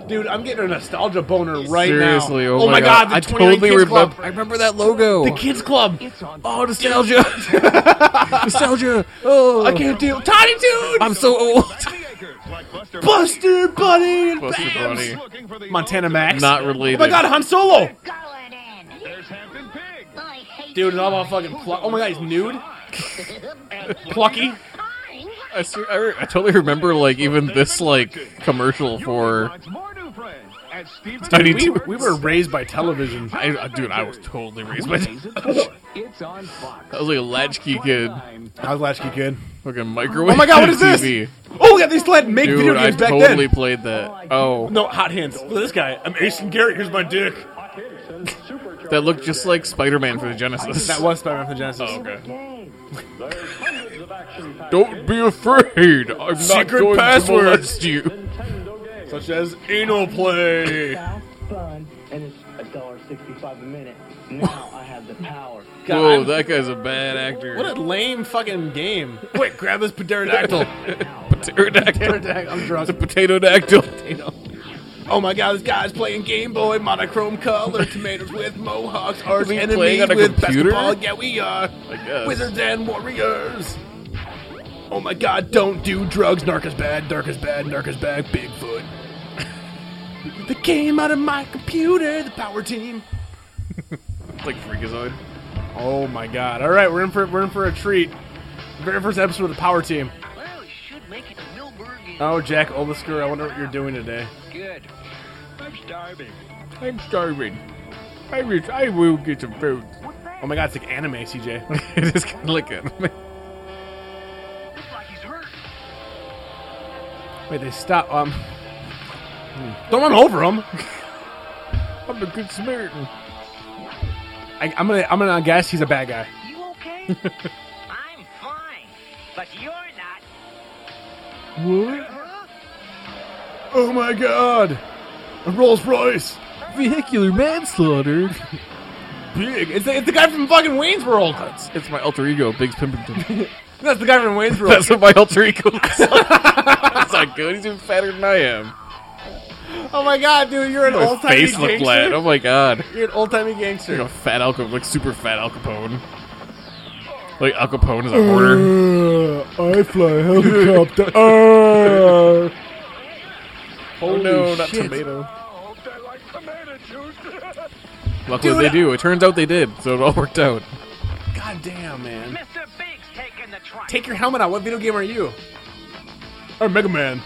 [SPEAKER 5] Dude, I'm getting a nostalgia boner right
[SPEAKER 6] Seriously,
[SPEAKER 5] now.
[SPEAKER 6] oh, my god!
[SPEAKER 5] the
[SPEAKER 6] I
[SPEAKER 5] 29
[SPEAKER 6] totally
[SPEAKER 5] Kids
[SPEAKER 6] remember. I
[SPEAKER 5] Club.
[SPEAKER 6] remember that logo.
[SPEAKER 5] The Kids Club.
[SPEAKER 6] oh, nostalgia! nostalgia! Oh,
[SPEAKER 5] I can't deal. Tiny Toons!
[SPEAKER 6] I'm so old.
[SPEAKER 5] Buster Bunny and
[SPEAKER 6] Buster
[SPEAKER 5] Babs.
[SPEAKER 6] Bunny.
[SPEAKER 5] Montana Max.
[SPEAKER 6] Not
[SPEAKER 5] oh
[SPEAKER 6] related.
[SPEAKER 5] my god, Han Solo!
[SPEAKER 7] There's Hampton Pig.
[SPEAKER 5] Dude, it's all about fucking pluck. Oh my god, he's nude. Plucky.
[SPEAKER 6] I, ser- I, re- I totally remember like even this like commercial for.
[SPEAKER 7] Lots more new friends at Steven
[SPEAKER 6] Tiny
[SPEAKER 5] We,
[SPEAKER 6] Toons.
[SPEAKER 5] we were raised by television.
[SPEAKER 6] I, uh, dude, I was totally raised by. I
[SPEAKER 7] It's on Fox.
[SPEAKER 6] was like a latchkey kid.
[SPEAKER 5] How's Latchkey Kid?
[SPEAKER 6] Fucking microwave.
[SPEAKER 5] Oh my God, what is this?
[SPEAKER 6] TV.
[SPEAKER 5] Oh yeah, they still had make video
[SPEAKER 6] Dude, I
[SPEAKER 5] games back
[SPEAKER 6] totally
[SPEAKER 5] then.
[SPEAKER 6] played that. Oh,
[SPEAKER 5] No, hot hands. Look at this guy. I'm Ashton Garrett. Here's my dick.
[SPEAKER 6] that looked just like Spider-Man for the Genesis.
[SPEAKER 5] That was Spider-Man from Genesis.
[SPEAKER 6] okay. Don't be afraid. I'm not
[SPEAKER 5] Secret
[SPEAKER 6] going
[SPEAKER 5] passwords.
[SPEAKER 6] to molest you.
[SPEAKER 5] Such as anal play.
[SPEAKER 4] Fun, and it's a dollar sixty-five a minute. Now I have the power.
[SPEAKER 5] God,
[SPEAKER 6] Whoa,
[SPEAKER 5] I'm-
[SPEAKER 6] that guy's a bad actor.
[SPEAKER 5] What a lame fucking game. Wait, grab this pterodactyl.
[SPEAKER 6] pterodactyl.
[SPEAKER 5] Pterodac- I'm
[SPEAKER 6] It's
[SPEAKER 5] drunk.
[SPEAKER 6] a potato dactyl.
[SPEAKER 5] Oh my god, this guy's playing Game Boy, monochrome color, tomatoes with mohawks, arch
[SPEAKER 6] we
[SPEAKER 5] enemies
[SPEAKER 6] playing on a
[SPEAKER 5] with
[SPEAKER 6] computer?
[SPEAKER 5] basketball. Yeah, we are.
[SPEAKER 6] I guess.
[SPEAKER 5] Wizards and warriors. Oh my god, don't do drugs. Narc is bad, dark is bad, narc is bad, Bigfoot. they came out of my computer, the power team.
[SPEAKER 6] like Freakazoid.
[SPEAKER 5] Oh my god. All right, we're in for we're in for a treat. Very first episode of the Power Team.
[SPEAKER 8] Well, you should make it to Millburg in
[SPEAKER 5] Oh, Jack Olisker, I wonder what you're doing today.
[SPEAKER 8] good.
[SPEAKER 7] I'm starving.
[SPEAKER 6] I'm starving. I, re- I will get some food.
[SPEAKER 5] Oh my god, it's like anime, CJ.
[SPEAKER 6] it is kind of like a
[SPEAKER 8] Looks like he's hurt.
[SPEAKER 5] Wait, they stop. Um, hmm. don't run over him.
[SPEAKER 6] I'm a good Samaritan.
[SPEAKER 5] I, I'm gonna, I'm gonna guess he's a bad guy.
[SPEAKER 8] You okay? I'm fine, but you're not.
[SPEAKER 5] What? Oh my god! A Rolls Royce,
[SPEAKER 6] Vehicular manslaughter.
[SPEAKER 5] big. It's the, it's the guy from fucking Wayne's World.
[SPEAKER 6] It's, it's my alter ego, Biggs Pimpington.
[SPEAKER 5] That's the guy from Wayne's World.
[SPEAKER 6] That's what my alter ego looks like. That's not good. He's even fatter than I am.
[SPEAKER 5] oh my god, dude, you're an
[SPEAKER 6] My
[SPEAKER 5] old timey
[SPEAKER 6] face looked flat.
[SPEAKER 5] gangster.
[SPEAKER 6] Oh my god.
[SPEAKER 5] You're an old timey
[SPEAKER 6] Like
[SPEAKER 5] gangster.
[SPEAKER 6] a fat Al Capone, like super fat Al Capone. Like Al Capone is a hoarder.
[SPEAKER 5] Oh, I fly helicopter. oh
[SPEAKER 6] Oh no, not tomato. Luckily
[SPEAKER 5] Dude,
[SPEAKER 6] they
[SPEAKER 5] I-
[SPEAKER 6] do. It turns out they did, so it all worked out.
[SPEAKER 5] God damn, man.
[SPEAKER 8] Mr. Big's taking the truck.
[SPEAKER 5] Take your helmet out. What video game are you? I'm Mega Man.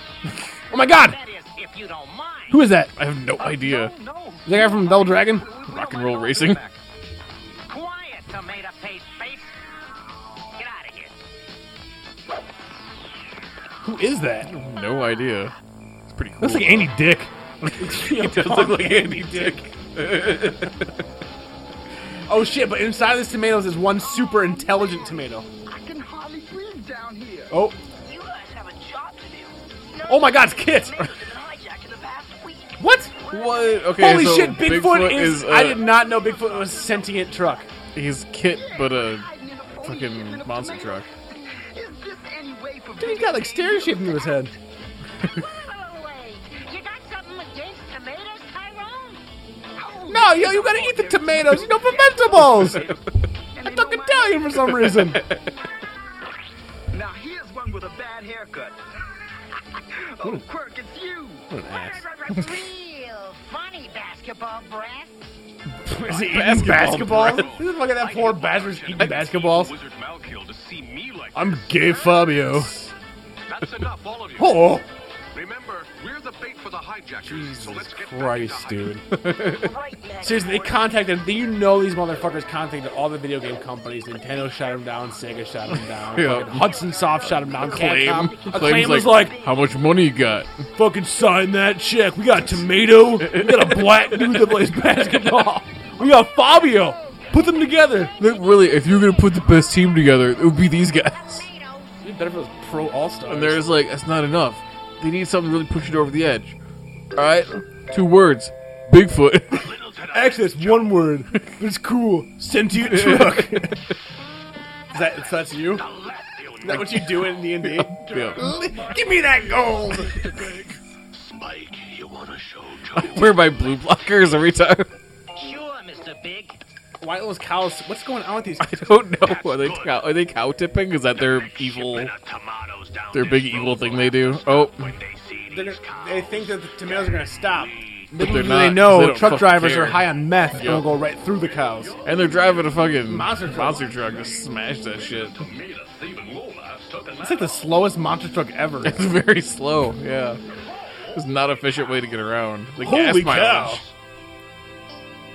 [SPEAKER 5] oh my god!
[SPEAKER 8] that is, if you don't mind.
[SPEAKER 5] Who is that?
[SPEAKER 6] I have no idea.
[SPEAKER 8] No,
[SPEAKER 5] Is that guy from Double Dragon?
[SPEAKER 6] Rock and roll racing.
[SPEAKER 8] quiet, tomato paste face. Get out of here.
[SPEAKER 5] Who is that?
[SPEAKER 6] No idea. It's pretty cool.
[SPEAKER 5] Looks like Andy Dick.
[SPEAKER 6] he does look like Andy Dick.
[SPEAKER 5] Oh shit, but inside of these tomatoes is one super intelligent tomato.
[SPEAKER 7] I can hardly breathe down here.
[SPEAKER 5] Oh.
[SPEAKER 8] You guys have a job to do. No,
[SPEAKER 5] Oh my god, it's Kit!
[SPEAKER 8] been hijacked the past week.
[SPEAKER 5] What?
[SPEAKER 6] What? Okay.
[SPEAKER 5] Holy
[SPEAKER 6] so
[SPEAKER 5] shit, Bigfoot, is.
[SPEAKER 6] uh,
[SPEAKER 5] I did not know Bigfoot was a sentient truck.
[SPEAKER 6] He's Kit, but a fucking monster truck.
[SPEAKER 7] Is this any way for
[SPEAKER 5] Dude, he's got like steering shaped into his head.
[SPEAKER 9] Oh, wait. You got something against tomatoes, Tyrone?
[SPEAKER 5] No, yo, you gotta eat the tomatoes. You don't put vegetables. I took Italian for some reason.
[SPEAKER 10] Now here's one with a bad haircut. oh, Quirk, it's you.
[SPEAKER 9] Real funny basketball breath.
[SPEAKER 5] Is he eating basketballs? Look at that poor bastard eating basketballs.
[SPEAKER 11] Wizard Malkiel to see me like
[SPEAKER 5] I'm gay Fabio.
[SPEAKER 11] That's enough, all of you.
[SPEAKER 5] Oh,
[SPEAKER 11] Remember, we're the bait for the hijackers, so let's get back
[SPEAKER 5] Christ,
[SPEAKER 11] into
[SPEAKER 5] dude.
[SPEAKER 9] Right next.
[SPEAKER 5] Seriously, they contacted. You know these motherfuckers contacted all the video game companies. Nintendo shot them down. Sega shot them down.
[SPEAKER 6] Yeah.
[SPEAKER 5] fucking Hudson Soft shot them down.
[SPEAKER 6] Claim.
[SPEAKER 5] Capcom.
[SPEAKER 6] Claim's
[SPEAKER 5] Acclaim was like,
[SPEAKER 6] how much money you got?
[SPEAKER 5] fucking sign that check. We got a tomato. We got a black dude that plays basketball. We got Fabio. Put them together.
[SPEAKER 6] Look, really, if you're gonna put the best team together, it would be these guys.
[SPEAKER 5] It'd be better if it was pro All Stars.
[SPEAKER 6] And there's like, that's not enough. They need something to really push it over the edge. All right, two words: Bigfoot.
[SPEAKER 5] actually it's one word, but it's cool. Sentient truck. Is that so that's you? Is that what you do in D and D?
[SPEAKER 6] yeah.
[SPEAKER 5] Give me that gold.
[SPEAKER 11] Spike, you wanna show Joey
[SPEAKER 6] Wear my blue blockers every time.
[SPEAKER 4] Sure, Mr. Big.
[SPEAKER 5] Why those cows? What's going on with these?
[SPEAKER 6] I don't know. Are they cow, are they cow tipping? Is that their evil,
[SPEAKER 11] tomatoes down
[SPEAKER 6] their big evil thing they do? Oh,
[SPEAKER 11] when they see
[SPEAKER 5] They're gonna- They think that the tomatoes are gonna stop.
[SPEAKER 6] but they're
[SPEAKER 5] They
[SPEAKER 6] not. 'cause
[SPEAKER 5] know
[SPEAKER 6] don't
[SPEAKER 5] truck
[SPEAKER 6] fucking
[SPEAKER 5] drivers
[SPEAKER 6] care.
[SPEAKER 5] are high on meth and
[SPEAKER 6] Yep.
[SPEAKER 5] will go right through the cows.
[SPEAKER 6] and they're driving a fucking
[SPEAKER 5] Monster
[SPEAKER 6] monster
[SPEAKER 5] truck.
[SPEAKER 6] truck. monster truck. Just smash that shit.
[SPEAKER 5] It's like the slowest monster truck ever.
[SPEAKER 6] It's very slow. Yeah, it's not an efficient way to get around. The
[SPEAKER 5] Holy
[SPEAKER 6] gas mileage.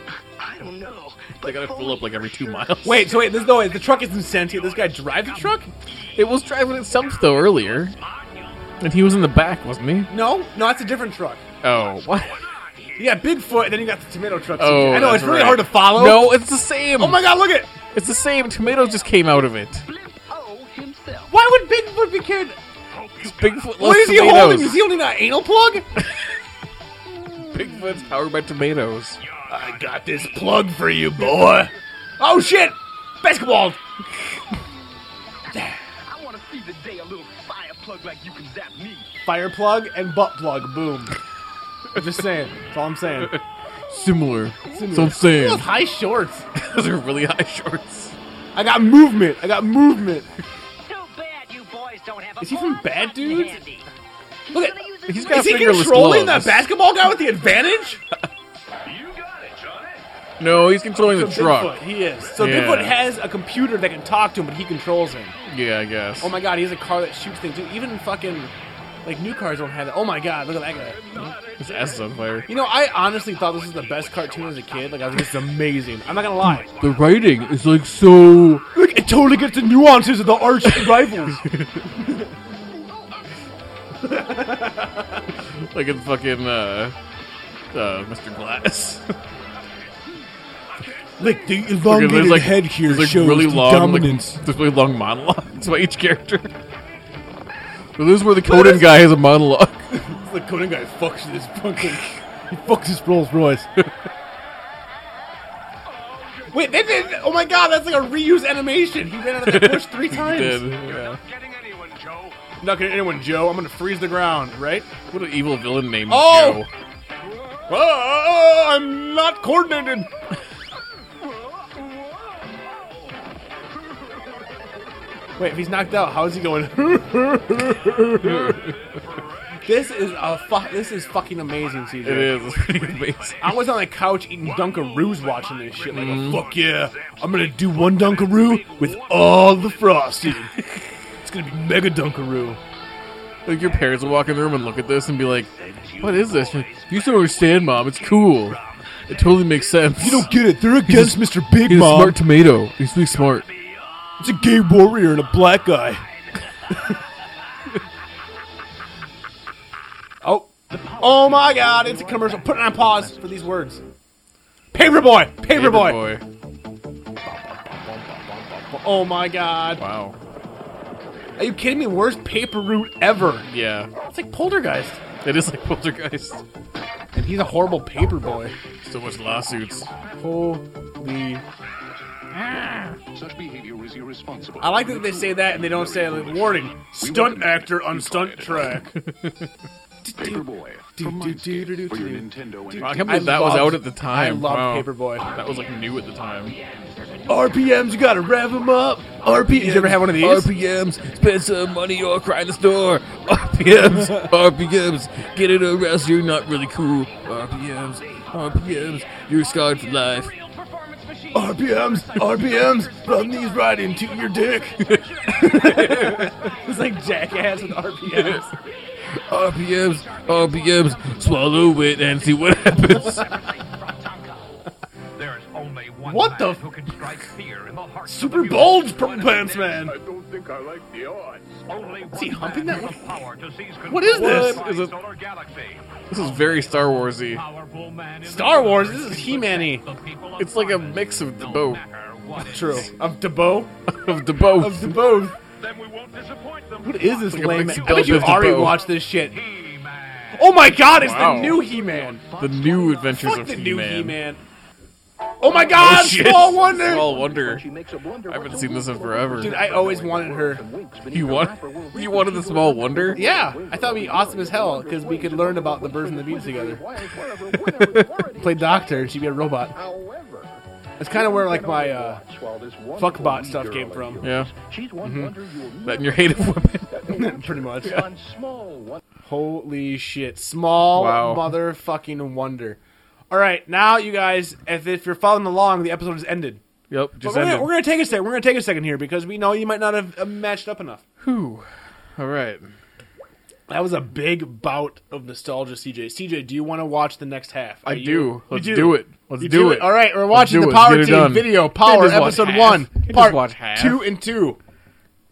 [SPEAKER 5] cow.
[SPEAKER 10] I don't know.
[SPEAKER 6] They gotta fill up like every two miles.
[SPEAKER 5] Wait, so wait, this no, wait, the truck isn't sentient. This guy drives the truck?
[SPEAKER 6] It was driving itself though earlier, and he was in the back, wasn't he?
[SPEAKER 5] No, no, that's a different truck.
[SPEAKER 6] Oh, what?
[SPEAKER 5] Yeah, Bigfoot, and then you got the tomato truck.
[SPEAKER 6] Oh,
[SPEAKER 5] I know
[SPEAKER 6] that's
[SPEAKER 5] it's really
[SPEAKER 6] right.
[SPEAKER 5] hard to follow.
[SPEAKER 6] No, it's the same.
[SPEAKER 5] Oh my god, look at
[SPEAKER 6] It's the same. Tomato just came out of it.
[SPEAKER 10] Blimp O himself.
[SPEAKER 5] Why would Bigfoot be carried?
[SPEAKER 6] It's Bigfoot.
[SPEAKER 5] What is
[SPEAKER 6] loves
[SPEAKER 5] he
[SPEAKER 6] tomatoes.
[SPEAKER 5] holding? Is he holding an anal plug?
[SPEAKER 6] Bigfoot's powered by tomatoes.
[SPEAKER 5] I got this plug for you, boy. Oh shit! Basketball.
[SPEAKER 10] I wanna see the day a little fire plug like you can zap me.
[SPEAKER 5] Fire plug and butt plug. Boom. Just saying. That's all I'm saying.
[SPEAKER 6] Similar. Similar. So I'm
[SPEAKER 5] Those
[SPEAKER 6] saying
[SPEAKER 5] high shorts.
[SPEAKER 6] those are really high shorts.
[SPEAKER 5] I got movement. I got movement.
[SPEAKER 4] Too bad you boys don't have a
[SPEAKER 5] Is he from
[SPEAKER 4] ball
[SPEAKER 5] Bad
[SPEAKER 4] button
[SPEAKER 5] Dudes?
[SPEAKER 4] handy.
[SPEAKER 5] Look at.
[SPEAKER 6] He's got
[SPEAKER 5] Is he
[SPEAKER 6] fingerless
[SPEAKER 5] controlling that
[SPEAKER 6] gloves.
[SPEAKER 5] basketball guy with the advantage?
[SPEAKER 6] No, he's controlling the truck.
[SPEAKER 5] Bigfoot, he is. So
[SPEAKER 6] Yeah.
[SPEAKER 5] Bigfoot has a computer that can talk to him, but he controls him.
[SPEAKER 6] Yeah, I guess.
[SPEAKER 5] Oh my god, he has a car that shoots things. Dude, even fucking like new cars don't have that. Oh my god, look at that guy.
[SPEAKER 6] His ass is on fire.
[SPEAKER 5] You know, I honestly thought this was the best cartoon as a kid. Like, I was like, this is amazing. I'm not gonna lie.
[SPEAKER 6] The writing is like so.
[SPEAKER 5] Look, it totally gets the nuances of the arch rivals.
[SPEAKER 6] Like in fucking uh, uh, Mr. Glass.
[SPEAKER 5] Like, the
[SPEAKER 6] Okay,
[SPEAKER 5] elongated
[SPEAKER 6] there's like
[SPEAKER 5] head here
[SPEAKER 6] there's like
[SPEAKER 5] shows
[SPEAKER 6] really
[SPEAKER 5] the
[SPEAKER 6] long,
[SPEAKER 5] dominance.
[SPEAKER 6] Like, there's really long monologues by each character. But this is where the Conan guy has a monologue.
[SPEAKER 5] the Conan guy fucks this fucking... He fucks this Rolls Royce. Wait, they did... Oh my god, that's like a reuse animation. He ran out of the bush three times.
[SPEAKER 6] Did, yeah.
[SPEAKER 11] Getting anyone, Joe.
[SPEAKER 5] Not gonna anyone, Joe. I'm gonna freeze the ground, right?
[SPEAKER 6] What an evil villain named
[SPEAKER 5] Oh!
[SPEAKER 6] Joe.
[SPEAKER 5] Oh, I'm not coordinated. Wait, if he's knocked out, how is he going? this is a fu- this is fucking amazing, CJ.
[SPEAKER 6] It is it's pretty amazing.
[SPEAKER 5] I was on the couch eating Dunkaroos watching this shit. Like, fuck yeah, I'm gonna do one Dunkaroo with all the frosting. it's gonna be mega Dunkaroo.
[SPEAKER 6] Like your parents will walk in the room and look at this and be like, "What is this? You're Like, you just don't understand, mom. It's cool. It totally makes sense. You
[SPEAKER 5] get it. They're against Mr. Big
[SPEAKER 6] He's a smart tomato. He's really smart.
[SPEAKER 5] It's a gay warrior and a black guy. oh. Oh my god, it's a commercial. Put it on pause for these words. Paperboy! Paperboy!
[SPEAKER 6] Paperboy.
[SPEAKER 5] Oh my god.
[SPEAKER 6] Wow.
[SPEAKER 5] Are you kidding me? Worst paper route ever.
[SPEAKER 6] Yeah.
[SPEAKER 5] It's like Poltergeist.
[SPEAKER 6] It is like Poltergeist.
[SPEAKER 5] And he's a horrible paperboy.
[SPEAKER 6] So much lawsuits.
[SPEAKER 5] Holy
[SPEAKER 11] Such behavior is irresponsible.
[SPEAKER 5] I like that they say that and they don't say like, warning, stunt actor on stunt track.
[SPEAKER 11] Paperboy. From Mindscape for your Nintendo and
[SPEAKER 6] I can't believe that was out at the time.
[SPEAKER 5] I love
[SPEAKER 6] Wow.
[SPEAKER 5] Paperboy.
[SPEAKER 6] That was like new at the time.
[SPEAKER 5] RPMs, you gotta rev them up. RPMs. You ever have one of these?
[SPEAKER 6] RPMs, spend some money or cry in the store. RPMs, RPMs, get in a rest, you're not really cool. RPMs, RPMs, you're scarred for life.
[SPEAKER 5] Oh, RPMs, RPMs, run these right into your dick.
[SPEAKER 12] It's like jackass with RPMs.
[SPEAKER 6] RPMs, RPMs, swallow it and see what happens.
[SPEAKER 7] There is only one
[SPEAKER 5] What the
[SPEAKER 7] man
[SPEAKER 5] f-
[SPEAKER 7] who can strike fear in the heart.
[SPEAKER 5] Super bulge purple pants man.
[SPEAKER 11] I don't think I like the odds.
[SPEAKER 7] Only one
[SPEAKER 5] he humping
[SPEAKER 7] man
[SPEAKER 5] that
[SPEAKER 7] with the power to seize control
[SPEAKER 5] What is this?
[SPEAKER 7] of
[SPEAKER 6] Is
[SPEAKER 7] the
[SPEAKER 6] it-
[SPEAKER 7] solar galaxy.
[SPEAKER 6] This is very Star Warsy.
[SPEAKER 7] Powerful man in
[SPEAKER 5] Star
[SPEAKER 7] the
[SPEAKER 5] Wars,
[SPEAKER 7] universe
[SPEAKER 5] this is
[SPEAKER 7] who
[SPEAKER 5] He-Man-y.
[SPEAKER 7] protects the people of
[SPEAKER 6] It's like a
[SPEAKER 7] Mars,
[SPEAKER 6] mix of the
[SPEAKER 7] no
[SPEAKER 6] both.
[SPEAKER 7] matter what it
[SPEAKER 5] True.
[SPEAKER 7] is.
[SPEAKER 5] Of DeBow.
[SPEAKER 6] Of the
[SPEAKER 5] Oh. Of
[SPEAKER 6] both.
[SPEAKER 5] DeBow.
[SPEAKER 7] Then we won't disappoint them.
[SPEAKER 5] What is this
[SPEAKER 6] Like a
[SPEAKER 5] lame?
[SPEAKER 6] mix
[SPEAKER 5] I
[SPEAKER 6] of
[SPEAKER 5] bet you
[SPEAKER 6] Bill
[SPEAKER 5] already
[SPEAKER 6] Bill.
[SPEAKER 5] watched this shit.
[SPEAKER 7] He-Man.
[SPEAKER 5] Oh my god, it's
[SPEAKER 6] Wow.
[SPEAKER 5] the new He-Man.
[SPEAKER 6] The new adventures
[SPEAKER 5] Fuck
[SPEAKER 6] of
[SPEAKER 5] the new
[SPEAKER 6] He-Man.
[SPEAKER 5] He-Man. Oh my god, Small Wonder.
[SPEAKER 6] Small Wonder.
[SPEAKER 1] She makes a wonder
[SPEAKER 6] I
[SPEAKER 1] what
[SPEAKER 6] haven't
[SPEAKER 1] to
[SPEAKER 6] seen
[SPEAKER 1] do
[SPEAKER 6] this in
[SPEAKER 1] for the
[SPEAKER 6] forever.
[SPEAKER 5] Dude, I always wanted her.
[SPEAKER 1] weeks beneath
[SPEAKER 6] You
[SPEAKER 1] the
[SPEAKER 6] want
[SPEAKER 1] wrapper will
[SPEAKER 6] you wanted the Small Wonder?
[SPEAKER 5] Yeah, I thought it'd be awesome as hell because we could learn about the birds and the bees together. Play doctor and she'd be a robot.
[SPEAKER 1] However,
[SPEAKER 5] That's kind of where like my uh,
[SPEAKER 1] fuckbot
[SPEAKER 5] fuckbot stuff came from.
[SPEAKER 6] Yeah. Mm-hmm.
[SPEAKER 1] She's one wonder you'll
[SPEAKER 6] That and your hate of women.
[SPEAKER 5] Pretty much.
[SPEAKER 1] never- on small one.
[SPEAKER 5] Holy shit! Small
[SPEAKER 6] Wow.
[SPEAKER 5] motherfucking wonder. All right, now you guys, if, if you're following along, the episode has ended.
[SPEAKER 6] Yep,
[SPEAKER 5] But
[SPEAKER 6] just
[SPEAKER 5] we're,
[SPEAKER 6] ended.
[SPEAKER 5] gonna, we're gonna take a second. We're gonna take a second here because we know you might not have uh, matched up enough.
[SPEAKER 6] Whew. All right.
[SPEAKER 5] That was a big bout of nostalgia, CJ. CJ, do you want to watch the next half?
[SPEAKER 6] I
[SPEAKER 5] Are
[SPEAKER 6] do.
[SPEAKER 5] you- You
[SPEAKER 6] Let's do it. Let's
[SPEAKER 5] You
[SPEAKER 6] do, it.
[SPEAKER 5] All right, we're watching
[SPEAKER 6] do
[SPEAKER 5] the
[SPEAKER 6] it.
[SPEAKER 5] Power
[SPEAKER 6] Get it
[SPEAKER 5] Team
[SPEAKER 6] done.
[SPEAKER 5] video Power
[SPEAKER 6] Can't just watch
[SPEAKER 5] Episode
[SPEAKER 6] half.
[SPEAKER 5] One,
[SPEAKER 6] Can't just
[SPEAKER 5] Part
[SPEAKER 6] watch half.
[SPEAKER 5] Two and Two.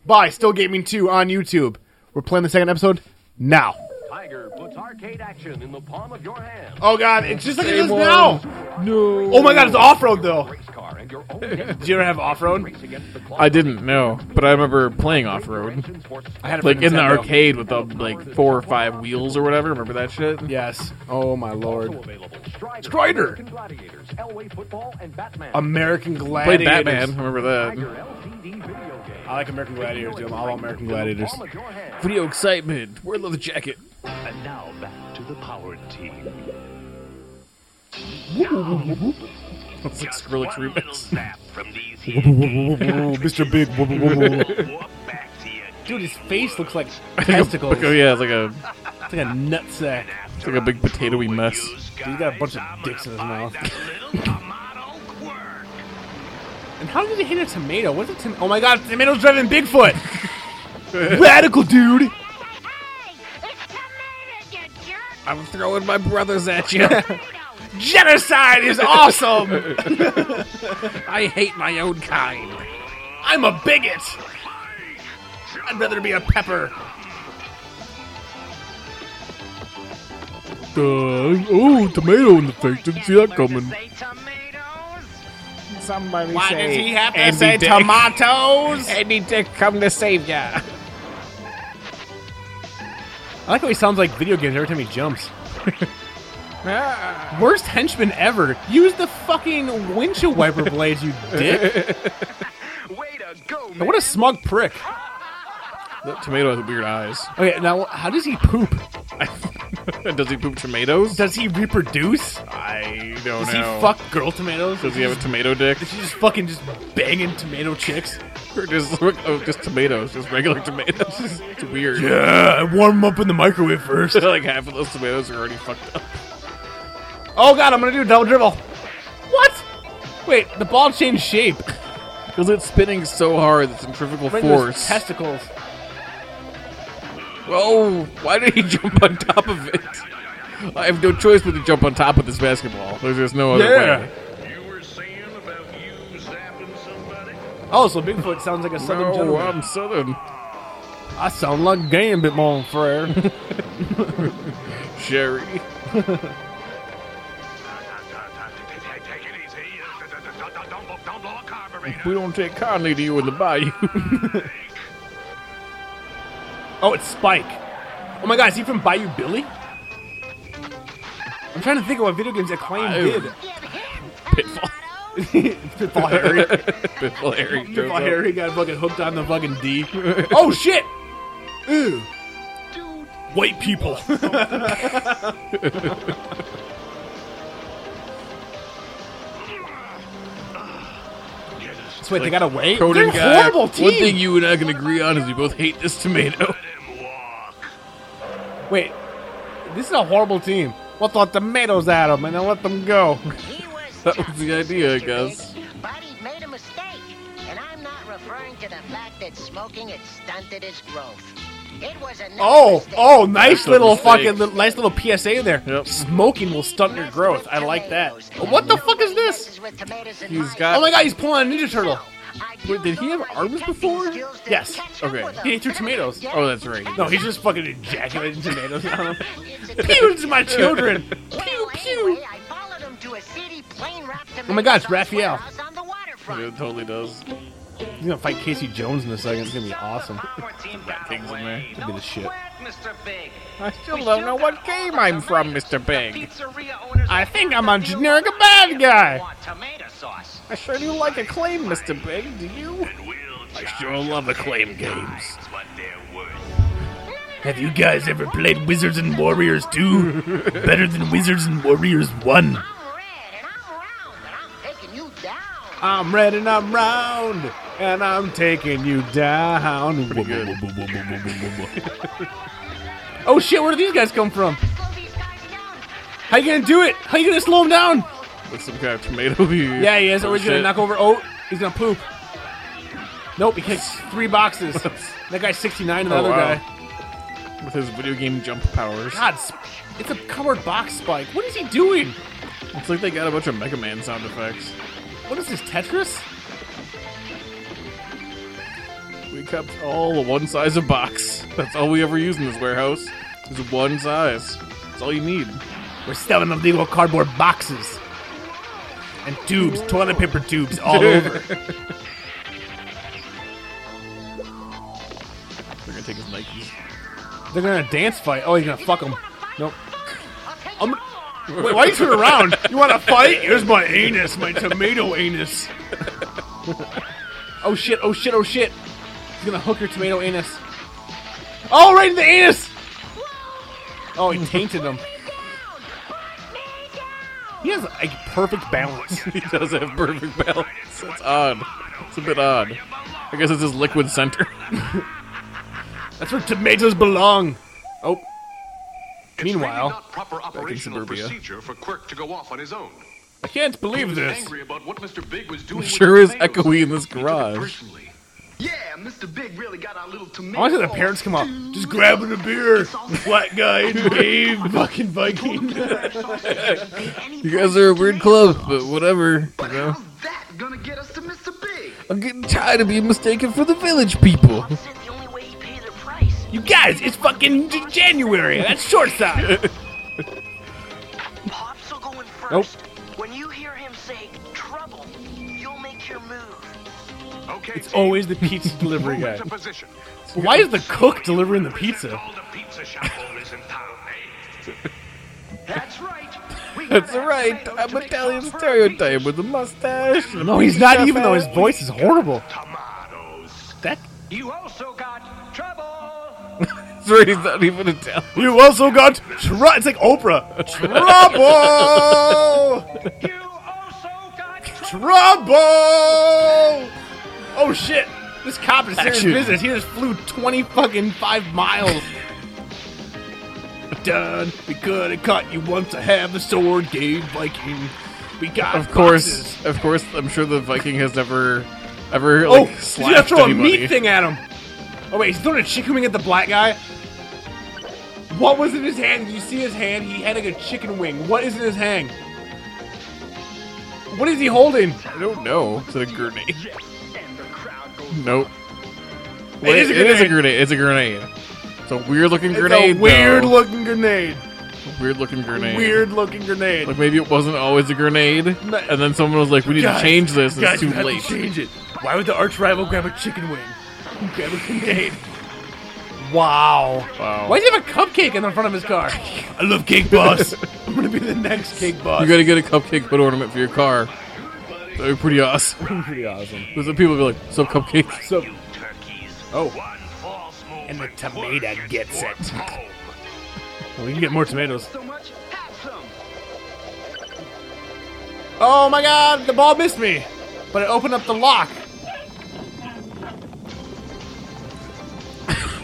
[SPEAKER 5] By Still Gaming Two on YouTube. We're playing the second episode now.
[SPEAKER 11] Tiger puts arcade action in the palm of your hand.
[SPEAKER 5] Oh god, it's just like it
[SPEAKER 6] Same
[SPEAKER 5] is
[SPEAKER 6] one.
[SPEAKER 5] now.
[SPEAKER 6] No.
[SPEAKER 5] Oh my god, it's off road though.
[SPEAKER 11] Race car and your own
[SPEAKER 5] Did you ever have off road?
[SPEAKER 11] race against the clock.
[SPEAKER 6] I didn't know, but I remember playing off road.
[SPEAKER 11] Directions for
[SPEAKER 5] I had it for
[SPEAKER 6] Like in the
[SPEAKER 5] Nintendo.
[SPEAKER 6] arcade with the like four or five wheels or whatever. Remember that shit?
[SPEAKER 5] Yes. Oh my lord.
[SPEAKER 11] available. Strider.
[SPEAKER 5] Strider.
[SPEAKER 11] American Gladiators, LA football, and Batman.
[SPEAKER 5] American
[SPEAKER 6] Played
[SPEAKER 5] Gladiators.
[SPEAKER 6] Batman. I remember
[SPEAKER 11] Tiger
[SPEAKER 6] that.
[SPEAKER 11] LCD video game.
[SPEAKER 5] I like American Gladiators, dude. I'm all about American Gladiators.
[SPEAKER 11] Palm of your hand.
[SPEAKER 6] Video excitement. Wear leather jacket.
[SPEAKER 11] And now back to the power team.
[SPEAKER 6] It's like Skrillex remix.
[SPEAKER 5] Mr. Big. Dude, his face looks like testicles.
[SPEAKER 6] Like, oh yeah, it's like a
[SPEAKER 5] It's like a nutsack.
[SPEAKER 6] it's like a big potatoy mess.
[SPEAKER 5] Dude, he's got a bunch of dicks in his mouth. and how did he hit a tomato? What's a tom- Oh my god, tomato's driving Bigfoot! Radical dude!
[SPEAKER 13] Hey, it's tomato, you jerk!
[SPEAKER 6] I'm throwing my brothers at you.
[SPEAKER 13] Tomato!
[SPEAKER 5] Genocide is awesome!
[SPEAKER 6] I hate my own kind.
[SPEAKER 5] I'm a bigot! I'd rather be a pepper.
[SPEAKER 6] oh, tomato in the face. Didn't see that coming.
[SPEAKER 8] Say tomatoes?
[SPEAKER 5] Somebody
[SPEAKER 6] Why does he have to say
[SPEAKER 5] tomatoes?
[SPEAKER 6] Andy Dick, come to save ya.
[SPEAKER 5] I like how he sounds like video games every time he jumps. Worst henchman ever. Use the fucking windshield wiper blades, you dick.
[SPEAKER 7] Way to go, man.
[SPEAKER 5] what a smug prick.
[SPEAKER 6] That tomato has weird eyes.
[SPEAKER 5] Okay, now how does he poop?
[SPEAKER 6] Does he poop tomatoes?
[SPEAKER 5] Does he reproduce?
[SPEAKER 6] I don't
[SPEAKER 5] Does
[SPEAKER 6] know.
[SPEAKER 5] he fuck girl tomatoes?
[SPEAKER 6] Does he have a tomato dick?
[SPEAKER 5] Is she just fucking just banging tomato chicks?
[SPEAKER 6] Or just oh, just tomatoes, just regular tomatoes. It's weird.
[SPEAKER 5] Yeah, warm them up in the microwave first.
[SPEAKER 6] like half of those tomatoes are already fucked up.
[SPEAKER 5] oh god, I'm gonna do a double dribble. What? Wait, the ball changed shape.
[SPEAKER 6] Because it's spinning so hard, the centrifugal
[SPEAKER 5] Right into his
[SPEAKER 6] force.
[SPEAKER 5] testicles.
[SPEAKER 6] Whoa! Why did he jump on top of it? I have no choice but to jump on top of this basketball. There's just no other
[SPEAKER 5] Yeah.
[SPEAKER 6] way.
[SPEAKER 11] You were saying about you zapping somebody?
[SPEAKER 5] Oh, so Bigfoot sounds like a southern
[SPEAKER 6] No,
[SPEAKER 5] gentleman.
[SPEAKER 6] I'm southern.
[SPEAKER 5] I sound like Gambit, mon frere.
[SPEAKER 6] Sherry.
[SPEAKER 11] Take it easy. Don't, don't blow a carburetor.
[SPEAKER 6] We don't take kindly to you in the bayou.
[SPEAKER 5] oh, it's Spike. Oh my god, is he from Bayou Billy? I'm trying to think of what video games that claim
[SPEAKER 6] Bayou.
[SPEAKER 5] did.
[SPEAKER 13] Give him
[SPEAKER 6] Pitfall.
[SPEAKER 13] tomato!
[SPEAKER 5] Pitfall Harry.
[SPEAKER 6] Pitfall Harry.
[SPEAKER 5] Pitfall Harry got fucking hooked on the fucking D. oh shit! Ooh.
[SPEAKER 12] White people.
[SPEAKER 5] So wait, they gotta wait.
[SPEAKER 6] Conan
[SPEAKER 5] They're
[SPEAKER 6] guy.
[SPEAKER 5] horrible
[SPEAKER 6] One
[SPEAKER 5] team.
[SPEAKER 6] thing you and I can agree on is we both hate this tomato.
[SPEAKER 5] Wait, this is a horrible team. We'll throw tomatoes at them and then let them go.
[SPEAKER 6] That was the idea, I guess.
[SPEAKER 13] But he made a mistake. And I'm not referring to the fact that smoking had stunted his growth. It was a
[SPEAKER 5] Oh, oh, nice
[SPEAKER 6] That's a
[SPEAKER 5] little
[SPEAKER 6] mistake.
[SPEAKER 5] fucking, little, nice little PSA in there.
[SPEAKER 6] Yep.
[SPEAKER 5] Smoking will stunt your growth. I like that. What the fuck is this?
[SPEAKER 6] He's
[SPEAKER 5] Oh
[SPEAKER 6] got.
[SPEAKER 5] my god, he's pulling a Ninja Turtle.
[SPEAKER 6] Wait, did he have arms before?
[SPEAKER 5] Yes.
[SPEAKER 6] Okay.
[SPEAKER 5] He threw tomatoes.
[SPEAKER 6] Oh, that's right.
[SPEAKER 5] No, he's just fucking ejaculating tomatoes on him. Pew, it's my children. Pew, pew.
[SPEAKER 13] I followed him to a city plane wrapped
[SPEAKER 5] Oh my gosh, Raphael.
[SPEAKER 13] on the waterfront.
[SPEAKER 6] It totally does.
[SPEAKER 5] He's gonna fight Casey Jones in a second. It's gonna be awesome.
[SPEAKER 7] Our team got
[SPEAKER 6] Kings of
[SPEAKER 7] away.
[SPEAKER 6] May.
[SPEAKER 5] That'd be the shit.
[SPEAKER 7] Mr. Big.
[SPEAKER 5] I still
[SPEAKER 7] don't know
[SPEAKER 5] what game I'm from, Mr. Big.
[SPEAKER 7] Pizzeria owners
[SPEAKER 5] I think I'm a generic bad guy.
[SPEAKER 7] want tomato sauce.
[SPEAKER 5] I sure do like a claim, Mr. Big. Do you?
[SPEAKER 6] I sure love the claim games.
[SPEAKER 12] Have you guys ever played Wizards and Warriors 2? Better than Wizards and Warriors 1.
[SPEAKER 13] I'm red and I'm round and I'm taking you down.
[SPEAKER 5] I'm red and I'm round, and I'm taking you down. oh shit, where do these guys come from?
[SPEAKER 13] Slow these guys down.
[SPEAKER 5] How you gonna do it? How you gonna slow him down?
[SPEAKER 6] With some kind of tomato view.
[SPEAKER 5] Yeah, he is. Or he's gonna
[SPEAKER 6] Shit.
[SPEAKER 5] knock over. Oh, he's gonna poop. Nope, he kicks three boxes. that guy's 69 and the
[SPEAKER 6] Oh,
[SPEAKER 5] other
[SPEAKER 6] wow.
[SPEAKER 5] guy.
[SPEAKER 6] With his video game jump powers.
[SPEAKER 5] God, sp- it's a covered box spike. What is he doing?
[SPEAKER 6] It's like they got a bunch of Mega Man sound effects.
[SPEAKER 5] What is this, Tetris?
[SPEAKER 6] We kept all the one size of box. That's all we ever use in this warehouse. Is one size. That's all you need.
[SPEAKER 5] We're selling illegal cardboard boxes. And tubes, toilet paper tubes all over.
[SPEAKER 6] They're gonna take his Nikes.
[SPEAKER 5] They're gonna dance fight. Oh, he's gonna fuck him. Nope.
[SPEAKER 13] I'll take
[SPEAKER 5] I'm-
[SPEAKER 13] your arm.
[SPEAKER 5] Wait, why you turn around? You wanna fight? Here's my anus, my tomato anus. oh shit, oh shit, oh shit. He's gonna hook your tomato anus. Oh, right in the anus! Oh, he tainted him. He has like perfect balance.
[SPEAKER 6] He does have perfect balance. That's odd. It's a bit odd. I guess it's his liquid center.
[SPEAKER 5] That's where tomatoes belong. Oh.
[SPEAKER 11] It's really
[SPEAKER 5] Meanwhile,
[SPEAKER 11] not proper operational
[SPEAKER 6] suburbia.
[SPEAKER 11] procedure for Quirk to go off on his own.
[SPEAKER 5] I can't believe
[SPEAKER 11] He's
[SPEAKER 5] this.
[SPEAKER 11] Angry about what Mr. Big was doing. with
[SPEAKER 6] sure
[SPEAKER 11] the
[SPEAKER 6] is
[SPEAKER 11] tomatoes.
[SPEAKER 6] echoey in this
[SPEAKER 11] He took it
[SPEAKER 6] garage.
[SPEAKER 11] personally.
[SPEAKER 7] Yeah, Mr. Big really got our little tomato.
[SPEAKER 5] I want to see the parents come up, just grabbing a beer. Black guy, Dave, fucking Viking.
[SPEAKER 6] You guys are a weird club, but whatever. You know?
[SPEAKER 7] How's that gonna get us to Mr. Big?
[SPEAKER 6] I'm getting tired of being mistaken for the village people.
[SPEAKER 13] Is it the only way you pay the price?
[SPEAKER 5] You guys, it's fucking J- January. That's short side.
[SPEAKER 8] Pops will go in first. When you hear him say trouble, you'll make your move.
[SPEAKER 11] Okay,
[SPEAKER 5] It's always Oh, the pizza delivery
[SPEAKER 11] move
[SPEAKER 5] guy.
[SPEAKER 11] into position.
[SPEAKER 5] Why is the cook delivering the pizza?
[SPEAKER 11] All the pizza shop owners in town, eh?
[SPEAKER 7] That's right. We gotta
[SPEAKER 6] That's
[SPEAKER 7] have tomatoes
[SPEAKER 6] right.
[SPEAKER 7] to
[SPEAKER 6] I'm
[SPEAKER 7] make
[SPEAKER 6] Italian
[SPEAKER 7] sauce for our
[SPEAKER 6] stereotype with a mustache.
[SPEAKER 5] No, he's not even though his voice is horrible.
[SPEAKER 11] Tomatoes.
[SPEAKER 5] That
[SPEAKER 7] pizza. You also got trouble.
[SPEAKER 6] That's right. He's not even Italian.
[SPEAKER 5] you also got tru- it's like Oprah. Trouble,
[SPEAKER 7] You also got trouble.
[SPEAKER 5] trouble. Oh shit! This cop is serious
[SPEAKER 6] Action.
[SPEAKER 5] business. He just flew twenty fucking five miles. Done. We could have caught you once. I have the sword, Gabe Viking. We got
[SPEAKER 6] Of course,
[SPEAKER 5] boxes.
[SPEAKER 6] of course. I'm sure the Viking has never, ever
[SPEAKER 5] Oh,
[SPEAKER 6] like
[SPEAKER 5] he's gonna
[SPEAKER 6] slashed
[SPEAKER 5] throw
[SPEAKER 6] anybody.
[SPEAKER 5] a meat thing at him. Oh wait, he's throwing a chicken wing at the black guy. What was in his hand? Did you see his hand? He had like a chicken wing. What is in his hand? What is he holding?
[SPEAKER 6] I don't know. Is it a grenade?
[SPEAKER 7] Yes, and the crowd goes.
[SPEAKER 6] Nope.
[SPEAKER 5] It is a
[SPEAKER 6] It is a
[SPEAKER 5] grenade.
[SPEAKER 6] grenade. It's a grenade. It's a weird looking
[SPEAKER 5] it's
[SPEAKER 6] grenade.
[SPEAKER 5] a weird
[SPEAKER 6] though.
[SPEAKER 5] looking grenade.
[SPEAKER 6] Weird looking grenade.
[SPEAKER 5] Weird looking grenade.
[SPEAKER 6] Like maybe it wasn't always a grenade, and then someone was like, "We need
[SPEAKER 5] Guys,
[SPEAKER 6] to change this. and
[SPEAKER 5] guys,
[SPEAKER 6] It's too
[SPEAKER 5] you have to
[SPEAKER 6] late."
[SPEAKER 5] change it. Why would the arch rival grab a chicken wing? Grab a grenade. Wow.
[SPEAKER 6] Wow.
[SPEAKER 5] Why does he have a cupcake in the front of his car? I love cake boss. I'm gonna be the next cake boss.
[SPEAKER 6] You gotta get a cupcake put ornament for your car. That'd be pretty awesome.
[SPEAKER 5] Pretty awesome.
[SPEAKER 6] Because the people be like, "Sup, cupcakes."
[SPEAKER 5] So,
[SPEAKER 6] Oh.
[SPEAKER 12] And the tomato gets it.
[SPEAKER 5] we can get more tomatoes.
[SPEAKER 7] So much, have some.
[SPEAKER 5] Oh my god, the ball missed me, but it opened up the lock.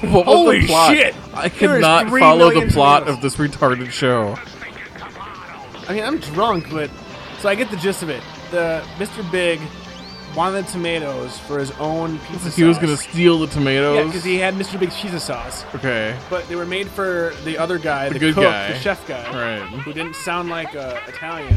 [SPEAKER 6] What was
[SPEAKER 5] Holy
[SPEAKER 6] the plot?
[SPEAKER 5] shit!
[SPEAKER 6] I
[SPEAKER 5] There is
[SPEAKER 6] cannot
[SPEAKER 5] three
[SPEAKER 6] follow the
[SPEAKER 5] million
[SPEAKER 6] plot
[SPEAKER 5] tomatoes.
[SPEAKER 6] of this retarded show.
[SPEAKER 5] I mean, I'm drunk, but so I get the gist of it. The Mr. Big wanted tomatoes for his own pizza.
[SPEAKER 6] He was
[SPEAKER 5] sauce.
[SPEAKER 6] gonna steal the tomatoes.
[SPEAKER 5] Yeah, because he had Mr. Big's cheese sauce,
[SPEAKER 6] okay.
[SPEAKER 5] but they were made for the other guy, the,
[SPEAKER 6] good
[SPEAKER 5] cook,
[SPEAKER 6] guy.
[SPEAKER 5] the chef guy,
[SPEAKER 6] Right.
[SPEAKER 5] who didn't sound like uh, Italian.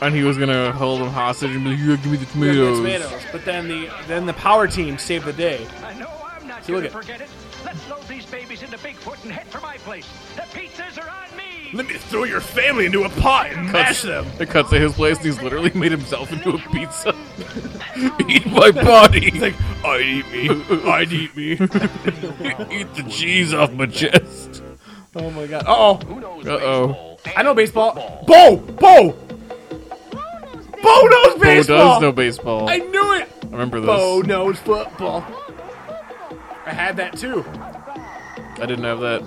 [SPEAKER 6] And he was gonna hold him hostage and be like, "You give me the
[SPEAKER 5] He had good
[SPEAKER 6] tomatoes."
[SPEAKER 5] tomatoes. But then the then the power team saved the day.
[SPEAKER 7] I know I'm not
[SPEAKER 5] See, look
[SPEAKER 7] gonna
[SPEAKER 5] at-
[SPEAKER 7] forget it. Let's load these babies into Bigfoot and head for my place. The pizzas are on me.
[SPEAKER 12] Let me throw your family into a pot and mash
[SPEAKER 6] Cuts,
[SPEAKER 12] them.
[SPEAKER 6] it cuts to his place, and he's literally made himself into a pizza. Eat my body.
[SPEAKER 12] He's like, I'd eat me. I'd eat me.
[SPEAKER 6] Eat the cheese off my chest.
[SPEAKER 5] Oh my god. Uh oh.
[SPEAKER 6] Uh oh.
[SPEAKER 5] I know baseball. Bo! Bo! Bo knows
[SPEAKER 6] Bo
[SPEAKER 5] baseball!
[SPEAKER 6] does know baseball.
[SPEAKER 5] I
[SPEAKER 6] I
[SPEAKER 5] knew it!
[SPEAKER 6] remember this.
[SPEAKER 5] Bo knows football. I had that too.
[SPEAKER 6] I didn't have that.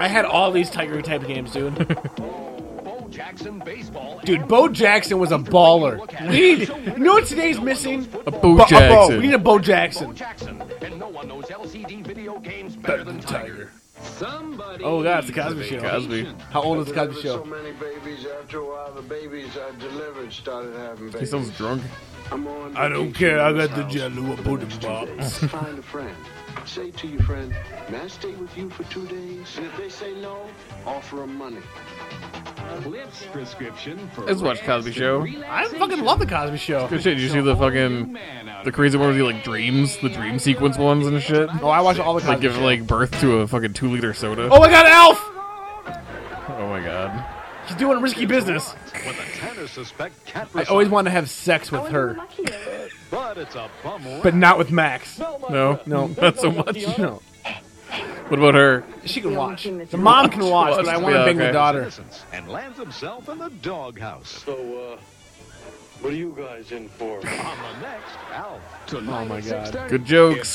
[SPEAKER 5] I had all these Tiger type of games, dude.
[SPEAKER 1] Bo Jackson baseball.
[SPEAKER 5] Dude, Bo Jackson was a baller. We need, you know what today's missing?
[SPEAKER 6] A Bo
[SPEAKER 5] Bo- a Bo.
[SPEAKER 6] Jackson.
[SPEAKER 5] We need a Bo Jackson.
[SPEAKER 1] Jackson, and no one knows LCD video games better, than Tiger.
[SPEAKER 5] Somebody. Oh god, it's the Cosby Show.
[SPEAKER 6] Cosby.
[SPEAKER 5] How old is the Cosby Show?
[SPEAKER 14] many babies, after a while, the babies I delivered started having
[SPEAKER 6] He sounds drunk.
[SPEAKER 14] I'm on
[SPEAKER 12] I don't
[SPEAKER 14] vacation
[SPEAKER 12] care. I
[SPEAKER 14] in
[SPEAKER 12] got
[SPEAKER 14] this
[SPEAKER 12] the
[SPEAKER 14] house
[SPEAKER 12] jello
[SPEAKER 14] for the
[SPEAKER 12] about
[SPEAKER 14] next
[SPEAKER 12] the
[SPEAKER 14] two
[SPEAKER 12] box.
[SPEAKER 14] days. Find a friend. Say to your friend, may I stay with you for two days? And if they say no, offer them money.
[SPEAKER 1] Cliff's prescription for
[SPEAKER 6] Let's watch Cosby Show.
[SPEAKER 5] I fucking love the Cosby Show.
[SPEAKER 6] Good shit. Did you see the fucking the crazy ones? You like dreams, the dream sequence ones and shit.
[SPEAKER 5] Oh, I watch all the Cosby
[SPEAKER 6] Like give
[SPEAKER 5] Show.
[SPEAKER 6] like birth to a fucking two liter soda.
[SPEAKER 5] oh my god, Alf!
[SPEAKER 6] Oh my god.
[SPEAKER 5] She's doing risky business.
[SPEAKER 1] with a tenor suspect cat
[SPEAKER 5] I always want to have sex with her,
[SPEAKER 1] but it's a bum
[SPEAKER 5] but not with Max.
[SPEAKER 6] No,
[SPEAKER 5] No.
[SPEAKER 6] not so much.
[SPEAKER 5] No,
[SPEAKER 6] What about her?
[SPEAKER 5] she can watch. The mom can watch, but I want to
[SPEAKER 6] Yeah,
[SPEAKER 5] bang the
[SPEAKER 6] okay.
[SPEAKER 5] daughter.
[SPEAKER 1] and lands himself in the doghouse.
[SPEAKER 14] So, uh, what are you guys in for?
[SPEAKER 1] On the next, Alf.
[SPEAKER 5] Oh my god,
[SPEAKER 6] Good jokes.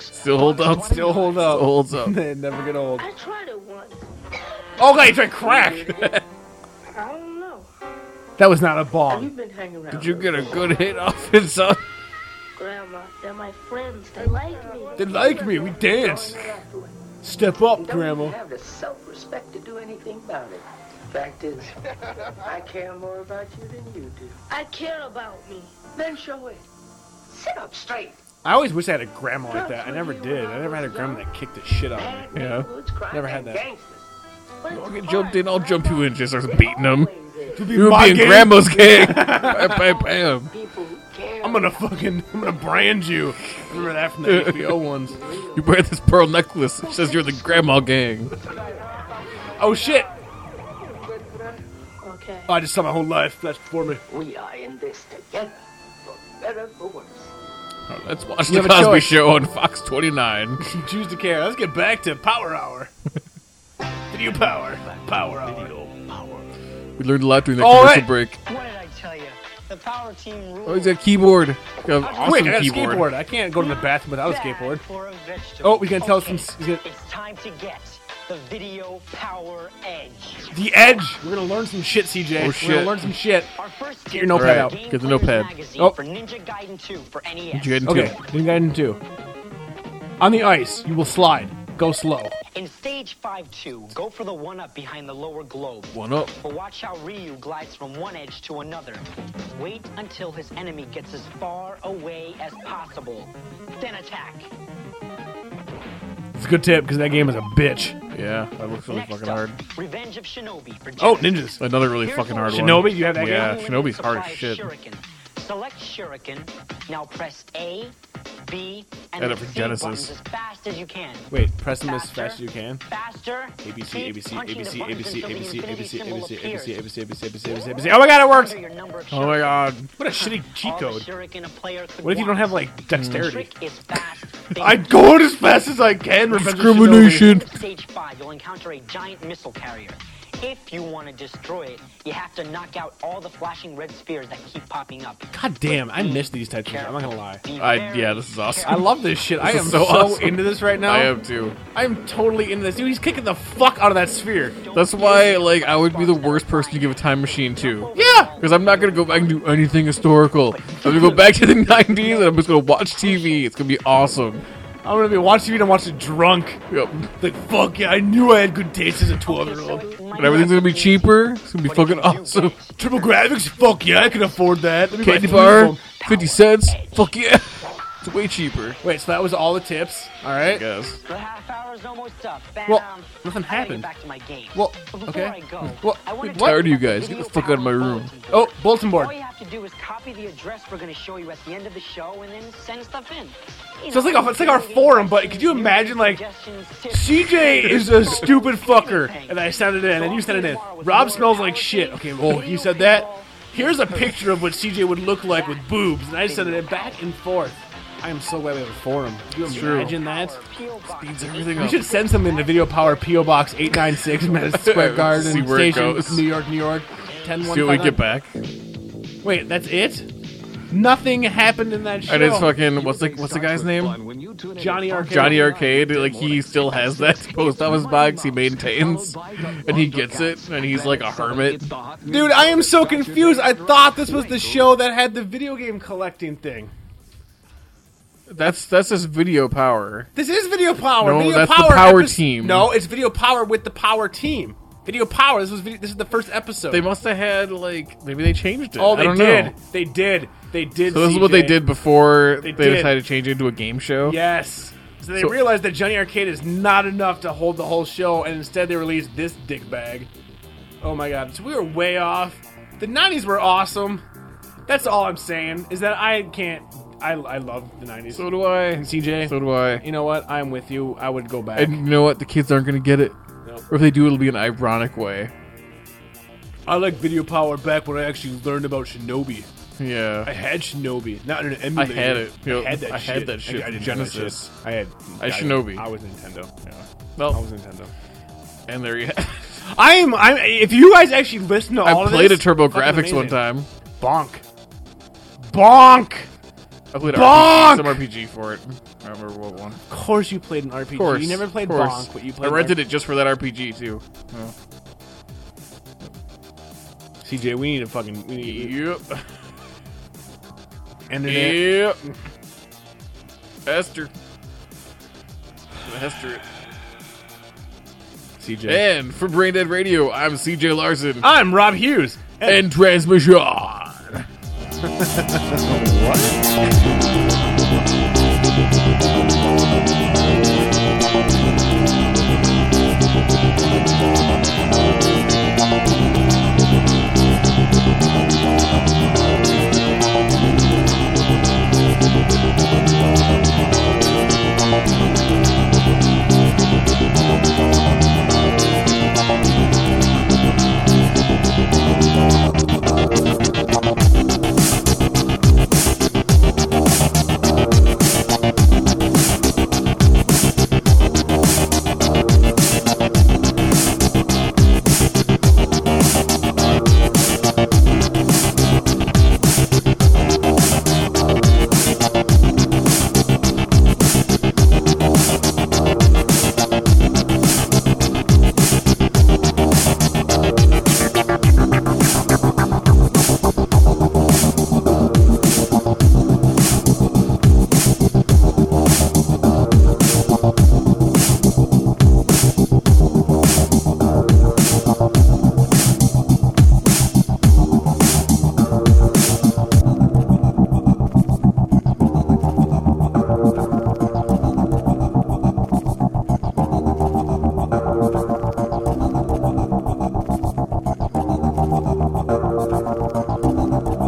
[SPEAKER 6] Still hold up.
[SPEAKER 5] still hold up.
[SPEAKER 6] Still holds up.
[SPEAKER 5] They never get old.
[SPEAKER 15] I tried it once.
[SPEAKER 5] Oh god, you tried crack.
[SPEAKER 15] I don't know.
[SPEAKER 5] that was not a
[SPEAKER 15] Have you
[SPEAKER 5] bomb.
[SPEAKER 15] been hanging around?
[SPEAKER 6] Did you get a good hit off it, son?
[SPEAKER 15] Grandma, they're my friends. They like me.
[SPEAKER 5] They like me. We dance. Step up,
[SPEAKER 15] You
[SPEAKER 5] Grandma.
[SPEAKER 15] have the self-respect to do anything about it. Fact is, I care more about you than you do. I care about me. Then show it. Sit up straight.
[SPEAKER 5] I always wish I had a grandma like that. I never did. I never had a grandma that kicked the shit out of me.
[SPEAKER 15] Bad
[SPEAKER 6] Yeah.
[SPEAKER 15] neighborhoods, crime,
[SPEAKER 5] Never had
[SPEAKER 15] and
[SPEAKER 5] that.
[SPEAKER 15] gangsters. But
[SPEAKER 6] I'll
[SPEAKER 15] it's
[SPEAKER 6] get
[SPEAKER 15] hard.
[SPEAKER 6] jumped in. I'll jump you in. Just starts beating him.
[SPEAKER 15] Always
[SPEAKER 5] To
[SPEAKER 15] is.
[SPEAKER 5] be
[SPEAKER 6] You were
[SPEAKER 5] my
[SPEAKER 6] being
[SPEAKER 5] game,
[SPEAKER 6] grandma's king. bam, bam, bam.
[SPEAKER 15] People who care.
[SPEAKER 5] I'm gonna fucking, I'm gonna brand you. Remember that from the HBO ones.
[SPEAKER 6] You wear this pearl necklace. It says you're the grandma gang.
[SPEAKER 5] Oh shit!
[SPEAKER 15] Okay.
[SPEAKER 5] Oh, I just saw my whole life flash before me.
[SPEAKER 15] We are in this together, for better, for worse.
[SPEAKER 6] Let's watch
[SPEAKER 5] You
[SPEAKER 6] the
[SPEAKER 5] have a
[SPEAKER 6] Cosby
[SPEAKER 5] choice.
[SPEAKER 6] Show on Fox 29.
[SPEAKER 5] Choose to care. Let's get back to Power Hour. Video Power. Power Hour.
[SPEAKER 6] We learned a lot during that
[SPEAKER 5] All
[SPEAKER 6] commercial
[SPEAKER 5] right.
[SPEAKER 6] break.
[SPEAKER 4] What did I tell you? The power team rules.
[SPEAKER 6] Oh, he's got a keyboard. He's got an awesome
[SPEAKER 5] Quick, I got
[SPEAKER 6] keyboard.
[SPEAKER 5] a skateboard. I can't go to the bathroom without a
[SPEAKER 4] Bad
[SPEAKER 5] skateboard.
[SPEAKER 4] For a vegetable.
[SPEAKER 5] Oh, he's gonna tell us
[SPEAKER 4] Okay,
[SPEAKER 5] some- he's gonna-
[SPEAKER 4] It's time to get the video power edge.
[SPEAKER 5] The Edge. We're gonna learn some shit, CJ.
[SPEAKER 6] Oh,
[SPEAKER 5] We're gonna
[SPEAKER 6] shit.
[SPEAKER 5] learn some shit.
[SPEAKER 4] Our first
[SPEAKER 5] Get your notepad
[SPEAKER 6] Alright,
[SPEAKER 5] out.
[SPEAKER 6] get the notepad.
[SPEAKER 5] Oh.
[SPEAKER 4] Oh. For Ninja Gaiden 2 for E NES.
[SPEAKER 6] Did you get into
[SPEAKER 5] Okay, then guidance two. On the ice, you will slide. Go slow.
[SPEAKER 4] In stage 5-2, go for the one-up behind the lower globe.
[SPEAKER 6] One up.
[SPEAKER 4] But watch how Ryu glides from one edge to another. Wait until his enemy gets as far away as possible. Then attack.
[SPEAKER 5] It's a good tip because that game is a bitch.
[SPEAKER 6] Yeah, that looks really
[SPEAKER 4] Next
[SPEAKER 6] fucking
[SPEAKER 4] up,
[SPEAKER 6] hard.
[SPEAKER 4] Revenge of Shinobi for
[SPEAKER 5] Oh,
[SPEAKER 4] Genesis.
[SPEAKER 5] ninjas.
[SPEAKER 6] Another really
[SPEAKER 4] Here's
[SPEAKER 6] fucking
[SPEAKER 4] one.
[SPEAKER 6] hard one.
[SPEAKER 5] Shinobi, you have that game?
[SPEAKER 6] Yeah,
[SPEAKER 4] Only
[SPEAKER 6] Shinobi's
[SPEAKER 4] supply
[SPEAKER 6] hard as shit.
[SPEAKER 4] Shuriken. Select Shuriken. Now press A, B, and
[SPEAKER 6] Add
[SPEAKER 4] the
[SPEAKER 6] it for
[SPEAKER 4] C
[SPEAKER 6] Genesis.
[SPEAKER 4] buttons as fast as you can.
[SPEAKER 5] Wait, press them as fast as you can.
[SPEAKER 4] Faster.
[SPEAKER 5] A B C
[SPEAKER 4] Keep
[SPEAKER 5] A B C A
[SPEAKER 4] punching
[SPEAKER 5] B
[SPEAKER 4] the
[SPEAKER 5] C A
[SPEAKER 4] buttons
[SPEAKER 5] B C A
[SPEAKER 4] until
[SPEAKER 5] B
[SPEAKER 4] the
[SPEAKER 5] C A B
[SPEAKER 4] infinity
[SPEAKER 5] C A B
[SPEAKER 4] symbol
[SPEAKER 5] C A B C A
[SPEAKER 4] appears.
[SPEAKER 5] B C A B C A B C A B C A B C. Oh my god, it works!
[SPEAKER 4] Enter your number of
[SPEAKER 6] Oh my
[SPEAKER 4] shurikens.
[SPEAKER 6] god.
[SPEAKER 5] What a shitty cheat
[SPEAKER 4] All the
[SPEAKER 5] code.
[SPEAKER 4] shuriken a player could
[SPEAKER 5] What if you don't
[SPEAKER 4] want.
[SPEAKER 5] have like dexterity?
[SPEAKER 4] Trick is fast.
[SPEAKER 5] I'd go as fast as I can. Revenge of Shinobi.
[SPEAKER 6] Discrimination.
[SPEAKER 4] Stage 5, you'll encounter a giant missile carrier. If you want to destroy it, you have to knock out all the flashing red spheres that keep popping up.
[SPEAKER 5] God damn, I miss these types of shit. I'm not gonna lie.
[SPEAKER 6] I yeah, this is awesome.
[SPEAKER 5] I love this shit.
[SPEAKER 6] This
[SPEAKER 5] I
[SPEAKER 6] is
[SPEAKER 5] am so,
[SPEAKER 6] awesome.
[SPEAKER 5] into this right now.
[SPEAKER 6] I am too.
[SPEAKER 5] I am totally into this. Dude, he's kicking the fuck out of that sphere.
[SPEAKER 6] That's why, like, I would be the worst person to give a time machine to.
[SPEAKER 5] Yeah.
[SPEAKER 6] Because I'm not gonna go back and do anything historical. I'm gonna go back to the '90s and I'm just gonna watch TV. It's gonna be awesome.
[SPEAKER 5] I'm gonna be watching TV and watch it drunk. Like fuck yeah, I knew I had good taste as a 12 year old.
[SPEAKER 6] And everything's gonna be cheaper. It's gonna be fucking awesome.
[SPEAKER 5] Triple graphics? Fuck yeah, I can afford that. Let me buy
[SPEAKER 6] Candy
[SPEAKER 5] three of
[SPEAKER 6] bar,
[SPEAKER 5] them.
[SPEAKER 6] fifty cents. Fuck yeah. It's way cheaper.
[SPEAKER 5] Wait, so that was all the tips. All right.
[SPEAKER 6] Yes.
[SPEAKER 4] The half hour's almost up, and
[SPEAKER 5] Well,
[SPEAKER 4] um,
[SPEAKER 5] nothing
[SPEAKER 4] I gotta get
[SPEAKER 5] happened.
[SPEAKER 4] back to my game.
[SPEAKER 5] Well,
[SPEAKER 4] But before
[SPEAKER 5] okay.
[SPEAKER 4] I go,
[SPEAKER 5] Well,
[SPEAKER 4] I want to
[SPEAKER 6] Tired of you guys. Get the fuck out of my room.
[SPEAKER 5] Oh, bulletin board.
[SPEAKER 4] All you have to do is copy the address we're going to show you at the end of the show, and then send stuff in. You
[SPEAKER 5] So it's like
[SPEAKER 4] know,
[SPEAKER 5] a, it's like our forum, but could you imagine like CJ is a stupid fucker, and I sent it in, and you sent it in. Rob smells like shit. Okay, well you said that. Here's a picture of what CJ would look like with boobs, and I sent it in back and forth. I am so glad we have a forum. Can
[SPEAKER 6] It's
[SPEAKER 5] you
[SPEAKER 6] true.
[SPEAKER 5] imagine that?
[SPEAKER 6] Speeds everything
[SPEAKER 5] We
[SPEAKER 6] up.
[SPEAKER 5] should send something to Video Power PO Box 896 Madison Square Garden
[SPEAKER 6] See where it
[SPEAKER 5] Station,
[SPEAKER 6] goes.
[SPEAKER 5] New York, New York. 10
[SPEAKER 6] See what we get back.
[SPEAKER 5] Wait, that's it? Nothing happened in that show.
[SPEAKER 6] And it's fucking what's the what's the guy's name?
[SPEAKER 5] Johnny Arcade.
[SPEAKER 6] Johnny Arcade, like he still has that post office box he maintains, and he gets it, and he's like a hermit.
[SPEAKER 5] Dude, I am so confused. I thought this was the show that had the video game collecting thing.
[SPEAKER 6] That's that's his video power.
[SPEAKER 5] This is Video Power.
[SPEAKER 6] No,
[SPEAKER 5] video
[SPEAKER 6] that's the
[SPEAKER 5] Power,
[SPEAKER 6] Power Team.
[SPEAKER 5] No, it's Video Power with the Power Team. Video Power. This was video, this is the first episode.
[SPEAKER 6] They must have had like maybe they changed it.
[SPEAKER 5] Oh,
[SPEAKER 6] I
[SPEAKER 5] they
[SPEAKER 6] don't
[SPEAKER 5] did.
[SPEAKER 6] know.
[SPEAKER 5] They did. They did.
[SPEAKER 6] So this is what they
[SPEAKER 5] CJ.
[SPEAKER 6] did before
[SPEAKER 5] They
[SPEAKER 6] they,
[SPEAKER 5] did.
[SPEAKER 6] decided to change it into a game show.
[SPEAKER 5] Yes. So they
[SPEAKER 6] So-
[SPEAKER 5] realized that Johnny Arcade is not enough to hold the whole show, and instead they released this dick bag. Oh my god. So we were way off. The 90s were awesome. That's all I'm saying, is that I can't. I, I love the 90s.
[SPEAKER 6] So do I.
[SPEAKER 5] CJ.
[SPEAKER 6] So do I.
[SPEAKER 5] you know what? I'm with you. I would go back.
[SPEAKER 6] And you know what? The kids aren't gonna get it.
[SPEAKER 5] Nope.
[SPEAKER 6] Or if they do, it'll be an ironic way.
[SPEAKER 5] I like Video Power back when I actually learned about Shinobi.
[SPEAKER 6] Yeah.
[SPEAKER 5] I had Shinobi, not an
[SPEAKER 6] I
[SPEAKER 5] emulator.
[SPEAKER 6] had it. Yep.
[SPEAKER 5] I had that
[SPEAKER 6] I
[SPEAKER 5] shit.
[SPEAKER 6] had that shit
[SPEAKER 5] I, I
[SPEAKER 6] from
[SPEAKER 5] didn't have that
[SPEAKER 6] Genesis.
[SPEAKER 5] shit. I had.
[SPEAKER 6] I had Shinobi. Oh.
[SPEAKER 5] I was Nintendo. Yeah.
[SPEAKER 6] Well-
[SPEAKER 5] I was Nintendo.
[SPEAKER 6] And there you have.
[SPEAKER 5] I am. I'm. If you guys actually listen to all
[SPEAKER 6] I
[SPEAKER 5] of
[SPEAKER 6] played a
[SPEAKER 5] this,
[SPEAKER 6] Turbo
[SPEAKER 5] fucking
[SPEAKER 6] Graphics one
[SPEAKER 5] amazing.
[SPEAKER 6] time.
[SPEAKER 5] Bonk. Bonk.
[SPEAKER 6] I played
[SPEAKER 5] Bonk!
[SPEAKER 6] RPG, some RPG for it. I don't remember what one.
[SPEAKER 5] Of course, you played an RPG.
[SPEAKER 6] Of course,
[SPEAKER 5] you never played
[SPEAKER 6] of course.
[SPEAKER 5] Bonk, but you played.
[SPEAKER 6] I rented it just for that RPG too. Oh.
[SPEAKER 5] CJ, we need to fucking. We need
[SPEAKER 6] Yep.
[SPEAKER 5] internet.
[SPEAKER 6] Yep. Hester. Hester. it.
[SPEAKER 5] CJ.
[SPEAKER 6] And for Brain Dead Radio, I'm CJ Larson.
[SPEAKER 5] I'm Rob Hughes.
[SPEAKER 6] and Transmission.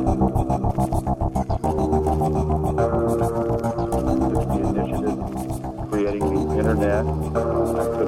[SPEAKER 16] the initiative creating the internet. I